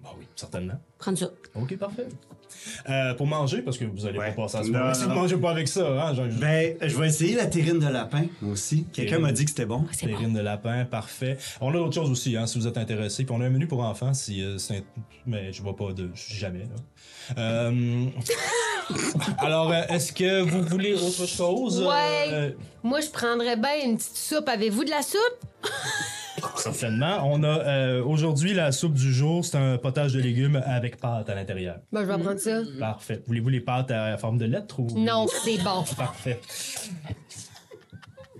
[SPEAKER 2] Bah oui, certainement.
[SPEAKER 7] Prendre ça.
[SPEAKER 2] Ok, parfait. Euh, pour manger, parce que vous allez
[SPEAKER 3] Ouais.
[SPEAKER 2] pas passer à ce
[SPEAKER 3] Non,
[SPEAKER 2] moment
[SPEAKER 3] non,
[SPEAKER 2] Si vous
[SPEAKER 3] non.
[SPEAKER 2] mangez pas avec ça, hein, genre,
[SPEAKER 3] ben, je vais essayer la terrine de lapin, moi aussi. Quelqu'un
[SPEAKER 2] Terrine.
[SPEAKER 3] m'a dit que c'était bon.
[SPEAKER 7] C'est
[SPEAKER 2] Terrine
[SPEAKER 7] bon.
[SPEAKER 2] de lapin, parfait. On a d'autres choses aussi, hein, si vous êtes intéressé. Puis on a un menu pour enfants, si euh, c'est- mais je vois pas de jamais. Là. Euh, Alors, euh, est-ce que vous voulez autre chose
[SPEAKER 6] Ouais.
[SPEAKER 2] Euh,
[SPEAKER 6] Moi, je prendrais bien une petite soupe. Avez-vous de la soupe?
[SPEAKER 2] certainement. On a euh, aujourd'hui la soupe du jour, c'est un potage de légumes avec pâtes à l'intérieur.
[SPEAKER 6] Ben, je vais prendre ça.
[SPEAKER 2] Parfait. Voulez-vous les pâtes à forme de lettres ou
[SPEAKER 6] Non, c'est bon.
[SPEAKER 2] Parfait.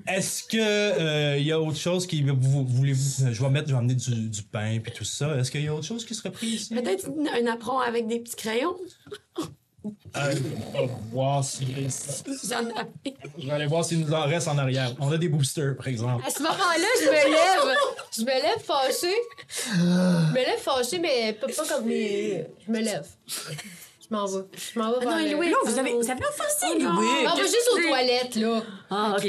[SPEAKER 2] Est-ce que euh, il y a autre chose qui vous, vous- voulez-vous euh, je vais mettre je vais amener du, du pain puis tout ça. Est-ce qu'il y a autre chose qui serait pris ici
[SPEAKER 7] Peut-être une- un apron avec des petits crayons.
[SPEAKER 2] Euh, on va voir si-
[SPEAKER 7] J'en ai-
[SPEAKER 2] Je vais aller voir s'il nous en reste en arrière. On a des boosters, par exemple.
[SPEAKER 6] À ce moment-là, je me lève. Je me lève fâchée. Je me lève fâchée, mais pas, pas comme les. Je me lève. Je m'en vais. Je m'en vais vers
[SPEAKER 7] Ah non,
[SPEAKER 6] le-
[SPEAKER 7] Louis,
[SPEAKER 5] Là, vous avez, vous avez offensé, Louis.
[SPEAKER 6] Non, on va juste aux toilettes, là.
[SPEAKER 5] Ah, OK.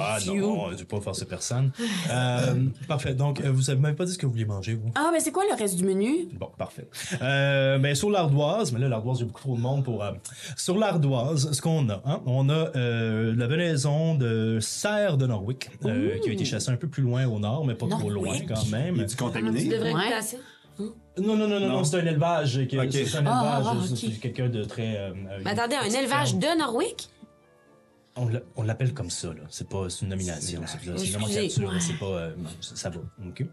[SPEAKER 2] Ah non, je ne pas forcer personne. Euh, parfait. Donc, euh, vous savez même pas dit ce que vous vouliez manger, vous?
[SPEAKER 5] Ah, mais c'est quoi le reste du menu?
[SPEAKER 2] Bon, parfait. Euh, ben, sur l'ardoise, mais là, l'ardoise, il y a beaucoup trop de monde pour. euh, sur l'ardoise, ce qu'on a, hein, on a euh, la venaison de Serre de Norwick, euh, qui a été chassée un peu plus loin au nord, mais pas trop loin quand
[SPEAKER 3] Il est
[SPEAKER 2] même.
[SPEAKER 3] du
[SPEAKER 7] Ah, Tu
[SPEAKER 3] contaminé.
[SPEAKER 7] devrais
[SPEAKER 5] Ouais.
[SPEAKER 7] être placé.
[SPEAKER 2] Non, non, non, non, non, c'est un élevage. qui-
[SPEAKER 3] Ok.
[SPEAKER 2] C'est un
[SPEAKER 5] Ah,
[SPEAKER 2] élevage.
[SPEAKER 5] ah,
[SPEAKER 2] c'est-
[SPEAKER 5] ok.
[SPEAKER 2] c'est quelqu'un de très. euh,
[SPEAKER 7] Mais attendez, un élevage de Norwick?
[SPEAKER 2] On l'a- on l'appelle comme ça, là. C'est pas c'est une nomination. C'est c'est une
[SPEAKER 7] Excusez.
[SPEAKER 2] nomenclature, là. c'est pas. euh, ça, ça va. OK.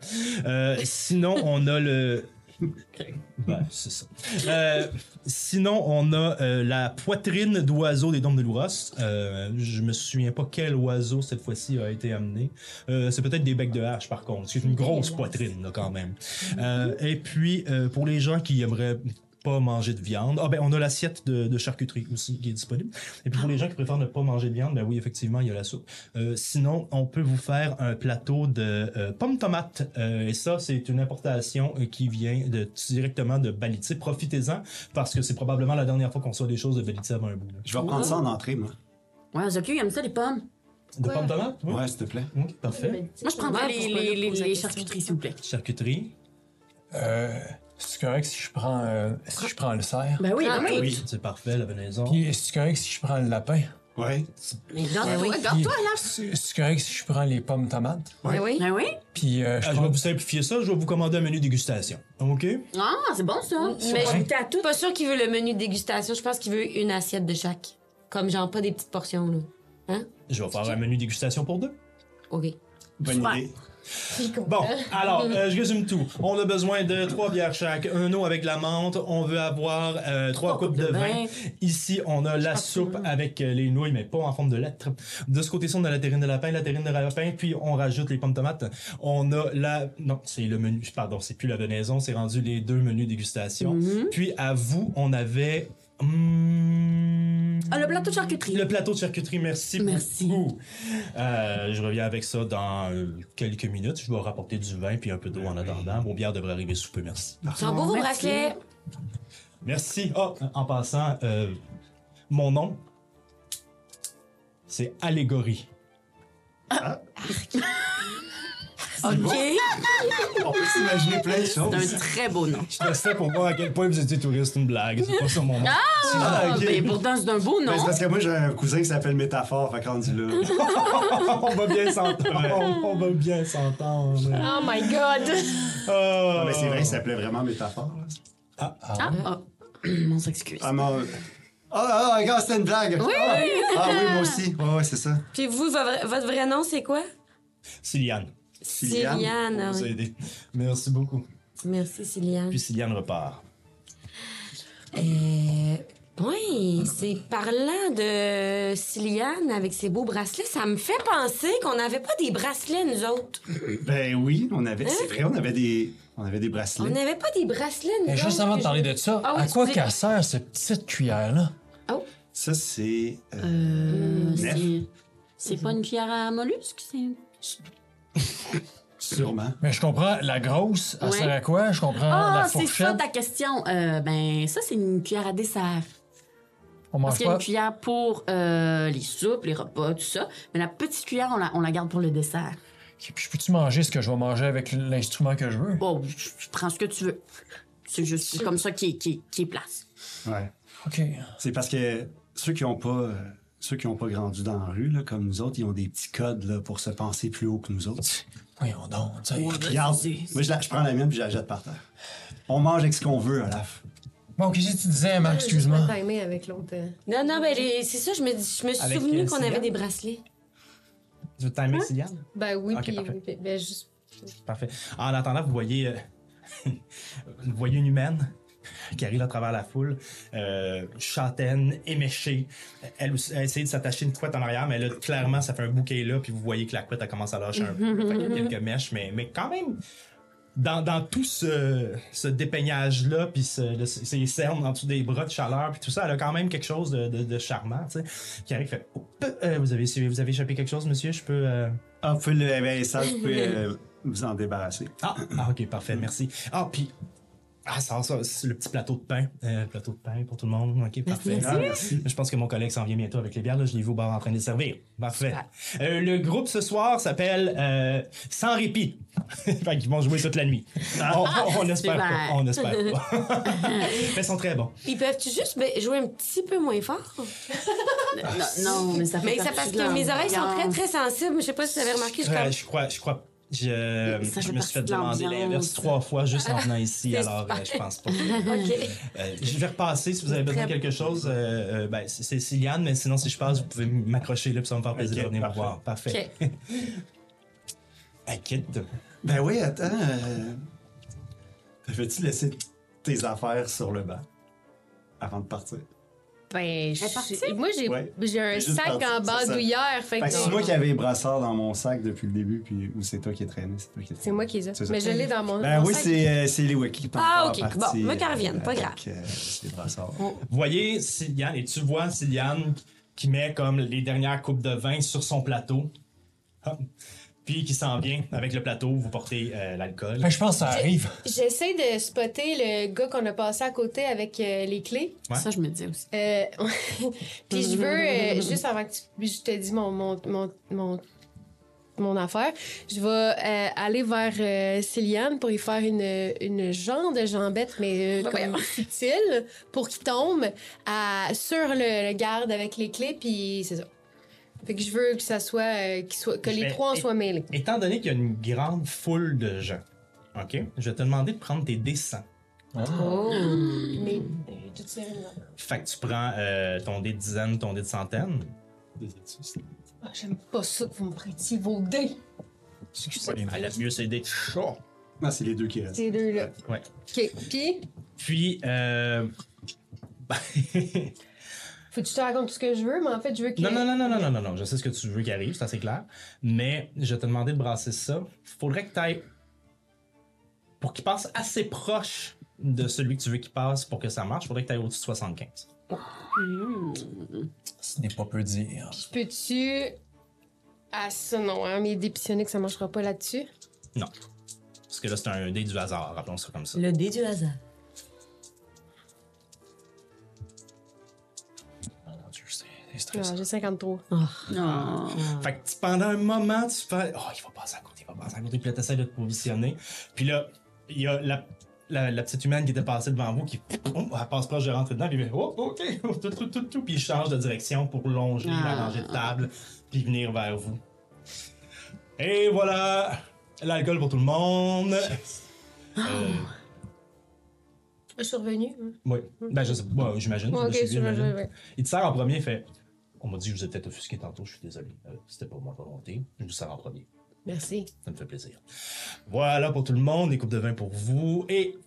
[SPEAKER 2] Euh, sinon, on a le. Ben, c'est ça. Euh, sinon, on a euh, la poitrine d'oiseau des Dômes de l'Ouros. Euh, je me souviens pas quel oiseau cette fois-ci a été amené. Euh, c'est peut-être des becs de hache, par contre. C'est une grosse poitrine, là, quand même. Euh, et puis, euh, pour les gens qui aimeraient pas manger de viande, ah ben, on a l'assiette de, de charcuterie aussi qui est disponible. Et puis, pour les gens qui préfèrent ne pas manger de viande, ben oui, effectivement, il y a la soupe. Euh, sinon, on peut vous faire un plateau de euh, pommes tomates. Euh, et ça, c'est une importation euh, qui vient de, directement de Baliti. Profitez-en parce que c'est probablement la dernière fois qu'on soit des choses de Baliti avant un bout. là.
[SPEAKER 3] Je vais reprendre ça en entrée, moi.
[SPEAKER 5] Ouais, Zocchio, il aime ça, les pommes.
[SPEAKER 2] De pommes tomates? Oui.
[SPEAKER 3] Ouais, s'il te plaît.
[SPEAKER 2] Ok, parfait.
[SPEAKER 5] Moi, je prendrais les, les, les, les charcuteries, s'il vous plaît.
[SPEAKER 2] Charcuterie.
[SPEAKER 4] Euh, c'est correct si je prends, euh, si je prends le cerf.
[SPEAKER 5] Ben oui,
[SPEAKER 7] Ah,
[SPEAKER 5] oui.
[SPEAKER 2] Oui, c'est parfait, la venaison.
[SPEAKER 4] Puis c'est correct si je prends le lapin.
[SPEAKER 3] Ouais.
[SPEAKER 7] Mais
[SPEAKER 2] Ah,
[SPEAKER 5] Ben
[SPEAKER 7] garde-toi,
[SPEAKER 4] Puis,
[SPEAKER 7] garde-toi.
[SPEAKER 4] C'est c'est correct si je prends les pommes tomates.
[SPEAKER 7] Ben oui.
[SPEAKER 5] Ben oui.
[SPEAKER 4] Puis euh, je
[SPEAKER 2] Ah, je vais
[SPEAKER 4] prends...
[SPEAKER 2] vous simplifier ça, je vais vous commander un menu dégustation. OK?
[SPEAKER 5] Ah, c'est bon, ça.
[SPEAKER 7] Mais
[SPEAKER 4] Ouais.
[SPEAKER 7] je suis pas sûr qu'il veut le menu de dégustation. Je pense qu'il veut une assiette de chaque. Comme genre pas des petites portions, là.
[SPEAKER 2] Je vais faire un menu dégustation pour deux.
[SPEAKER 7] OK.
[SPEAKER 3] Bonne
[SPEAKER 5] Ouais.
[SPEAKER 3] idée.
[SPEAKER 2] Bon, alors, euh, je résume tout. On a besoin de trois bières chaque, un eau avec la menthe. On veut avoir euh, trois coupes de, vin. Ici, on a la soupe avec euh, les nouilles, mais pas en forme de lettres. De ce côté-ci, on a la terrine de lapin, la terrine de lapin, puis on rajoute les pommes de tomates. On a la... Non, c'est le menu... Pardon, c'est plus la venaison, c'est rendu les deux menus dégustation. Puis, à vous, on avait... hum,
[SPEAKER 5] Ah, le plateau de charcuterie.
[SPEAKER 2] le plateau de charcuterie, merci,
[SPEAKER 5] Merci.
[SPEAKER 2] beaucoup. Euh, je reviens avec ça dans euh, quelques minutes. Je vais rapporter du vin puis un peu d'eau en attendant. Mon bière devrait arriver sous peu, merci.
[SPEAKER 7] J'en beau vos
[SPEAKER 5] merci.
[SPEAKER 7] bracelets.
[SPEAKER 2] Merci. Ah, en passant, euh, mon nom, c'est Allégorie.
[SPEAKER 5] OK.
[SPEAKER 3] On peut s'imaginer plein de choses.
[SPEAKER 5] C'est un très beau nom.
[SPEAKER 2] Je te ça pour voir à quel point vous étiez touriste, une blague. C'est pas ça mon nom.
[SPEAKER 3] Ah,
[SPEAKER 5] Ah,
[SPEAKER 3] ok.
[SPEAKER 5] ben, pourtant, c'est un beau nom.
[SPEAKER 3] Ben, c'est parce que moi, j'ai un cousin qui s'appelle Métaphore, fait qu'on dit là.
[SPEAKER 2] on va bien s'entendre. on va bien s'entendre.
[SPEAKER 6] Oh my god!
[SPEAKER 2] Ah,
[SPEAKER 3] Ah, mais c'est vrai, il s'appelait vraiment Métaphore. là.
[SPEAKER 5] Ah, ah. On s'excuse.
[SPEAKER 3] Ah, mon... Ah, ah, regarde, c'était une blague. Oui, ah, Ah oui, moi aussi. Ouais, ouais, c'est ça.
[SPEAKER 7] Puis vous, vo- votre vrai nom, c'est quoi?
[SPEAKER 2] Siliane,
[SPEAKER 3] Siliane.
[SPEAKER 7] Siliane, ah
[SPEAKER 2] vous
[SPEAKER 7] oui.
[SPEAKER 2] aidez. Merci beaucoup.
[SPEAKER 7] Merci, Siliane.
[SPEAKER 2] Puis Siliane repart.
[SPEAKER 7] Euh, oui, c'est parlant de Siliane avec ses beaux bracelets, ça me fait penser qu'on n'avait pas des bracelets, nous autres.
[SPEAKER 3] Ben oui, on avait. C'est vrai, on avait des. On avait des
[SPEAKER 7] On
[SPEAKER 3] bracelets.
[SPEAKER 7] n'avait pas des bracelets, nous
[SPEAKER 4] Mais
[SPEAKER 7] autres.
[SPEAKER 4] juste avant de
[SPEAKER 7] que
[SPEAKER 4] parler
[SPEAKER 7] je-
[SPEAKER 4] de ça,
[SPEAKER 7] Ah oui,
[SPEAKER 4] à quoi
[SPEAKER 7] excusez.
[SPEAKER 4] qu'elle sert cette petite cuillère-là?
[SPEAKER 3] Ça, c'est. euh,
[SPEAKER 5] Euh,
[SPEAKER 3] Neuf.
[SPEAKER 5] c'est- c'est pas une cuillère à mollusque, c'est...
[SPEAKER 3] Sûrement.
[SPEAKER 4] Mais je comprends, la grosse, elle
[SPEAKER 5] Ouais.
[SPEAKER 4] sert à quoi? Je comprends
[SPEAKER 5] Ah,
[SPEAKER 4] Euh, la
[SPEAKER 5] c'est ça
[SPEAKER 4] fourchette.
[SPEAKER 5] ta question. Euh, ben, ça, c'est une cuillère à dessert.
[SPEAKER 4] On
[SPEAKER 5] Parce
[SPEAKER 4] mange
[SPEAKER 5] qu'il y a
[SPEAKER 4] pas.
[SPEAKER 5] une cuillère pour euh, les soupes, les repas, tout ça. Mais la petite cuillère, on la, on la garde pour le dessert.
[SPEAKER 4] Puis Je peux-tu manger ce que je vais manger avec l'instrument que je veux?
[SPEAKER 5] Bon, je je prends ce que tu veux. C'est juste c'est comme ça qui qui qui est place.
[SPEAKER 3] Ouais.
[SPEAKER 4] OK.
[SPEAKER 3] C'est parce que ceux qui n'ont pas. euh, Ceux qui n'ont pas grandi dans la rue, là, comme nous autres, ils ont des petits codes là, pour se penser plus haut que nous autres.
[SPEAKER 4] Voyons donc, tu sais.
[SPEAKER 3] Regarde, moi je, la- je prends la mienne puis je la jette par terre. On mange avec ce qu'on veut, Olaf.
[SPEAKER 4] Bon, qu'est-ce que tu disais, Max? Excuse-moi.
[SPEAKER 6] Je timé avec l'autre. euh.
[SPEAKER 7] Non, non, ben, les- c'est ça, je me, dis- je me suis
[SPEAKER 2] Avec,
[SPEAKER 7] souvenu
[SPEAKER 2] euh,
[SPEAKER 7] qu'on avait
[SPEAKER 2] Siliane?
[SPEAKER 7] des bracelets.
[SPEAKER 2] Tu veux timer Siliane?
[SPEAKER 6] Ben oui,
[SPEAKER 2] Ok,
[SPEAKER 6] puis
[SPEAKER 2] parfait.
[SPEAKER 6] puis- ben, juste.
[SPEAKER 2] Parfait. En attendant, vous voyez, euh, vous voyez une humaine qui arrive à travers la foule, euh, châtaine, éméchée. Elle, aussi- elle essaie de s'attacher une couette en arrière, mais là, clairement, ça fait un bouquet là, puis vous voyez que la couette, elle commence à lâcher un peu. Fait qu'il y a quelques mèches, mais, mais quand même dans, dans tout ce, ce dépeignage-là, puis ce- le- ces cernes en dessous des bras de chaleur, puis tout ça, elle a quand même quelque chose de, de- de charmant, tu sais. Qui arrive, fait Oh, peu- euh, vous, avez, si vous avez échappé quelque chose, monsieur, je peux. euh,
[SPEAKER 3] Ah, vous pouvez le ben, ça, vous pouvez euh, vous en débarrasser.
[SPEAKER 2] Ah, ah, ok, parfait, merci. Ah, puis. Ah, ça, ça, c'est le petit plateau de pain. Euh, plateau de pain pour tout le monde. Ok, parfait.
[SPEAKER 7] merci.
[SPEAKER 2] Ah, Je pense que mon collègue s'en vient bientôt avec les bières. Là, je l'ai vu au bar en train de les servir. Parfait. Euh, le groupe ce soir s'appelle euh, Sans répit. fait qu'ils vont jouer toute la nuit. On, on- on espère pas.
[SPEAKER 5] super.
[SPEAKER 2] On espère pas. Mais ils sont très bons.
[SPEAKER 7] Ils peuvent-tu juste ben, jouer un petit peu moins fort?
[SPEAKER 5] Non, non, mais ça fait
[SPEAKER 7] Ah, Mais ça parce
[SPEAKER 5] partie
[SPEAKER 7] que
[SPEAKER 5] de
[SPEAKER 7] mes oreilles sont très,
[SPEAKER 5] l'ambiance.
[SPEAKER 7] très sensibles. Je sais pas si vous avez remarqué, je suis
[SPEAKER 2] Euh,
[SPEAKER 7] comme...
[SPEAKER 2] je crois, je crois. Je,
[SPEAKER 5] Ça fait
[SPEAKER 2] je me
[SPEAKER 5] partie
[SPEAKER 2] suis fait
[SPEAKER 5] de
[SPEAKER 2] demander
[SPEAKER 5] l'ambiance.
[SPEAKER 2] l'inverse trois fois juste en venant ici,
[SPEAKER 7] C'est
[SPEAKER 2] alors
[SPEAKER 7] super.
[SPEAKER 2] euh, je pense pas. que-
[SPEAKER 7] OK.
[SPEAKER 2] Euh, je vais repasser si vous avez besoin de quelque chose. euh, euh, ben, c'est- c'est Siliane, mais sinon, si je passe, vous pouvez m'accrocher là, puis ça va me faire plaisir
[SPEAKER 3] Ok,
[SPEAKER 2] de venir me
[SPEAKER 3] parfait.
[SPEAKER 2] voir. Parfait. Inquiète.
[SPEAKER 3] Ben oui, attends. euh, Veux-tu laisser tes affaires sur le banc avant de partir?
[SPEAKER 6] Ben, je-
[SPEAKER 5] partie?
[SPEAKER 6] moi, j'ai
[SPEAKER 3] Ouais.
[SPEAKER 6] j'ai un
[SPEAKER 3] J'ai juste
[SPEAKER 6] sac
[SPEAKER 3] parti,
[SPEAKER 6] en
[SPEAKER 3] c'est ça.
[SPEAKER 6] bandoulière. Fait
[SPEAKER 3] Fait que
[SPEAKER 6] que
[SPEAKER 3] c'est moi qui avais les brassards dans mon sac depuis le début, puis ou c'est toi qui es traîné, c'est toi qui
[SPEAKER 6] c'est moi qui les ai.
[SPEAKER 3] C'est ça.
[SPEAKER 6] Mais je l'ai dans mon.
[SPEAKER 3] Ben
[SPEAKER 6] mon
[SPEAKER 3] oui,
[SPEAKER 6] sac.
[SPEAKER 3] c'est euh, c'est les Wiki qui sont
[SPEAKER 7] Ah,
[SPEAKER 3] encore
[SPEAKER 7] ok. Bon,
[SPEAKER 3] partis,
[SPEAKER 7] moi, qu'elles
[SPEAKER 3] euh,
[SPEAKER 7] reviennent, pas
[SPEAKER 3] avec,
[SPEAKER 7] grave.
[SPEAKER 3] euh, les brassards.
[SPEAKER 6] Oh.
[SPEAKER 2] voyez Siliane et tu vois Siliane qui met comme les dernières coupes de vin sur son plateau. Hop. Puis qui s'en vient avec le plateau, vous portez euh, l'alcool.
[SPEAKER 4] Ben, je pense que ça arrive.
[SPEAKER 6] J'essaie de spotter le gars qu'on a passé à côté avec euh, les clés.
[SPEAKER 2] Ouais.
[SPEAKER 5] Ça, je me dis aussi.
[SPEAKER 6] Euh, puis je veux, euh, juste avant que tu- je te dise mon, mon, mon, mon, mon affaire, je vais euh, aller vers euh, Cillian pour y faire une, une genre de jambette, mais euh,
[SPEAKER 7] Ben
[SPEAKER 6] comme subtile, pour qu'il tombe à, sur le, le garde avec les clés, puis c'est ça. Fait que je veux que ça soit, euh, qu'il soit que
[SPEAKER 2] Je
[SPEAKER 6] les
[SPEAKER 2] vais-
[SPEAKER 6] trois en soient mêlés.
[SPEAKER 2] Étant donné qu'il y a une grande foule de gens, OK? Je vais te demander de prendre tes dessins.
[SPEAKER 5] Oh.
[SPEAKER 7] Oh.
[SPEAKER 6] Mais
[SPEAKER 2] Mm.
[SPEAKER 8] euh,
[SPEAKER 2] Fait que tu prends euh, ton dé de dizaine, ton dé de centaine.
[SPEAKER 8] Ah, J'aime pas ça que vous me prêtiez vos dés.
[SPEAKER 2] Elle a mieux ses dés.
[SPEAKER 3] Non, c'est les deux qui restent.
[SPEAKER 6] ces deux-là.
[SPEAKER 2] Ouais.
[SPEAKER 6] OK. Puis,
[SPEAKER 2] Puis, euh...
[SPEAKER 6] faut que tu te racontes tout ce que je veux, mais en fait, je veux que.
[SPEAKER 2] non, non, non, non, non, non, non, non, je sais ce que tu veux qu'il arrive, c'est assez clair. Mais je vais te demander de brasser ça. Faudrait que tu ailles. Pour qu'il passe assez proche de celui que tu veux qu'il passe pour que ça marche, faudrait que tu ailles au-dessus de 75.
[SPEAKER 4] Ce n'est pas peu dire.
[SPEAKER 6] Je peux-tu. Ah, ça, non, hein, mes dés psioniques, ça marchera pas là-dessus.
[SPEAKER 2] Non. Parce que là, c'est un dé du hasard, rappelons ça comme ça.
[SPEAKER 7] Le dé du hasard.
[SPEAKER 4] Oh mon Dieu, c'est c'est
[SPEAKER 6] Ah,
[SPEAKER 4] stressant.
[SPEAKER 6] J'ai 53.
[SPEAKER 5] Non.
[SPEAKER 2] Fait que tu- pendant un moment, tu fais Oh, il va passer à côté, il va passer à côté. Puis là, t'essaies de te positionner. Puis là, il y a la, la, la petite humaine qui était passée devant vous qui oh, elle passe proche de rentrer dedans. Puis il fait Oh, OK, tout, tout, tout, tout. Puis il change de direction pour longer la
[SPEAKER 5] Ah.
[SPEAKER 2] rangée de table. Puis venir vers vous. Et voilà L'alcool pour tout le monde. Euh,
[SPEAKER 6] Je suis revenue. hein.
[SPEAKER 2] oui. Ben, je sais pas, j'imagine.
[SPEAKER 6] Ouais, ok,
[SPEAKER 2] Je sais
[SPEAKER 6] je
[SPEAKER 2] bien,
[SPEAKER 6] suis
[SPEAKER 2] j'imagine.
[SPEAKER 6] revenue. ouais.
[SPEAKER 2] Il te sert en premier, il fait On m'a dit que je vous ai peut-être offusqué tantôt, je suis désolé. Euh, C'était pas ma volonté. Je vous sers en premier.
[SPEAKER 6] Merci.
[SPEAKER 2] Ça me fait plaisir. Voilà pour tout le monde, des coupes de vin pour vous. Et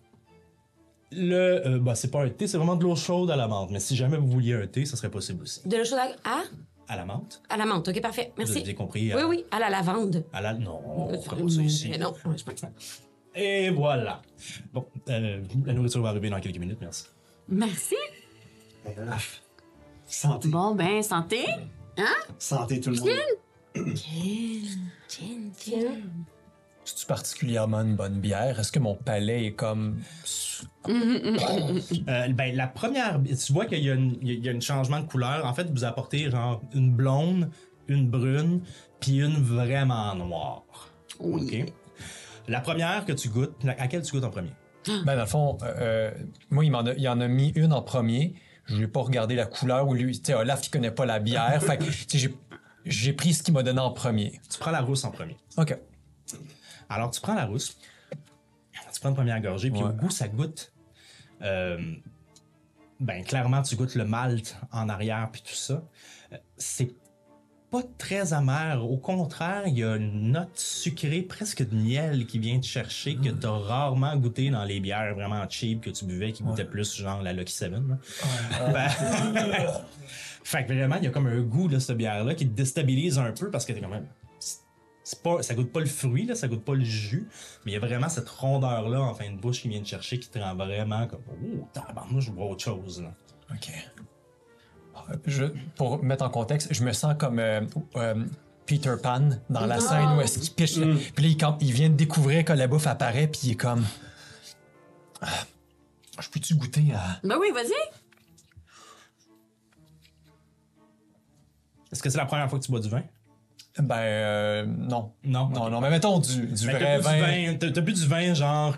[SPEAKER 2] le. euh, bah, c'est pas un thé, c'est vraiment de l'eau chaude à la menthe. Mais si jamais vous vouliez un thé, ça serait possible aussi.
[SPEAKER 7] De la chose à... Ah,
[SPEAKER 2] À la menthe
[SPEAKER 7] à la menthe. OK, parfait.
[SPEAKER 2] Vous avez bien
[SPEAKER 7] Merci.
[SPEAKER 2] compris
[SPEAKER 7] Oui,
[SPEAKER 2] à-
[SPEAKER 7] oui, à la lavande.
[SPEAKER 2] À la. Non, Oh, on fera pas ça ici.
[SPEAKER 7] Mais non, je pense
[SPEAKER 2] Et voilà. Bon, euh, la nourriture va arriver dans quelques minutes, merci.
[SPEAKER 5] Merci.
[SPEAKER 3] Ben, voilà. Santé,
[SPEAKER 5] Bon, ben, santé.
[SPEAKER 3] santé tout le monde.
[SPEAKER 4] C'est-tu particulièrement une bonne bière? Est-ce que mon palais est comme.
[SPEAKER 7] Mm-hmm.
[SPEAKER 2] Euh, ben, la première. Tu vois qu'il y a une- il y a- il y a un changement de couleur. En fait, vous apportez genre une blonde, une brune, puis une vraiment noire. OK? La première que tu goûtes, la- laquelle tu goûtes en premier?
[SPEAKER 4] Ben, dans le fond, euh, euh, moi, il, m'en a- il en a mis une en premier. Je lui ai pas regardé la couleur ou lui. Tu sais, Olaf, il connaît pas la bière. fait que, tu sais, j'ai- j'ai pris ce qu'il m'a donné en premier.
[SPEAKER 2] Tu prends la rousse en premier.
[SPEAKER 4] OK.
[SPEAKER 2] Alors, tu prends la rousse, tu prends une première gorgée, puis au
[SPEAKER 4] Ouais.
[SPEAKER 2] goût, ça goûte. euh, ben, clairement, tu goûtes le malt en arrière, puis tout ça. Euh, C'est pas très amer. Au contraire, il y a une note sucrée, presque de miel, qui vient te chercher, que t'as rarement goûté dans les bières vraiment cheap que tu buvais, qui goûtaient plus genre la Lucky Seven. là. Ben- fait que vraiment, il y a comme un goût de cette bière-là qui te déstabilise un peu parce que t'es quand même C'est pas, ça goûte pas le fruit, là, ça goûte pas le jus, mais il y a vraiment cette rondeur-là en fin de bouche qui vient te chercher, qui te rend vraiment comme Ouh, tabarnouche, je vois autre chose. Là.
[SPEAKER 4] OK. Je- pour mettre en contexte, je me sens comme euh, euh, Peter Pan dans la scène où est-ce
[SPEAKER 2] Ah.
[SPEAKER 4] qu'il piche.
[SPEAKER 2] Mm.
[SPEAKER 4] le- Puis là, il, quand, il vient de découvrir que la bouffe apparaît, puis il est comme. Ah, je peux-tu goûter à.
[SPEAKER 5] Ben oui, vas-y.
[SPEAKER 2] Est-ce que c'est la première fois que tu bois du vin?
[SPEAKER 4] Ben, euh, non.
[SPEAKER 2] Non.
[SPEAKER 4] Non, non, mais mettons du, du
[SPEAKER 2] Ben, t'as
[SPEAKER 4] vrai
[SPEAKER 2] bu du
[SPEAKER 4] vin.
[SPEAKER 2] vin- T'as t'as bu du vin, genre.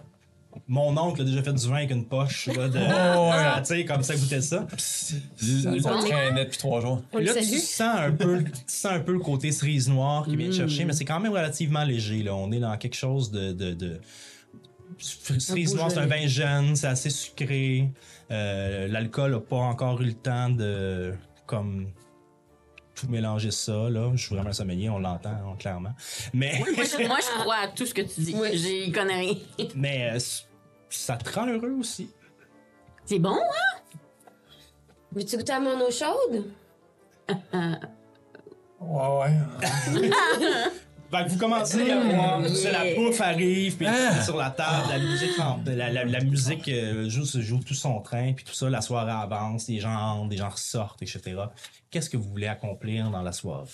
[SPEAKER 2] Mon oncle a déjà fait du vin avec une poche, là, de.
[SPEAKER 4] Oh, ouais.
[SPEAKER 2] tu sais, comme ça goûtait ça.
[SPEAKER 4] Ça traînait depuis trois jours.
[SPEAKER 6] On le
[SPEAKER 2] là,
[SPEAKER 6] salue.
[SPEAKER 2] tu sens un peu, tu sens un peu le côté cerise noire qui vient te
[SPEAKER 6] Mm.
[SPEAKER 2] chercher, mais c'est quand même relativement léger. Là. On est dans quelque chose de. de, de- Cerise noire, c'est un vin jeune, c'est assez sucré. Euh, L'alcool n'a pas encore eu le temps de comme tout mélanger ça. Là. Je suis vraiment un sommelier, on l'entend hein, clairement. Mais,
[SPEAKER 5] Moi je, moi, je crois à tout ce que tu dis.
[SPEAKER 8] Oui.
[SPEAKER 5] J'y connais rien.
[SPEAKER 2] mais euh, ça te rend heureux aussi.
[SPEAKER 5] C'est bon, hein?
[SPEAKER 7] Veux-tu goûter à mon eau chaude?
[SPEAKER 4] Ouais, ouais.
[SPEAKER 2] Fait que vous commencez à voir, tu sais, la bouffe arrive, puis
[SPEAKER 4] Ah.
[SPEAKER 2] sur la table, la musique, en- la, la- la musique euh, joue, se joue tout son train, puis tout ça, la soirée avance, les gens entrent, les gens ressortent, etc. Qu'est-ce que vous voulez accomplir dans la soirée?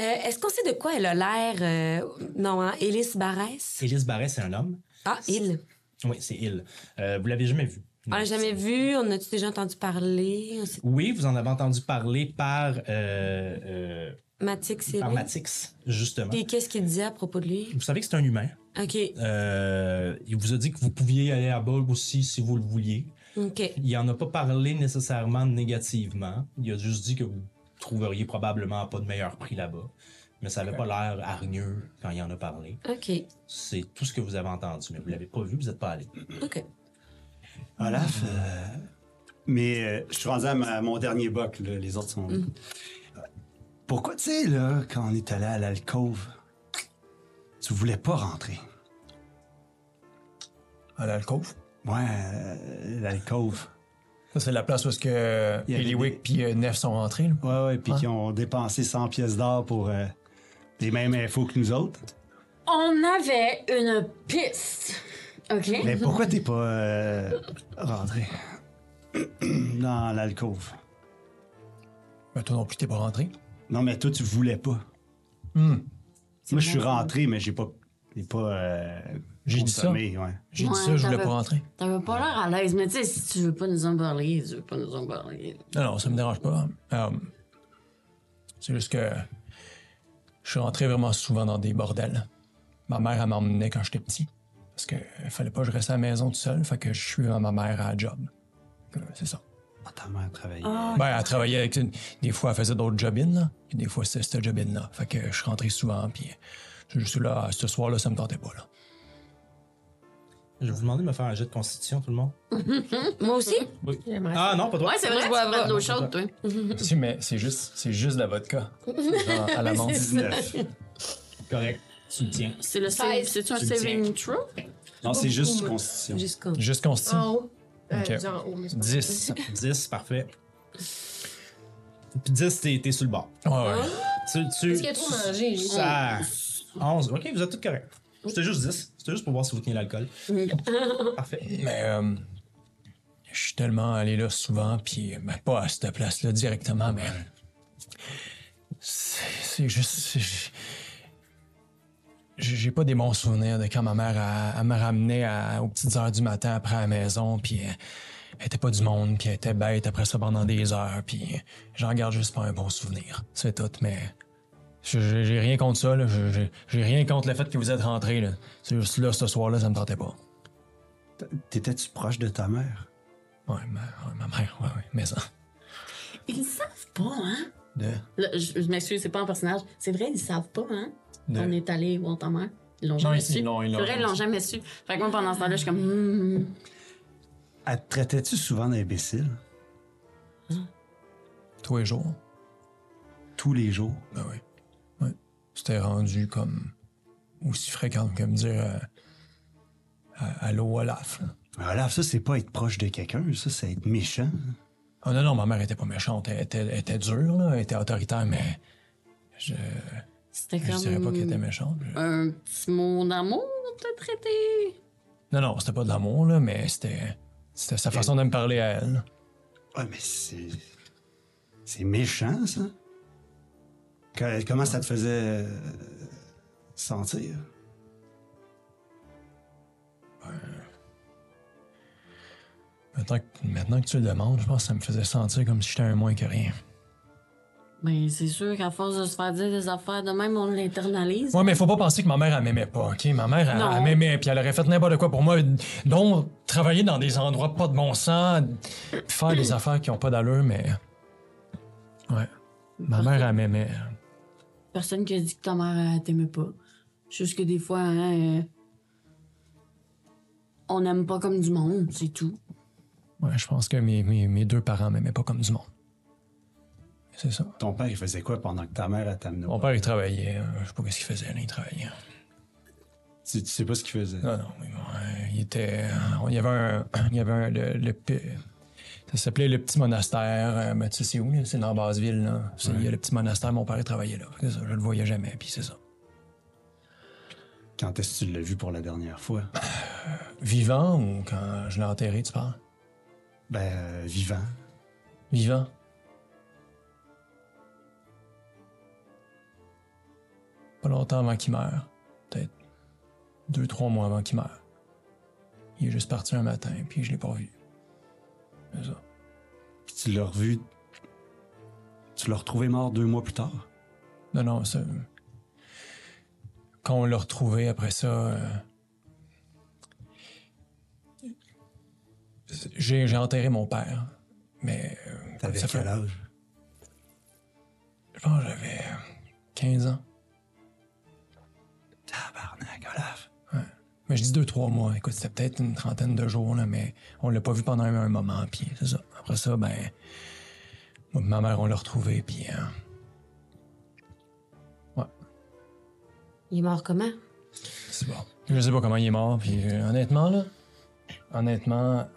[SPEAKER 7] Euh, Est-ce qu'on sait de quoi elle a l'air? euh, non, hein? Élise Barès?
[SPEAKER 2] Élise Barret, c'est un homme.
[SPEAKER 7] Ah, il.
[SPEAKER 2] Oui, c'est il. Euh, vous l'avez jamais vu.
[SPEAKER 7] On l'a jamais vu, on a-tu déjà entendu parler? On sait-
[SPEAKER 2] Oui, vous en avez entendu parler par, euh, euh,
[SPEAKER 7] Matix, c'est
[SPEAKER 2] par
[SPEAKER 7] lui.
[SPEAKER 2] Matix, justement.
[SPEAKER 7] Et qu'est-ce qu'il disait à propos de lui?
[SPEAKER 2] Vous savez que c'est un humain.
[SPEAKER 7] OK,
[SPEAKER 2] Euh, il vous a dit que vous pouviez aller à Bulb aussi si vous le vouliez.
[SPEAKER 7] OK.
[SPEAKER 2] Il n'en a pas parlé nécessairement négativement. Il a juste dit que vous trouveriez probablement pas de meilleur prix là-bas. Mais ça n'avait pas l'air hargneux quand il en a parlé.
[SPEAKER 7] OK.
[SPEAKER 2] C'est tout ce que vous avez entendu, mais vous l'avez pas vu, vous n'êtes pas allé.
[SPEAKER 7] OK.
[SPEAKER 3] Olaf, euh, mais euh, je suis rendu à, ma- mon dernier boc, là, les autres sont.
[SPEAKER 4] Mm.
[SPEAKER 3] Pourquoi, tu sais, là, quand on est allé à l'alcôve, tu voulais pas rentrer?
[SPEAKER 4] À l'alcôve.
[SPEAKER 3] Ouais, euh, l'alcôve.
[SPEAKER 4] Ça, c'est la place où est-ce que euh,
[SPEAKER 3] Il y avait des-
[SPEAKER 4] Eliwick puis euh, Neff sont rentrés. là.
[SPEAKER 3] Ouais, ouais, puis
[SPEAKER 4] Ouais.
[SPEAKER 3] qui ont dépensé 100 pièces d'or pour euh, les mêmes infos que nous autres.
[SPEAKER 5] On avait une piste. OK?
[SPEAKER 3] Mais pourquoi t'es pas euh, rentré dans l'alcôve?
[SPEAKER 4] Mais toi non plus, t'es pas rentré.
[SPEAKER 3] Non, mais toi, tu voulais pas.
[SPEAKER 4] Hmm.
[SPEAKER 3] Moi, je suis rentré, mais j'ai pas. J'ai pas. euh,
[SPEAKER 4] J'ai dit ça.
[SPEAKER 3] consommé, ouais.
[SPEAKER 4] J'ai
[SPEAKER 5] Ouais,
[SPEAKER 4] dit ça, je voulais
[SPEAKER 5] t'avais-
[SPEAKER 4] pas rentrer.
[SPEAKER 5] T'avais pas l'air à l'aise, mais tu sais, si tu veux pas nous en parler, tu veux pas nous en parler.
[SPEAKER 4] Non, non, ça me dérange pas. Euh, c'est juste que je suis rentré vraiment souvent dans des bordels. Ma mère, elle m'emmenait quand j'étais petit. Parce que euh, fallait pas que je reste à la maison tout seul, fait que je suis à ma mère à la job. Euh, C'est ça.
[SPEAKER 3] Ah, ta mère travaillait.
[SPEAKER 4] Ben, elle travaillait avec. une- Des fois, elle faisait d'autres job-in, là. Puis des fois, c'était ce job-in-là. Fait que je suis rentré souvent, puis c'est juste là, ce soir-là, ça me tentait pas, là.
[SPEAKER 2] Je vais vous demander de me faire un jet de constitution, tout le monde.
[SPEAKER 7] Moi aussi?
[SPEAKER 2] Ah non, pas toi.
[SPEAKER 5] Ouais, c'est vrai,
[SPEAKER 7] Moi, je
[SPEAKER 5] tu
[SPEAKER 7] bois
[SPEAKER 5] bois
[SPEAKER 7] pas.
[SPEAKER 5] de l'eau chaude, toi.
[SPEAKER 4] Si, mais c'est juste, c'est juste la vodka. Genre, à la menthe.
[SPEAKER 3] 19.
[SPEAKER 2] Correct. Tu le tiens.
[SPEAKER 5] C'est le save-
[SPEAKER 8] Seize.
[SPEAKER 5] C'est-tu un
[SPEAKER 2] Tu me tiens.
[SPEAKER 5] saving throw?
[SPEAKER 3] Non, c'est juste constitution.
[SPEAKER 7] Jusqu'au.
[SPEAKER 4] Juste consti.
[SPEAKER 6] Ah
[SPEAKER 8] En haut. Euh,
[SPEAKER 4] Ok.
[SPEAKER 8] dis en haut, mais c'est pas-
[SPEAKER 4] 10.
[SPEAKER 2] 10, parfait. Puis 10, t'es t'es sur le bord.
[SPEAKER 4] Ouais, ouais.
[SPEAKER 2] Tu, tu,
[SPEAKER 8] Parce qu'il y a trop mangé, lui.
[SPEAKER 2] Ça. 11. Ok, vous êtes tous corrects. C'était juste 10. C'était juste pour voir si vous teniez l'alcool. Parfait.
[SPEAKER 4] Mais euh, je suis tellement allé là souvent, puis euh, ben, pas à cette place-là directement, mais c'est c'est juste. c'est- j'ai- J'ai pas des bons souvenirs de quand ma mère elle- elle me ramenait à- aux petites heures du matin après à la maison, puis elle, elle était pas du monde, puis elle était bête après ça pendant des heures, puis j'en garde juste pas un bon souvenir. C'est tout, mais je- je- j'ai rien contre ça, là. Je- je- J'ai rien contre le fait que vous êtes rentrés, là. C'est juste là, ce soir-là, ça me tentait pas.
[SPEAKER 3] T'étais-tu proche de ta mère?
[SPEAKER 4] Ouais, ma, ouais, ma mère, ouais, ouais, mais ça.
[SPEAKER 5] Ils savent pas, hein?
[SPEAKER 4] De,
[SPEAKER 5] Là, je je m'excuse, c'est pas un personnage. C'est vrai, ils savent pas, hein?
[SPEAKER 4] de-
[SPEAKER 5] On est allé voir ta mère. Ils l'ont
[SPEAKER 4] Non,
[SPEAKER 5] jamais
[SPEAKER 4] ils-
[SPEAKER 5] su.
[SPEAKER 4] ils l'ont-
[SPEAKER 5] C'est
[SPEAKER 4] ils l'ont
[SPEAKER 5] vrai, ils
[SPEAKER 4] jamais
[SPEAKER 5] l'ont
[SPEAKER 4] su.
[SPEAKER 5] jamais su. Fait que moi, pendant ce temps-là, je suis comme. hmm, hmm.
[SPEAKER 3] Elle te traitait-tu souvent d'imbécile?
[SPEAKER 4] Tous les jours.
[SPEAKER 3] Tous les jours.
[SPEAKER 4] Ben oui. Ouais. C'était rendu comme aussi fréquent que me dire euh, à- Allô, Olaf. là.
[SPEAKER 3] Olaf, ça, c'est pas être proche de quelqu'un, ça, c'est être méchant.
[SPEAKER 4] Ah non, non, ma mère était pas méchante. Elle était, elle était dure, là. Elle était autoritaire, mais. Je...
[SPEAKER 5] C'était
[SPEAKER 4] Je
[SPEAKER 5] comme.
[SPEAKER 4] dirais pas qu'elle était méchante. je-
[SPEAKER 5] Un petit mot d'amour, te traiter.
[SPEAKER 4] Non, non, c'était pas de l'amour, là, mais c'était. C'était sa façon de me parler à elle.
[SPEAKER 3] Ah, mais c'est. C'est méchant, ça. Que- comment ça te faisait euh, sentir?
[SPEAKER 4] Maintenant que, maintenant que tu le demandes, je pense que ça me faisait sentir comme si j'étais un moins que rien.
[SPEAKER 5] Ben, c'est sûr qu'à force de se faire dire des affaires de même, on l'internalise.
[SPEAKER 4] Ouais, mais faut pas penser que ma mère, elle m'aimait pas, OK? Ma mère, elle,
[SPEAKER 5] Non.
[SPEAKER 4] elle m'aimait, puis elle aurait fait n'importe quoi pour moi, dont travailler dans des endroits pas de bon sens, puis faire des affaires qui ont pas d'allure, mais... Ouais. Ma mère, elle m'aimait.
[SPEAKER 5] Personne qui a dit que ta mère elle t'aimait pas. Juste que des fois, hein, euh, on n'aime pas comme du monde, c'est tout.
[SPEAKER 4] Ouais, je pense que mes, mes, mes deux parents m'aimaient pas comme du monde. C'est ça.
[SPEAKER 3] Ton père, il faisait quoi pendant que ta mère, elle t'amenait?
[SPEAKER 4] Mon père, il travaillait. euh, Je sais pas ce qu'il faisait, là, il travaillait.
[SPEAKER 3] Tu, tu sais pas ce qu'il faisait.
[SPEAKER 4] Non, non, mais bon, euh, il était. on- Il y avait un. Il y avait un. Le, le pi- ça s'appelait le petit monastère. euh, mais tu sais, c'est où, là? C'est dans Basseville, là. C'est- Il y a le petit monastère, mon père il travaillait là. C'est ça, je le voyais jamais, puis c'est ça.
[SPEAKER 3] Quand est-ce que tu l'as vu pour la dernière fois?
[SPEAKER 4] Vivant ou quand je l'ai enterré, tu parles?
[SPEAKER 3] Ben, euh, vivant.
[SPEAKER 4] Vivant. Pas longtemps avant qu'il meure. Peut-être deux, trois mois avant qu'il meure. Il est juste parti un matin, puis je l'ai pas vu. C'est ça.
[SPEAKER 3] Puis tu l'as revu. Tu l'as retrouvé mort deux mois plus tard.
[SPEAKER 4] Non, non, ça. Quand on l'a retrouvé après ça. euh, J'ai j'ai enterré mon père. Mais. euh,
[SPEAKER 3] T'avais
[SPEAKER 4] ça fait-
[SPEAKER 3] quel âge?
[SPEAKER 4] Je pense que j'avais euh, 15 ans.
[SPEAKER 3] Tabarnak, Olaf.
[SPEAKER 4] Mais je dis deux, trois mois. Écoute, c'était peut-être une trentaine de jours, là, mais on l'a pas vu pendant un, un moment, puis c'est ça. Après ça, ben. moi et ma mère, on l'a retrouvé, puis. euh,
[SPEAKER 7] Il est mort comment?
[SPEAKER 4] C'est bon. Je sais pas comment il est mort, puis euh, honnêtement, là. Honnêtement.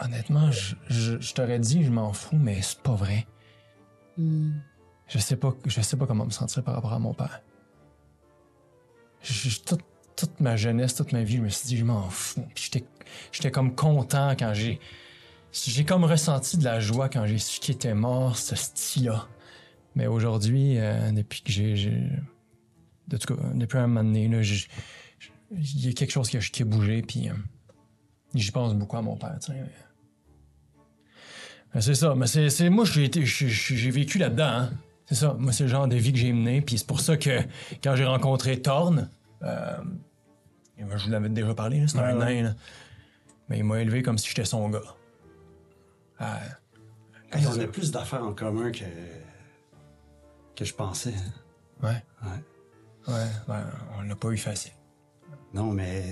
[SPEAKER 4] Honnêtement, je, je- je t'aurais dit, je m'en fous, mais c'est pas vrai. Je sais pas, je sais pas comment me sentir par rapport à mon père. Je- je- toute, toute ma jeunesse, toute ma vie, je me suis dit, je m'en fous. Puis j'étais, j'étais comme content quand j'ai. J'ai comme ressenti de la joie quand j'ai su qu'il était mort, ce style-là. Mais aujourd'hui, euh, depuis que j'ai- j'ai, de tout cas, depuis un moment donné, là, je- je- il y a quelque chose qui a, qui a bougé, puis euh, j'y pense beaucoup à mon père, tu sais, mais- Mais c'est ça, mais c'est, c'est- moi, j'ai, été- j'ai- j'ai j'ai vécu là-dedans, hein. C'est ça, moi, c'est le genre de vie que j'ai mené, puis c'est pour ça que quand j'ai rencontré Thorne, euh, ben, je vous l'avais déjà parlé, là, c'est un
[SPEAKER 3] Ouais, ouais.
[SPEAKER 4] nain, là. mais il m'a élevé comme si j'étais son gars. Ah,
[SPEAKER 3] Hey, on a plus d'affaires en commun que. que je pensais.
[SPEAKER 4] ouais,
[SPEAKER 3] Ouais.
[SPEAKER 4] ouais, ben, on l'a pas eu facile.
[SPEAKER 3] Non, mais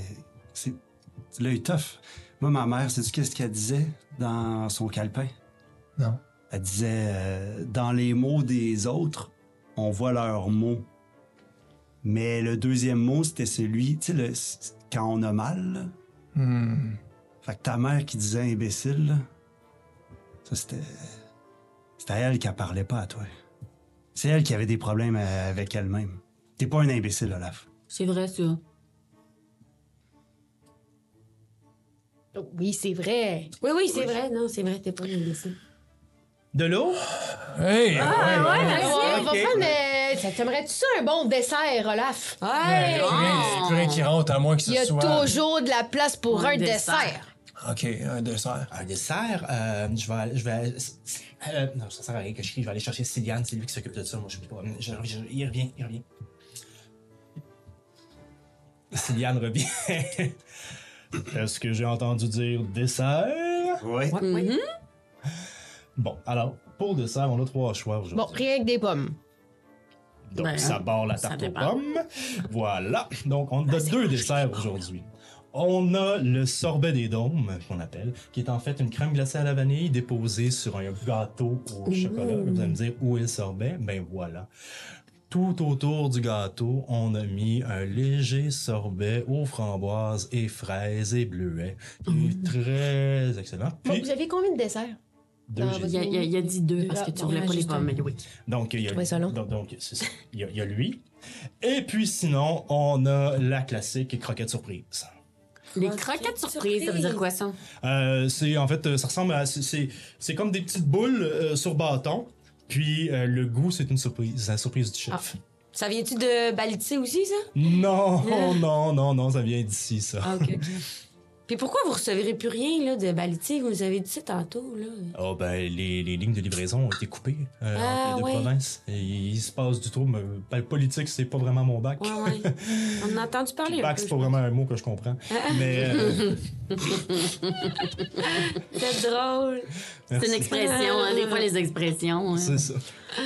[SPEAKER 3] c'est. Tu l'as eu tough. Moi, ma mère, sais-tu qu'est-ce qu'elle disait dans son calepin?
[SPEAKER 4] Non.
[SPEAKER 3] Elle disait euh, Dans les mots des autres, on voit leurs mots. Mais le deuxième mot, c'était celui, tu sais, le- c- quand on a mal. là.
[SPEAKER 4] Hmm.
[SPEAKER 3] Fait que ta mère qui disait imbécile, là, ça c'était. C'était elle qui en parlait pas à toi. C'est elle qui avait des problèmes euh, avec elle-même. T'es pas un imbécile, Olaf.
[SPEAKER 5] C'est vrai, ça.
[SPEAKER 6] Oui, c'est vrai.
[SPEAKER 7] Oui, oui, c'est vrai. Non, c'est vrai, t'es pas une imbécile.
[SPEAKER 2] De l'eau?
[SPEAKER 4] Hey!
[SPEAKER 6] Ah,
[SPEAKER 4] Ah,
[SPEAKER 6] Vas-y, on va
[SPEAKER 2] Ok.
[SPEAKER 6] prendre. euh, ça- T'aimerais-tu ça un bon dessert, Olaf?
[SPEAKER 7] Ouais!
[SPEAKER 4] Plus rien- plus rien qui rentre, à moins que ce
[SPEAKER 6] Il y a
[SPEAKER 4] soit.
[SPEAKER 6] toujours de la place pour
[SPEAKER 5] Un
[SPEAKER 6] un dessert.
[SPEAKER 4] Ok, un dessert.
[SPEAKER 2] Un dessert, euh, je vais, aller- je vais, aller- euh, non, ça sert à rien que je crie, je vais aller chercher Sylviane, c'est lui qui s'occupe de ça, moi je sais pas, je, je- il revient, il revient. Sylviane revient. Est-ce que j'ai entendu dire dessert?
[SPEAKER 3] Oui.
[SPEAKER 2] Bon, alors, pour dessert, on a trois choix aujourd'hui.
[SPEAKER 6] Bon, rien que des pommes.
[SPEAKER 2] Donc,
[SPEAKER 5] Ben,
[SPEAKER 2] ça barre la
[SPEAKER 5] ça
[SPEAKER 2] tarte aux
[SPEAKER 5] dépend. Ah,
[SPEAKER 2] pommes. Voilà. Donc, on a deux desserts aujourd'hui. On a le sorbet des dômes, qu'on appelle, qui est en fait une crème glacée à la vanille déposée sur un gâteau au chocolat. Vous allez me dire où est le sorbet? Ben voilà. Tout autour du gâteau, on a mis un léger sorbet aux framboises
[SPEAKER 5] Mmh.
[SPEAKER 2] et fraises et bleuets. Il est très excellent.
[SPEAKER 6] Bon,
[SPEAKER 2] Puis,
[SPEAKER 6] vous avez combien de desserts?
[SPEAKER 2] Deux,
[SPEAKER 6] Non,
[SPEAKER 2] j'ai
[SPEAKER 6] vas-y.
[SPEAKER 2] dit.
[SPEAKER 5] Il a, il a- il a dit deux
[SPEAKER 8] Deux,
[SPEAKER 5] parce que
[SPEAKER 8] ah,
[SPEAKER 5] tu roulais
[SPEAKER 8] ouais,
[SPEAKER 5] pas les
[SPEAKER 8] juste un.
[SPEAKER 5] pommes, mais oui.
[SPEAKER 2] Donc, il y a,
[SPEAKER 6] trouvais ça long.
[SPEAKER 2] donc, donc, c'est ça. Il y, a, il y a lui. Et puis sinon, on a la classique croquette surprise.
[SPEAKER 5] Les
[SPEAKER 7] Ok,
[SPEAKER 5] croquettes surprises, ça veut dire quoi ça?
[SPEAKER 2] Euh, c'est en fait, euh, ça ressemble à, c'est- c'est, c'est comme des petites boules euh, sur bâton. Puis euh, le goût, c'est une surprise, la surprise du chef.
[SPEAKER 7] Ça vient-tu de Balitier aussi, ça?
[SPEAKER 2] Non, non, non, non, ça vient d'ici ça.
[SPEAKER 7] Ah, OK, OK. Puis pourquoi vous recevrez plus rien là, de Balitier? Vous nous avez dit ça tantôt. Là.
[SPEAKER 2] Oh ben les, les lignes de livraison ont été coupées euh,
[SPEAKER 7] Ah,
[SPEAKER 2] entre les deux
[SPEAKER 7] ouais.
[SPEAKER 2] provinces. Et il se passe du trouble. mais, ben, le politique, c'est pas vraiment mon bac.
[SPEAKER 7] Ouais, ouais. On en a entendu parler. un
[SPEAKER 2] bac,
[SPEAKER 7] peu,
[SPEAKER 2] c'est
[SPEAKER 7] je
[SPEAKER 2] pas vraiment un mot que je comprends.
[SPEAKER 7] Ah.
[SPEAKER 2] Mais euh,
[SPEAKER 7] pense. C'est drôle.
[SPEAKER 5] C'est une
[SPEAKER 2] merci.
[SPEAKER 5] expression, hein, des fois les expressions. hein.
[SPEAKER 2] C'est ça.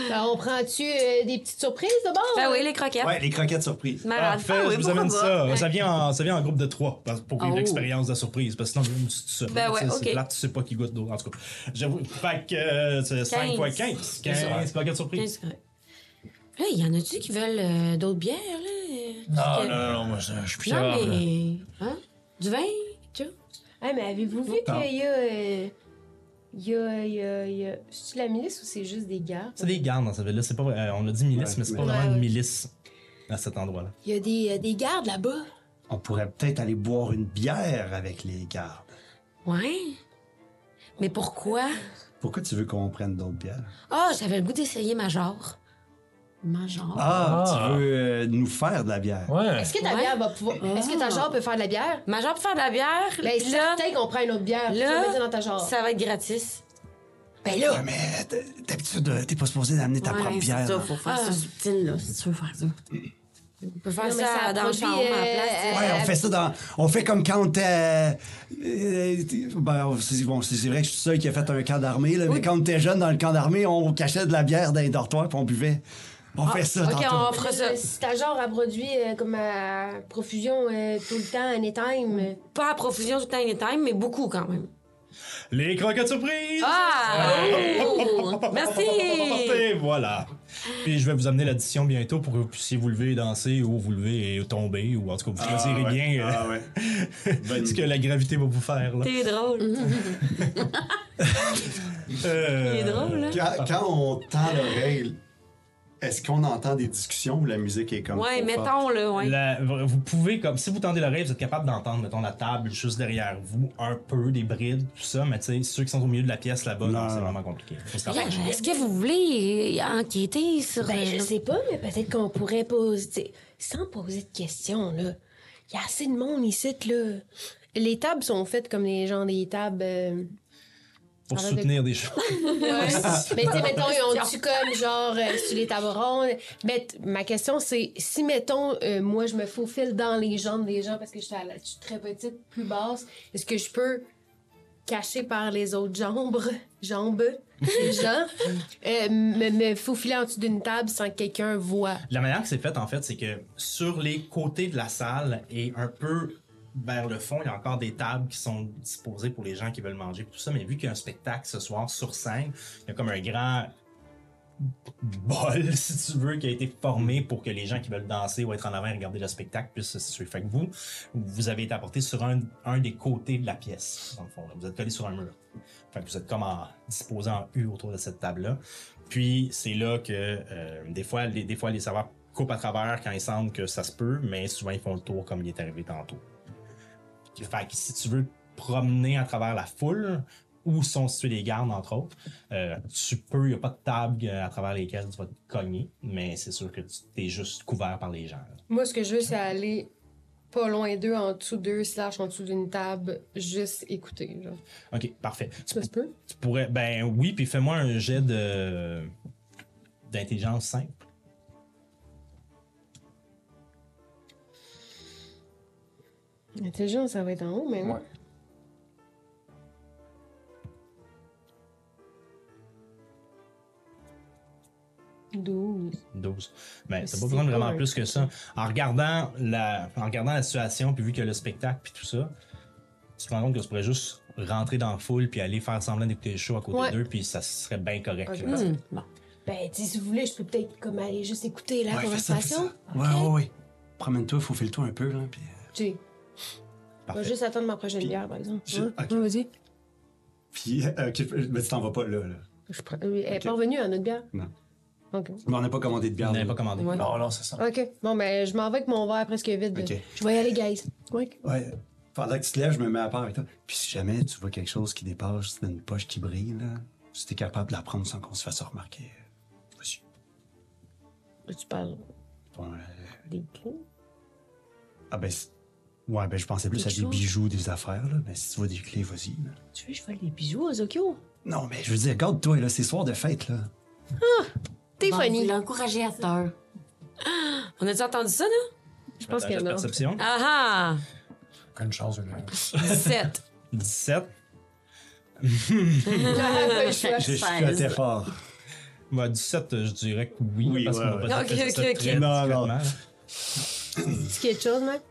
[SPEAKER 6] Ben, on prend-tu euh, des petites surprises de bord?
[SPEAKER 7] Ben oui, les croquettes.
[SPEAKER 3] Ouais, les croquettes surprises.
[SPEAKER 7] Malade.
[SPEAKER 2] Parfait,
[SPEAKER 7] Ah oui,
[SPEAKER 2] je vous
[SPEAKER 7] pourquoi
[SPEAKER 2] amène
[SPEAKER 7] pas?
[SPEAKER 2] ça.
[SPEAKER 7] Ouais.
[SPEAKER 2] Ça, vient en, ça vient en groupe de trois parce- pour
[SPEAKER 5] Oh.
[SPEAKER 2] l'expérience de la surprise. Parce que sinon, tu te seul.
[SPEAKER 7] Ben ouais,
[SPEAKER 2] C'est-
[SPEAKER 7] ok.
[SPEAKER 2] c'est plate, tu sais pas qui goûte d'eau. En tout cas, j'avoue. Fait que euh, c'est 5
[SPEAKER 7] 15.
[SPEAKER 2] fois 15.
[SPEAKER 7] C'est ça.
[SPEAKER 2] 15 paquets de
[SPEAKER 7] Ouais,
[SPEAKER 2] surprise.
[SPEAKER 7] c'est correct. Là, il y en a-tu qui veulent euh, d'autres bières, là? Parce que-
[SPEAKER 4] non, non, moi, je je suis plus
[SPEAKER 7] Non,
[SPEAKER 4] capable, là.
[SPEAKER 7] mais. Hein? Du vin?
[SPEAKER 6] Ah, mais avez-vous vu
[SPEAKER 3] Non.
[SPEAKER 6] qu'il y a. euh, Il y a. Il y a. il y a- C'est-tu la milice ou c'est juste des gars?
[SPEAKER 2] C'est des gardes dans cette ville-là. C'est pas, euh, on a dit milice,
[SPEAKER 3] Ouais,
[SPEAKER 2] mais c'est pas
[SPEAKER 6] mais-
[SPEAKER 2] vraiment
[SPEAKER 6] Ouais,
[SPEAKER 2] une
[SPEAKER 6] ouais.
[SPEAKER 2] milice à cet endroit-là.
[SPEAKER 6] Il y a des, euh, des gardes là-bas.
[SPEAKER 3] On pourrait peut-être aller boire une bière avec les gardes.
[SPEAKER 7] Ouais. Mais pourquoi?
[SPEAKER 3] Pourquoi tu veux qu'on prenne d'autres bières?
[SPEAKER 7] Ah, j'avais le goût d'essayer Major.
[SPEAKER 5] Major.
[SPEAKER 3] Ah,
[SPEAKER 4] Ah.
[SPEAKER 3] tu veux euh, nous faire de la bière?
[SPEAKER 4] Ouais.
[SPEAKER 6] Est-ce que ta
[SPEAKER 7] Ouais.
[SPEAKER 6] bière va pouvoir. Est-ce que ta genre peut faire de la bière?
[SPEAKER 7] Major pour faire de la bière,
[SPEAKER 6] Ben,
[SPEAKER 7] puis
[SPEAKER 6] c'est
[SPEAKER 7] là,
[SPEAKER 6] certain qu'on prend une autre bière.
[SPEAKER 7] là,
[SPEAKER 6] Là, dans ta genre.
[SPEAKER 7] ça va être gratis.
[SPEAKER 6] Ben
[SPEAKER 3] Ouais,
[SPEAKER 6] là!
[SPEAKER 3] mais d- d'habitude, euh, t'es pas supposé d'amener ta
[SPEAKER 5] Ouais,
[SPEAKER 3] propre bière.
[SPEAKER 5] C'est ça,
[SPEAKER 3] là.
[SPEAKER 5] faut faire
[SPEAKER 7] Ah.
[SPEAKER 5] ça subtil, là, si tu veux faire ça.
[SPEAKER 7] On peut faire
[SPEAKER 6] Non, mais
[SPEAKER 7] ça,
[SPEAKER 6] ça
[SPEAKER 7] dans le
[SPEAKER 6] produit,
[SPEAKER 7] char, à la place.
[SPEAKER 6] euh,
[SPEAKER 7] tu sais.
[SPEAKER 3] Ouais, on fait ça dans. On fait comme quand. euh, euh, ben, c'est bon, c'est c'est vrai que je suis seul qui a fait un camp d'armée, là, mais quand t'es jeune dans le camp d'armée, on cachait de la bière dans les dortoirs puis on buvait. On fait ça
[SPEAKER 7] Ah, Ok,
[SPEAKER 3] tantôt.
[SPEAKER 7] on fera ça.
[SPEAKER 6] Euh, Si ta genre a produit euh, comme à profusion euh, tout le temps, anytime. euh,
[SPEAKER 7] Pas à profusion tout le temps, anytime, mais beaucoup quand même.
[SPEAKER 2] Les croquettes surprises!
[SPEAKER 7] Ah! Merci!
[SPEAKER 2] Et voilà. Puis je vais vous amener l'addition bientôt pour que vous puissiez vous lever et danser ou vous lever et tomber ou en tout cas vous choisirez
[SPEAKER 3] ouais.
[SPEAKER 2] bien euh,
[SPEAKER 3] Ah ouais. Bonne
[SPEAKER 2] ce
[SPEAKER 3] idée.
[SPEAKER 2] que la gravité va vous faire. Là.
[SPEAKER 7] T'es drôle.
[SPEAKER 2] Euh,
[SPEAKER 7] T'es drôle, hein?
[SPEAKER 3] Quand, quand on tend l'oreille, est-ce qu'on entend des discussions où la musique est comme.
[SPEAKER 7] Ouais,
[SPEAKER 3] trop forte?
[SPEAKER 7] mettons le ouais.
[SPEAKER 2] La- vous pouvez, comme si vous tendez l'oreille, vous êtes capable d'entendre, mettons, la table juste derrière vous, un peu, des brides, tout ça, mais tu sais, ceux qui sont au milieu de la pièce là-bas,
[SPEAKER 3] Non.
[SPEAKER 2] donc c'est vraiment compliqué. Faut se rapprocher.
[SPEAKER 7] Là, Est-ce que vous voulez euh, enquêter sur.
[SPEAKER 6] Ben, je sais pas, mais peut-être qu'on pourrait poser. t'sais, Sans poser de questions, là. Il y a assez de monde ici, là. Les tables sont faites comme les gens des tables. euh,
[SPEAKER 2] Pour
[SPEAKER 6] Arrête de-
[SPEAKER 2] soutenir des choses.
[SPEAKER 6] Mais tu sais, mettons, ils ont-tu comme genre euh, sur les tables rondes? Mais t- ma question, c'est si, mettons, euh, moi, je me faufile dans les jambes des gens parce que je suis, à la- je suis très petite, plus basse, est-ce que je peux cacher par les autres jambes, jambes des gens, euh, me, me faufiler en dessous d'une table sans que quelqu'un voit?
[SPEAKER 2] La manière que c'est fait, en fait, c'est que sur les côtés de la salle et un peu vers le fond, il y a encore des tables qui sont disposées pour les gens qui veulent manger, tout ça. Mais vu qu'il y a un spectacle ce soir sur scène, il y a comme un grand bol, si tu veux, qui a été formé pour que les gens qui veulent danser ou être en avant et regarder le spectacle puissent se situer. Fait que vous, vous avez été apporté sur un, un des côtés de la pièce, dans le fond. là. Vous êtes collé sur un mur. Fait que vous êtes comme en, disposé en U autour de cette table-là. Puis c'est là que euh, des fois, les, des fois, les serveurs coupent à travers quand ils sentent que ça se peut, mais souvent ils font le tour comme il est arrivé tantôt. Fait que si tu veux te promener à travers la foule, où sont situés les gardes, entre autres, euh, tu peux, il n'y a pas de table euh, à travers lesquelles tu vas te cogner, mais c'est sûr que tu es juste couvert par les gens. là.
[SPEAKER 6] Moi, ce que je veux, c'est aller pas loin d'eux, en dessous d'eux, slash en dessous d'une table, juste écouter. Genre.
[SPEAKER 2] Ok, parfait. Tu,
[SPEAKER 6] Ça se peut?
[SPEAKER 2] tu pourrais, ben oui, puis fais-moi un jet de d'intelligence simple.
[SPEAKER 6] Intelligent, ça va être en haut, mais.
[SPEAKER 4] Ouais.
[SPEAKER 6] Douze.
[SPEAKER 2] 12. Mais Ben, t'as
[SPEAKER 6] C'est
[SPEAKER 2] pas besoin de vraiment
[SPEAKER 6] pas un
[SPEAKER 2] plus que ça. En regardant la, en regardant la situation, puis vu qu'il y a le spectacle, puis tout ça, tu te rends compte que tu pourrais juste rentrer dans la foule, puis aller faire semblant d'écouter le show à côté
[SPEAKER 6] Ouais.
[SPEAKER 2] d'eux, puis ça serait bien correct.
[SPEAKER 6] Ok.
[SPEAKER 2] là.
[SPEAKER 7] Hmm.
[SPEAKER 6] Ben, tu sais, si vous voulez, je peux peut-être comme aller juste écouter la
[SPEAKER 3] Ouais, fais ça, fais ça.
[SPEAKER 6] conversation.
[SPEAKER 3] Ouais, ouais, ouais. Promène-toi, faut le toi un peu, là. Puis... euh.
[SPEAKER 6] Tu sais, je vais
[SPEAKER 2] Parfait.
[SPEAKER 6] juste attendre ma prochaine
[SPEAKER 3] Puis-
[SPEAKER 6] bière, par exemple.
[SPEAKER 3] Je-
[SPEAKER 6] Ouais,
[SPEAKER 3] ok.
[SPEAKER 6] ouais, vas-y.
[SPEAKER 3] Puis, euh, que- mais tu t'en vas pas là. là.
[SPEAKER 6] Je prends- Elle est
[SPEAKER 3] Ok.
[SPEAKER 6] pas revenue, en autre bière?
[SPEAKER 3] Non.
[SPEAKER 6] OK.
[SPEAKER 3] Mais on n'a pas commandé de
[SPEAKER 2] On
[SPEAKER 3] bière.
[SPEAKER 2] n'avait
[SPEAKER 3] là.
[SPEAKER 2] pas commandé.
[SPEAKER 7] Ouais.
[SPEAKER 4] Ah, Non, non, c'est ça.
[SPEAKER 6] OK. Bon, ben, je m'en vais avec mon verre presque vide.
[SPEAKER 3] Ok.
[SPEAKER 6] Je vais y aller, guys. Oui.
[SPEAKER 3] Ouais. Pendant que tu te lèves, je me mets à part avec toi. Puis si jamais tu vois quelque chose qui dépasse dans une poche qui brille, là, si t'es capable de la prendre sans qu'on se fasse remarquer, euh, vas-y.
[SPEAKER 8] Tu parles
[SPEAKER 3] Bon, euh,
[SPEAKER 8] des clés?
[SPEAKER 3] ah ben, c'est- ouais, ben je pensais plus à des bijoux, des affaires, là. Mais si tu vois des clés, vas-y. là.
[SPEAKER 8] Tu veux que je vole des bijoux à Zokyo?
[SPEAKER 3] Non, mais je veux dire, garde-toi, là, c'est soir de fête, là.
[SPEAKER 6] T'es
[SPEAKER 5] Bon,
[SPEAKER 6] funny.
[SPEAKER 5] vous l'encouragez à cette heure.
[SPEAKER 7] On a-tu entendu ça, là?
[SPEAKER 6] Je pense
[SPEAKER 2] Attache
[SPEAKER 6] qu'il y en
[SPEAKER 2] de
[SPEAKER 6] a.
[SPEAKER 2] perception.
[SPEAKER 7] Ah
[SPEAKER 4] Aucune chance de le-
[SPEAKER 7] ah! 17.
[SPEAKER 2] 17.
[SPEAKER 3] Je suis à tes fort.
[SPEAKER 2] Bah, 17, euh, je dirais que oui.
[SPEAKER 3] Oui,
[SPEAKER 2] parce
[SPEAKER 3] ouais,
[SPEAKER 2] qu'on va
[SPEAKER 3] ouais.
[SPEAKER 2] pas
[SPEAKER 7] Ok,
[SPEAKER 2] faire
[SPEAKER 7] ok,
[SPEAKER 2] ça
[SPEAKER 7] ok.
[SPEAKER 2] très
[SPEAKER 3] Non, non.
[SPEAKER 2] discrètement.
[SPEAKER 6] Dis quelque chose, mec?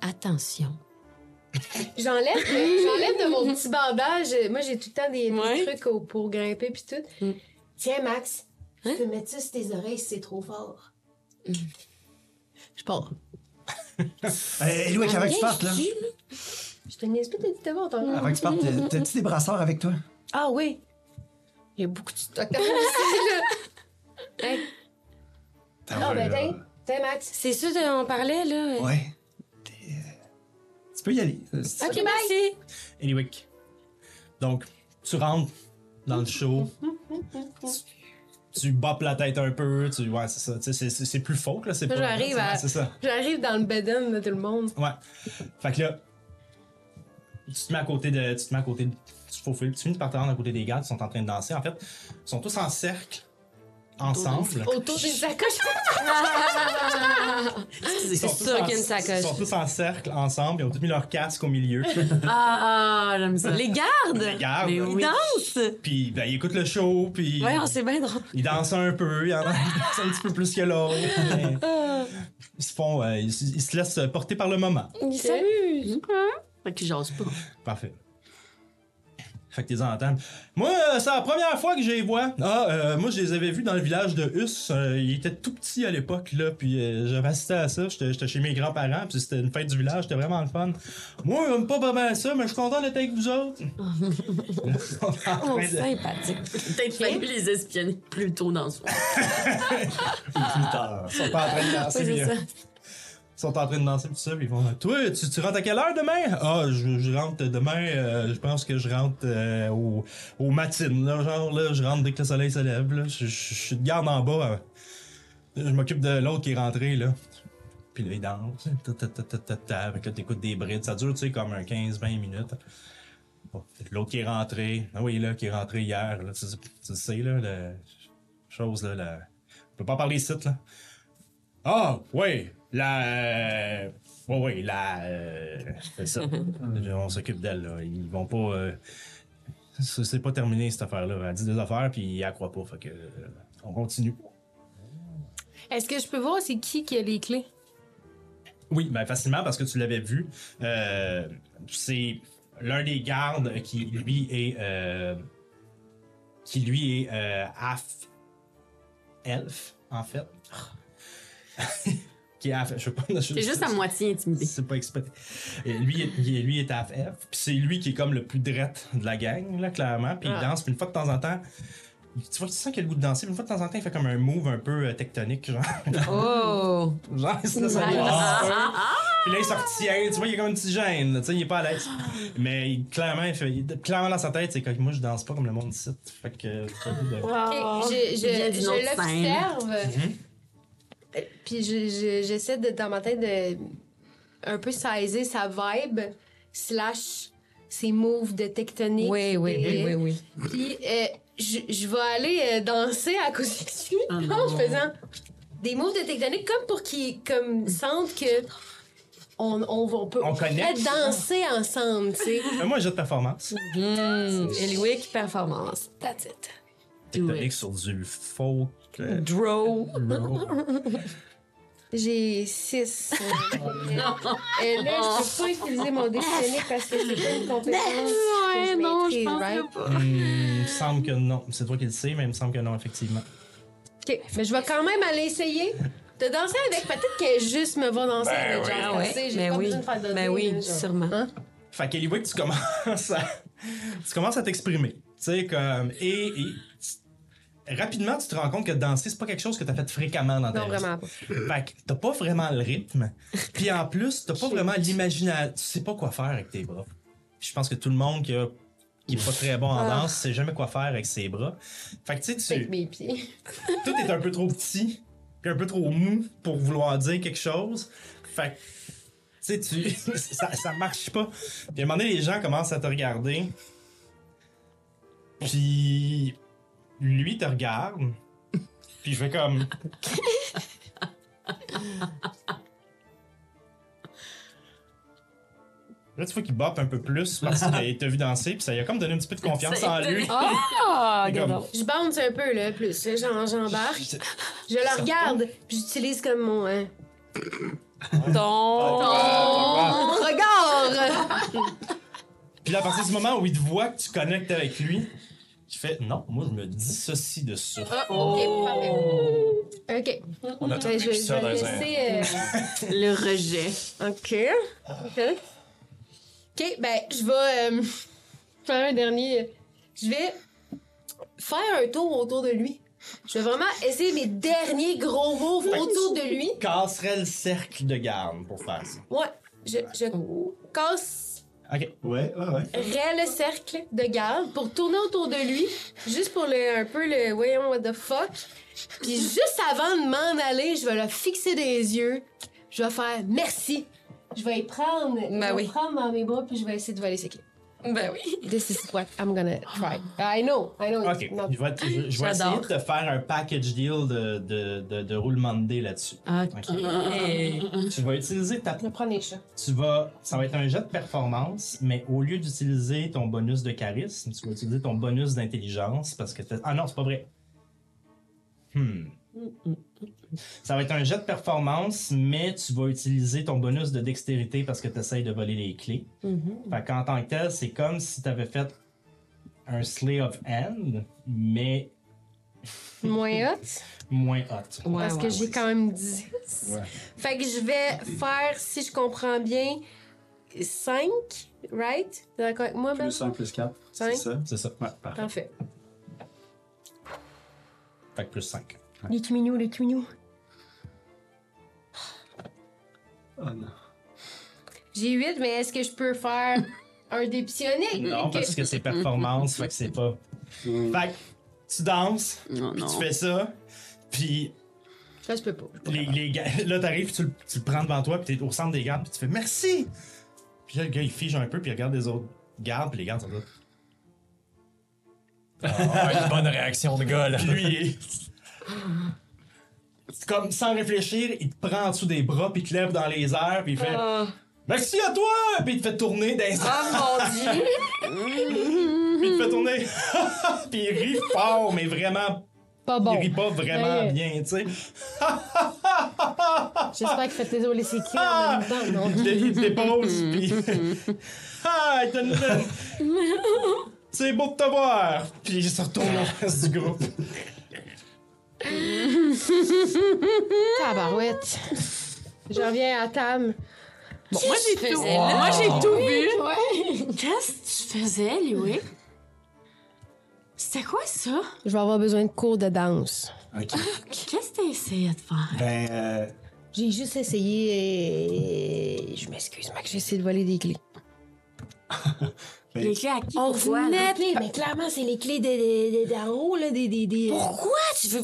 [SPEAKER 7] Attention.
[SPEAKER 6] J'enlève j'enlève de mon petit bandage. Moi, j'ai tout le temps des, des
[SPEAKER 7] Ouais.
[SPEAKER 6] trucs au- pour grimper puis tout.
[SPEAKER 7] Mm.
[SPEAKER 6] Tiens, Max,
[SPEAKER 7] Hein?
[SPEAKER 6] tu peux mettre ça sur tes oreilles si c'est trop fort.
[SPEAKER 8] Je pars.
[SPEAKER 3] Hé, Louis, Euh,
[SPEAKER 7] Ah,
[SPEAKER 3] avant que tu partes, là.
[SPEAKER 6] Je te niaise pas, t'as dit d'abord, t'en
[SPEAKER 3] Avant que tu partes, t'as- t'as-tu des brasseurs avec toi?
[SPEAKER 8] Ah oui! Il y a beaucoup de stock.
[SPEAKER 3] T'as
[SPEAKER 6] Ah,
[SPEAKER 3] un,
[SPEAKER 6] ben,
[SPEAKER 3] là.
[SPEAKER 6] tiens, tiens, Max.
[SPEAKER 7] C'est ça dont on parlait, là?
[SPEAKER 3] Ouais. T'es, euh, Tu peux y aller. euh, si tu
[SPEAKER 7] Ok, merci.
[SPEAKER 2] Eliwick. Donc, tu rentres dans le show. Tu- Tu bopes la tête un peu, tu ouais, c'est ça, tu sais, c'est- c'est c'est plus faux que là, c'est
[SPEAKER 6] Moi,
[SPEAKER 2] pas
[SPEAKER 6] j'arrive à-
[SPEAKER 2] ouais, c'est ça.
[SPEAKER 6] J'arrive dans le bedon de tout le monde.
[SPEAKER 2] Ouais. Fait que là, tu te mets à côté de. Tu te mets à côté de. Tu te faufiles, tu finis par te rendre à côté des gardes qui sont en train de danser. En fait, ils sont tous en cercle, ensemble.
[SPEAKER 6] Autour des sacoches.
[SPEAKER 2] Ils sont
[SPEAKER 7] C'est
[SPEAKER 2] tous
[SPEAKER 7] sûr
[SPEAKER 2] en-
[SPEAKER 7] qu'il y a une sacoche.
[SPEAKER 2] Ils sont tous en cercle, ensemble. Ils ont tous mis leur casque au milieu.
[SPEAKER 5] Ah, ah, j'aime ça.
[SPEAKER 7] Les gardes!
[SPEAKER 2] Garde.
[SPEAKER 5] Mais
[SPEAKER 7] Ils
[SPEAKER 5] oui.
[SPEAKER 7] dansent!
[SPEAKER 2] Puis, ben, ils écoutent le show, puis.
[SPEAKER 7] Ouais, on s'est bien drôle.
[SPEAKER 2] Ils dansent un peu, il y en a qui dansent un petit peu plus que l'autre. mais
[SPEAKER 6] Euh,
[SPEAKER 2] Ils se font, euh, ils, ils se laissent porter par le moment.
[SPEAKER 7] Ils s'amusent.
[SPEAKER 5] Fait que j'ose pas.
[SPEAKER 2] Parfait. Fait que t'es entends. Moi, euh, c'est la première fois que je les vois. Ah, euh, moi, je les avais vus dans le village de Hus. Euh, ils étaient tout petits à l'époque, là. Puis euh, j'avais assisté à ça. J'étais j'étais chez mes grands-parents. Puis c'était une fête du village. C'était vraiment le fun. Moi, j'aime pas pas mal ça, mais je suis content d'être avec vous autres. On est en
[SPEAKER 7] Oh,
[SPEAKER 2] train de-
[SPEAKER 7] sympathique.
[SPEAKER 5] Peut-être fallu les espionner plus tôt dans ce soir.
[SPEAKER 3] plus tard.
[SPEAKER 2] Ils sont pas en train de danser.
[SPEAKER 7] Oui,
[SPEAKER 2] mais,
[SPEAKER 7] c'est
[SPEAKER 2] euh,
[SPEAKER 7] ça.
[SPEAKER 2] Ils sont en train de danser tout ça, puis ils vont Toi, tu, tu rentres à quelle heure demain? Ah, je, je rentre demain, euh, je pense que je rentre euh, au, au matin, là, genre là, je rentre dès que le soleil se lève, là. Je, je- je suis de garde en bas. euh. Je m'occupe de l'autre qui est rentré là. Puis là, il danse. Ta, ta, ta, ta, ta, ta. Avec là, t'écoutes des brides. Ça dure, tu sais, comme un 15-20 minutes. Bon, L'autre qui est rentré. Ah oui, là, qui est rentré hier. Là, tu, tu sais, là, la chose, là, la... On peut pas parler ici, là. Ah, oui, la. euh, Oui, oui, la. euh, C'est ça. On s'occupe d'elle, là. Ils vont pas. euh, C'est c'est pas terminé, cette affaire-là. Elle dit des affaires, puis elle croit pas. Fait que. euh, On continue.
[SPEAKER 6] Est-ce que je peux voir c'est qui qui a les clés?
[SPEAKER 2] Oui, ben facilement parce que tu l'avais vu. Euh, c'est l'un des gardes qui lui est euh, qui lui est euh, half elf en fait. Ah. qui est half, je sais pas. je-
[SPEAKER 5] C'est juste à moitié intimidé.
[SPEAKER 2] C'est pas exprès. Et lui, est- il est- lui est à F. Puis c'est lui qui est comme le plus drette de la gang, là, clairement. Puis il danse, puis une fois de temps en temps. Tu vois, tu sens qu'il a le goût de danser, mais une fois de temps en temps, il fait comme un move un peu euh, tectonique, genre.
[SPEAKER 7] Oh!
[SPEAKER 2] Genre, il se laisse aller un petit peu. Puis là, il se retient. Tu vois, il est comme une petite gêne. là, Tu sais, il est pas à l'aise. Mais il- clairement, il fait, il- clairement, dans sa tête, c'est que moi, je danse pas comme le monde ici. Fait que. c'est pas le-
[SPEAKER 7] Oh,
[SPEAKER 6] Ok, je je,
[SPEAKER 5] vient
[SPEAKER 6] je,
[SPEAKER 5] d'une autre
[SPEAKER 6] l'observe.
[SPEAKER 2] Mhm.
[SPEAKER 6] Euh, Puis je- je- j'essaie de, dans ma tête de un peu sizer sa vibe slash ses moves de tectonique.
[SPEAKER 7] Oui, oui, oui, oui, oui.
[SPEAKER 6] Puis euh, je, je vais aller euh, danser à cause dessus
[SPEAKER 5] Ah non.
[SPEAKER 6] en faisant des moves de tectonique comme pour qu'ils comme sentent que on, on, va- on peut
[SPEAKER 2] On connecte.
[SPEAKER 6] danser ensemble, tu sais.
[SPEAKER 2] Fais-moi un jeu de performance.
[SPEAKER 7] Mm. Eliwick, performance. That's it.
[SPEAKER 2] Tectonique sur du folk. euh,
[SPEAKER 7] Draw.
[SPEAKER 2] roll.
[SPEAKER 6] J'ai 6.
[SPEAKER 7] Oh,
[SPEAKER 6] Et là, je peux pas utiliser mon décisionné parce que c'est pas une compétence. que je maîtrise, right?
[SPEAKER 2] Hmm, il me semble que non. C'est toi qui le sais, mais il me semble que non, effectivement.
[SPEAKER 6] Ok, mais je vais quand même aller essayer de danser avec. Peut-être qu'elle juste me va danser avec. genre,
[SPEAKER 7] Ah
[SPEAKER 6] tu
[SPEAKER 7] ouais?
[SPEAKER 6] sais, j'ai
[SPEAKER 7] Ben
[SPEAKER 6] pas
[SPEAKER 7] oui.
[SPEAKER 6] besoin de faire donner.
[SPEAKER 7] Ben oui,
[SPEAKER 6] là, genre.
[SPEAKER 7] sûrement.
[SPEAKER 2] Fait qu'Eliwick, tu commences à, tu commences à t'exprimer. Tu sais, comme. Et, et tu- rapidement, tu te rends compte que danser, c'est pas quelque chose que t'as fait fréquemment dans ta
[SPEAKER 8] Non,
[SPEAKER 2] vie.
[SPEAKER 8] vraiment pas.
[SPEAKER 2] Fait que t'as pas vraiment le rythme. Puis en plus, t'as pas vraiment l'imagination. Tu sais pas quoi faire avec tes bras. Puis je pense que tout le monde qui, a- qui est pas très bon en danse sait jamais quoi faire avec ses bras. Fait que tu sais, tu-
[SPEAKER 8] Avec mes pieds.
[SPEAKER 2] tout est un peu trop petit, puis un peu trop mou pour vouloir dire quelque chose. Fait que, tu sais, tu- ça, ça marche pas. Puis à un moment donné, les gens commencent à te regarder. Puis lui te regarde. Puis je fais comme. Là, tu vois qu'il boppe un peu plus parce qu'il t'a vu danser, puis ça lui a comme donné un petit peu de confiance en lui.
[SPEAKER 7] Ah,
[SPEAKER 2] Comme-
[SPEAKER 7] regarde.
[SPEAKER 6] Je bounce un peu, là, plus. là, j'en- J'embarque. Je le regarde, puis j'utilise comme mon. hein,
[SPEAKER 7] Ton.
[SPEAKER 6] mon regard!
[SPEAKER 2] Puis là, à partir du moment où il te voit que tu connectes avec lui, tu fais non, moi je me dis ceci de ça.
[SPEAKER 8] Ah, Ok, parfait.
[SPEAKER 6] Ok.
[SPEAKER 4] On a
[SPEAKER 6] Ben, je vais,
[SPEAKER 4] tout
[SPEAKER 6] je
[SPEAKER 4] ça
[SPEAKER 6] vais
[SPEAKER 4] dans un-
[SPEAKER 6] laisser.
[SPEAKER 5] Le rejet.
[SPEAKER 6] euh, Ok. Ok. Ok, ben, je vais euh, faire un dernier. Je vais faire un tour autour de lui. Je vais vraiment essayer mes derniers gros mots autour de lui.
[SPEAKER 2] Casserait le cercle de garde pour faire ça.
[SPEAKER 6] Ouais, je, je casse
[SPEAKER 2] Ok.
[SPEAKER 3] Ouais, ouais, ouais.
[SPEAKER 6] le cercle de garde pour tourner autour de lui, juste pour le, un peu le voyons what the fuck. Puis juste avant de m'en aller, je vais le fixer des yeux. Je vais faire merci. Je vais y prendre, je vais
[SPEAKER 7] Ben oui.
[SPEAKER 6] le prendre dans mes bras puis je vais essayer de voler ses clés.
[SPEAKER 7] Ben oui.
[SPEAKER 6] This is what I'm gonna try. I know, I know.
[SPEAKER 2] Ok,
[SPEAKER 6] not-
[SPEAKER 2] je vais, te- je- je vais
[SPEAKER 7] J'adore.
[SPEAKER 2] essayer de te faire un package deal de, de, de, de roulement de dés là-dessus.
[SPEAKER 6] Ah,
[SPEAKER 7] Ok.
[SPEAKER 2] Tu vas utiliser ta.
[SPEAKER 8] Je vais prendre les chats.
[SPEAKER 2] Tu vas. Ça va être un jet de performance, mais au lieu d'utiliser ton bonus de charisme, tu vas utiliser ton bonus d'intelligence parce que. t'as- Ah non, c'est pas vrai. Hmm. Ça va être un jet de performance, mais tu vas utiliser ton bonus de dextérité parce que tu essayes de voler les clés. Fait qu'en tant que tel, c'est comme si tu avais fait un Slay of Hand, mais
[SPEAKER 6] Moins hot.
[SPEAKER 2] moins hot.
[SPEAKER 7] Ouais,
[SPEAKER 6] parce
[SPEAKER 7] ouais,
[SPEAKER 6] que j'ai
[SPEAKER 7] ouais.
[SPEAKER 6] quand même 10. Fait que je vais faire, si je comprends bien, 5, right? T'es d'accord avec moi, Ben?
[SPEAKER 3] Plus 1, plus 4. C'est
[SPEAKER 6] Cinq.
[SPEAKER 3] ça?
[SPEAKER 2] C'est ça.
[SPEAKER 3] Ouais, parfait.
[SPEAKER 6] Parfait.
[SPEAKER 2] Fait que plus 5.
[SPEAKER 6] Les mignons, les mignons.
[SPEAKER 3] Oh non.
[SPEAKER 6] J'ai 8, mais est-ce que je peux faire un des psioniques?
[SPEAKER 2] Non, parce que c'est performance, fait que c'est pas. Fait que tu danses,
[SPEAKER 5] Non,
[SPEAKER 2] puis
[SPEAKER 5] non.
[SPEAKER 2] tu fais ça, puis
[SPEAKER 6] Ça, je peux pas.
[SPEAKER 2] les, les gars, là t'arrives, puis tu, le- tu le prends devant toi, puis t'es au centre des gardes, puis tu fais merci! Puis là, le gars il fige un peu, puis il regarde les autres gardes, puis les gardes sont là.
[SPEAKER 4] Ah, une bonne réaction de gars, là.
[SPEAKER 2] Puis lui, il est- C'est comme sans réfléchir, il te prend en dessous des bras, puis il te lève dans les airs, puis il fait
[SPEAKER 8] Ah.
[SPEAKER 2] Merci à toi! Puis il te fait tourner d'un Puis il te fait tourner. puis il rit fort, mais vraiment.
[SPEAKER 8] Pas
[SPEAKER 2] Il
[SPEAKER 8] bon.
[SPEAKER 2] rit pas vraiment
[SPEAKER 8] Ouais.
[SPEAKER 2] bien, tu sais.
[SPEAKER 8] J'espère qu'il fait tes os les séquilles en
[SPEAKER 6] Ah!
[SPEAKER 8] même temps, non?
[SPEAKER 2] Il te- il te dépose, puis. Ah, il te le- C'est beau de te voir! Puis il se retourne en face du groupe.
[SPEAKER 8] Tabarouette.
[SPEAKER 6] Je reviens à Tam.
[SPEAKER 7] Bon, moi, j'ai tout.
[SPEAKER 4] Moi, j'ai
[SPEAKER 7] tout vu.
[SPEAKER 5] Qu'est-ce que tu faisais, Louis? C'était quoi ça?
[SPEAKER 6] Je vais avoir besoin de cours de danse.
[SPEAKER 3] Ok.
[SPEAKER 5] Qu'est-ce que t'as essayé de faire?
[SPEAKER 3] Ben, euh,
[SPEAKER 6] J'ai juste essayé et... Je m'excuse, Mac, j'ai essayé de voler des clés.
[SPEAKER 3] ben,
[SPEAKER 5] Les clés à qui?
[SPEAKER 7] On
[SPEAKER 5] Pourquoi, là?
[SPEAKER 7] venait.
[SPEAKER 6] mais clairement, c'est les clés de, de, de, d'en haut, là, des... des, des...
[SPEAKER 7] Pourquoi tu veux.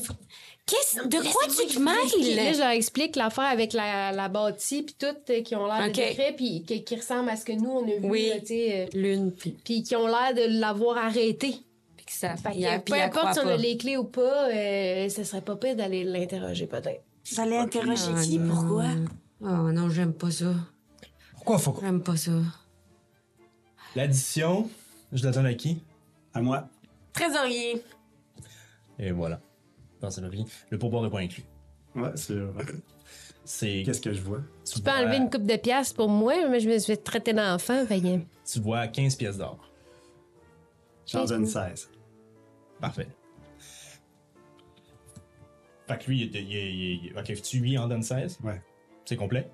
[SPEAKER 7] Qu'est-ce. De quoi tu te
[SPEAKER 6] Là, je
[SPEAKER 7] mêles?
[SPEAKER 6] leur explique l'affaire avec la, la bâtie puis tout, euh, qui ont l'air
[SPEAKER 7] Ok.
[SPEAKER 6] de décret, puis qui, qui ressemble à ce que nous, on a vu,
[SPEAKER 7] Oui.
[SPEAKER 6] là, tu sais, euh,
[SPEAKER 7] L'une, puis.
[SPEAKER 6] puis qui ont l'air de l'avoir arrêté.
[SPEAKER 7] Puis que ça.
[SPEAKER 6] Fait que,
[SPEAKER 7] il y a- puis
[SPEAKER 6] peu
[SPEAKER 7] il y a
[SPEAKER 6] importe
[SPEAKER 7] croit
[SPEAKER 6] si on
[SPEAKER 7] pas.
[SPEAKER 6] a les clés ou pas, euh, ce serait pas pire d'aller l'interroger, peut-être.
[SPEAKER 5] J'allais interroger
[SPEAKER 7] Ah,
[SPEAKER 5] qui?
[SPEAKER 7] non.
[SPEAKER 5] Pourquoi?
[SPEAKER 7] Oh non, j'aime pas ça.
[SPEAKER 4] Pourquoi faut.
[SPEAKER 7] J'aime pas ça.
[SPEAKER 2] L'addition, je la donne à qui?
[SPEAKER 3] à moi.
[SPEAKER 5] Trésorier.
[SPEAKER 2] Et voilà. Dans cette vie, le pourboire n'est pas inclus.
[SPEAKER 3] Ouais, c'est vrai.
[SPEAKER 2] C'est.
[SPEAKER 3] Qu'est-ce que je vois?
[SPEAKER 2] Tu
[SPEAKER 6] Je peux enlever une coupe de pièces pour moi, mais je me suis fait traiter d'enfant, fait que-
[SPEAKER 2] Tu vois 15 pièces d'or.
[SPEAKER 3] J'en donne 16.
[SPEAKER 2] Parfait. Fait que lui, il, est- il est- il est- il est- Ok, tu lui en donnes 16?
[SPEAKER 3] Ouais.
[SPEAKER 2] C'est complet?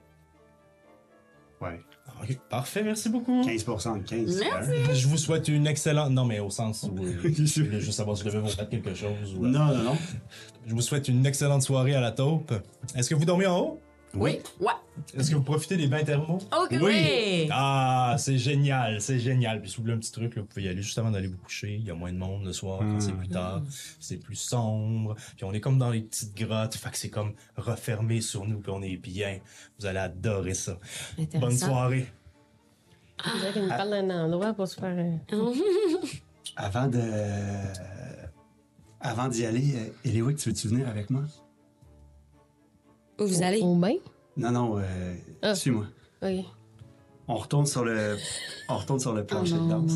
[SPEAKER 3] Ouais.
[SPEAKER 2] Ah, Ok, Parfait, merci beaucoup.
[SPEAKER 3] 15% de 15. c'est
[SPEAKER 5] Merci.
[SPEAKER 3] bien.
[SPEAKER 2] Je vous souhaite une excellente. Non, mais au sens où. euh, je voulais juste savoir si je devais vous faire quelque chose. ou- euh,
[SPEAKER 3] Non, non, non.
[SPEAKER 2] Je vous souhaite une excellente soirée à la taupe. Est-ce que vous dormez en haut?
[SPEAKER 3] Oui.
[SPEAKER 5] Ouais.
[SPEAKER 2] Est-ce que vous profitez des bains thermaux?
[SPEAKER 5] Ok.
[SPEAKER 3] Oui.
[SPEAKER 2] Ah, c'est génial, c'est génial. Puis si vous voulez un petit truc, là, vous pouvez y aller juste avant d'aller vous coucher. Il y a moins de monde le soir quand
[SPEAKER 3] Mm.
[SPEAKER 2] c'est plus tard. C'est plus sombre. Puis on est comme dans les petites grottes. Fait que c'est comme refermé sur nous. Puis on est bien. Vous allez adorer ça. Bonne soirée.
[SPEAKER 7] Ah.
[SPEAKER 8] On dirait qu'il me parle d'un endroit pour se faire. euh,
[SPEAKER 3] Avant de. Avant d'y aller, euh, Eliwick, tu veux-tu venir avec moi?
[SPEAKER 7] Où vous allez?
[SPEAKER 6] Oh.
[SPEAKER 8] Au bain?
[SPEAKER 3] Non, non, euh,
[SPEAKER 8] Ah.
[SPEAKER 3] suis-moi.
[SPEAKER 8] Ok.
[SPEAKER 3] On retourne sur le. On retourne sur le plancher de danse.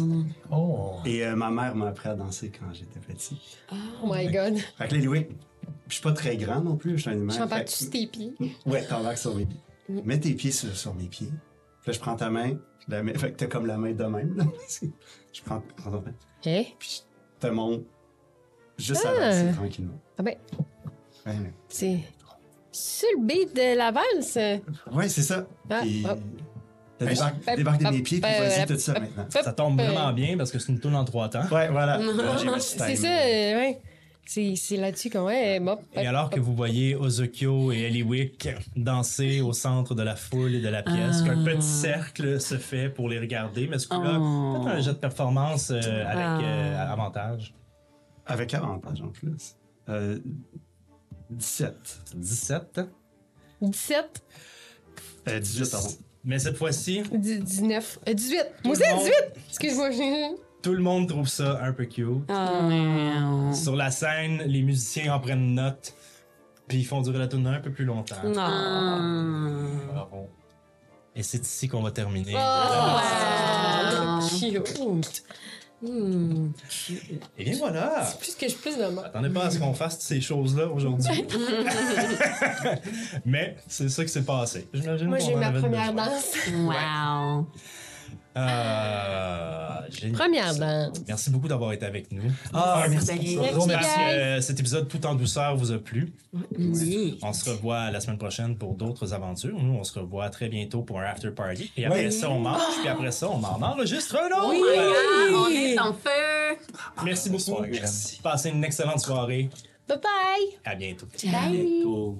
[SPEAKER 4] Oh.
[SPEAKER 3] Et euh, ma mère m'a appris à danser quand j'étais petit.
[SPEAKER 8] Oh my god.
[SPEAKER 3] Fait que là, Eliwick, je suis pas très grand non plus, je suis un humain.
[SPEAKER 8] J'en
[SPEAKER 3] Fait
[SPEAKER 8] parle
[SPEAKER 3] que-
[SPEAKER 8] tu tes pieds.
[SPEAKER 3] Ouais, t'embarques sur mes pieds.
[SPEAKER 7] Mm.
[SPEAKER 3] Mets tes pieds sur, sur mes pieds. Puis là, je prends ta main. je La mets, fait que t'as comme la main de même. là. C'est- je prends, prends ta main.
[SPEAKER 6] Eh,
[SPEAKER 8] Hein?
[SPEAKER 3] Puis je te monte juste
[SPEAKER 8] Ah.
[SPEAKER 3] avancer tranquillement.
[SPEAKER 8] Ah ben.
[SPEAKER 3] Ouais, ouais.
[SPEAKER 8] C'est. C'est le beat de la valse.
[SPEAKER 3] Ouais, c'est ça.
[SPEAKER 8] Ah, Ben,
[SPEAKER 3] Puis
[SPEAKER 8] hop.
[SPEAKER 3] t'as débarqué
[SPEAKER 8] Pep,
[SPEAKER 3] débarqué de mes
[SPEAKER 8] pep,
[SPEAKER 3] pieds, puis
[SPEAKER 8] pep,
[SPEAKER 3] vas-y,
[SPEAKER 8] pep,
[SPEAKER 3] tout ça
[SPEAKER 8] pep,
[SPEAKER 3] maintenant.
[SPEAKER 8] Hop,
[SPEAKER 2] Ça tombe
[SPEAKER 8] euh,
[SPEAKER 2] vraiment bien parce que c'est une tourne en trois temps.
[SPEAKER 3] Ouais, voilà.
[SPEAKER 7] Mm.
[SPEAKER 3] J'ai ma petite
[SPEAKER 8] C'est
[SPEAKER 3] timing.
[SPEAKER 8] ça, euh, ouais. C'est c'est là-dessus qu'on ouais, hop, hop,
[SPEAKER 2] Et alors que vous voyez Ozokyo et Eliwick danser au centre de la foule et de la pièce, qu'un petit cercle se fait pour les regarder, mais ce coup-là,
[SPEAKER 5] Oh.
[SPEAKER 2] faites un jet de performance euh, avec euh, avantage.
[SPEAKER 3] Avec avantage en plus. Euh, 17.
[SPEAKER 2] 17.
[SPEAKER 8] 17,
[SPEAKER 3] Euh, 18, pardon.
[SPEAKER 2] Mais cette fois-ci,
[SPEAKER 8] 10, 19, euh, 18. Moi
[SPEAKER 2] Tout le
[SPEAKER 8] aussi,
[SPEAKER 2] monde.
[SPEAKER 8] 18. Excuse-moi, j'ai.
[SPEAKER 2] tout le monde trouve ça un peu cute.
[SPEAKER 5] Euh,
[SPEAKER 2] Sur la scène, les musiciens en prennent note, puis ils font durer la tournée un peu plus longtemps.
[SPEAKER 7] Non.
[SPEAKER 4] Bravo.
[SPEAKER 2] Et c'est ici qu'on va terminer.
[SPEAKER 8] Ah, Cute.
[SPEAKER 7] Hmm.
[SPEAKER 2] Et bien voilà!
[SPEAKER 8] Plus que je plus de moi.
[SPEAKER 2] Attendez pas à ce qu'on fasse ces choses-là aujourd'hui. Mais c'est ça qui s'est passé. J'imagine
[SPEAKER 8] Moi,
[SPEAKER 2] qu'on
[SPEAKER 8] j'ai eu
[SPEAKER 2] en
[SPEAKER 8] ma
[SPEAKER 2] avait
[SPEAKER 8] première
[SPEAKER 2] besoin.
[SPEAKER 8] danse.
[SPEAKER 5] Wow.
[SPEAKER 2] Euh, génial.
[SPEAKER 8] Ah. Première danse.
[SPEAKER 2] Merci beaucoup d'avoir été avec nous.
[SPEAKER 3] Ah, merci.
[SPEAKER 2] Je vous
[SPEAKER 8] Merci,
[SPEAKER 2] remercie,
[SPEAKER 8] guys.
[SPEAKER 2] euh, cet épisode tout en douceur vous a plu.
[SPEAKER 5] Oui.
[SPEAKER 2] On se revoit la semaine prochaine pour d'autres aventures. Nous, on se revoit très bientôt pour un after party. Et après
[SPEAKER 3] Oui.
[SPEAKER 2] ça, on mange. Puis après ça, on en enregistre un autre.
[SPEAKER 5] Oh my
[SPEAKER 2] Ah,
[SPEAKER 5] God, on est en feu.
[SPEAKER 2] Merci beaucoup.
[SPEAKER 4] Bonsoir, Jeanne.
[SPEAKER 2] Merci. Passez une excellente soirée.
[SPEAKER 8] Bye bye.
[SPEAKER 2] À bientôt.
[SPEAKER 3] Bientôt.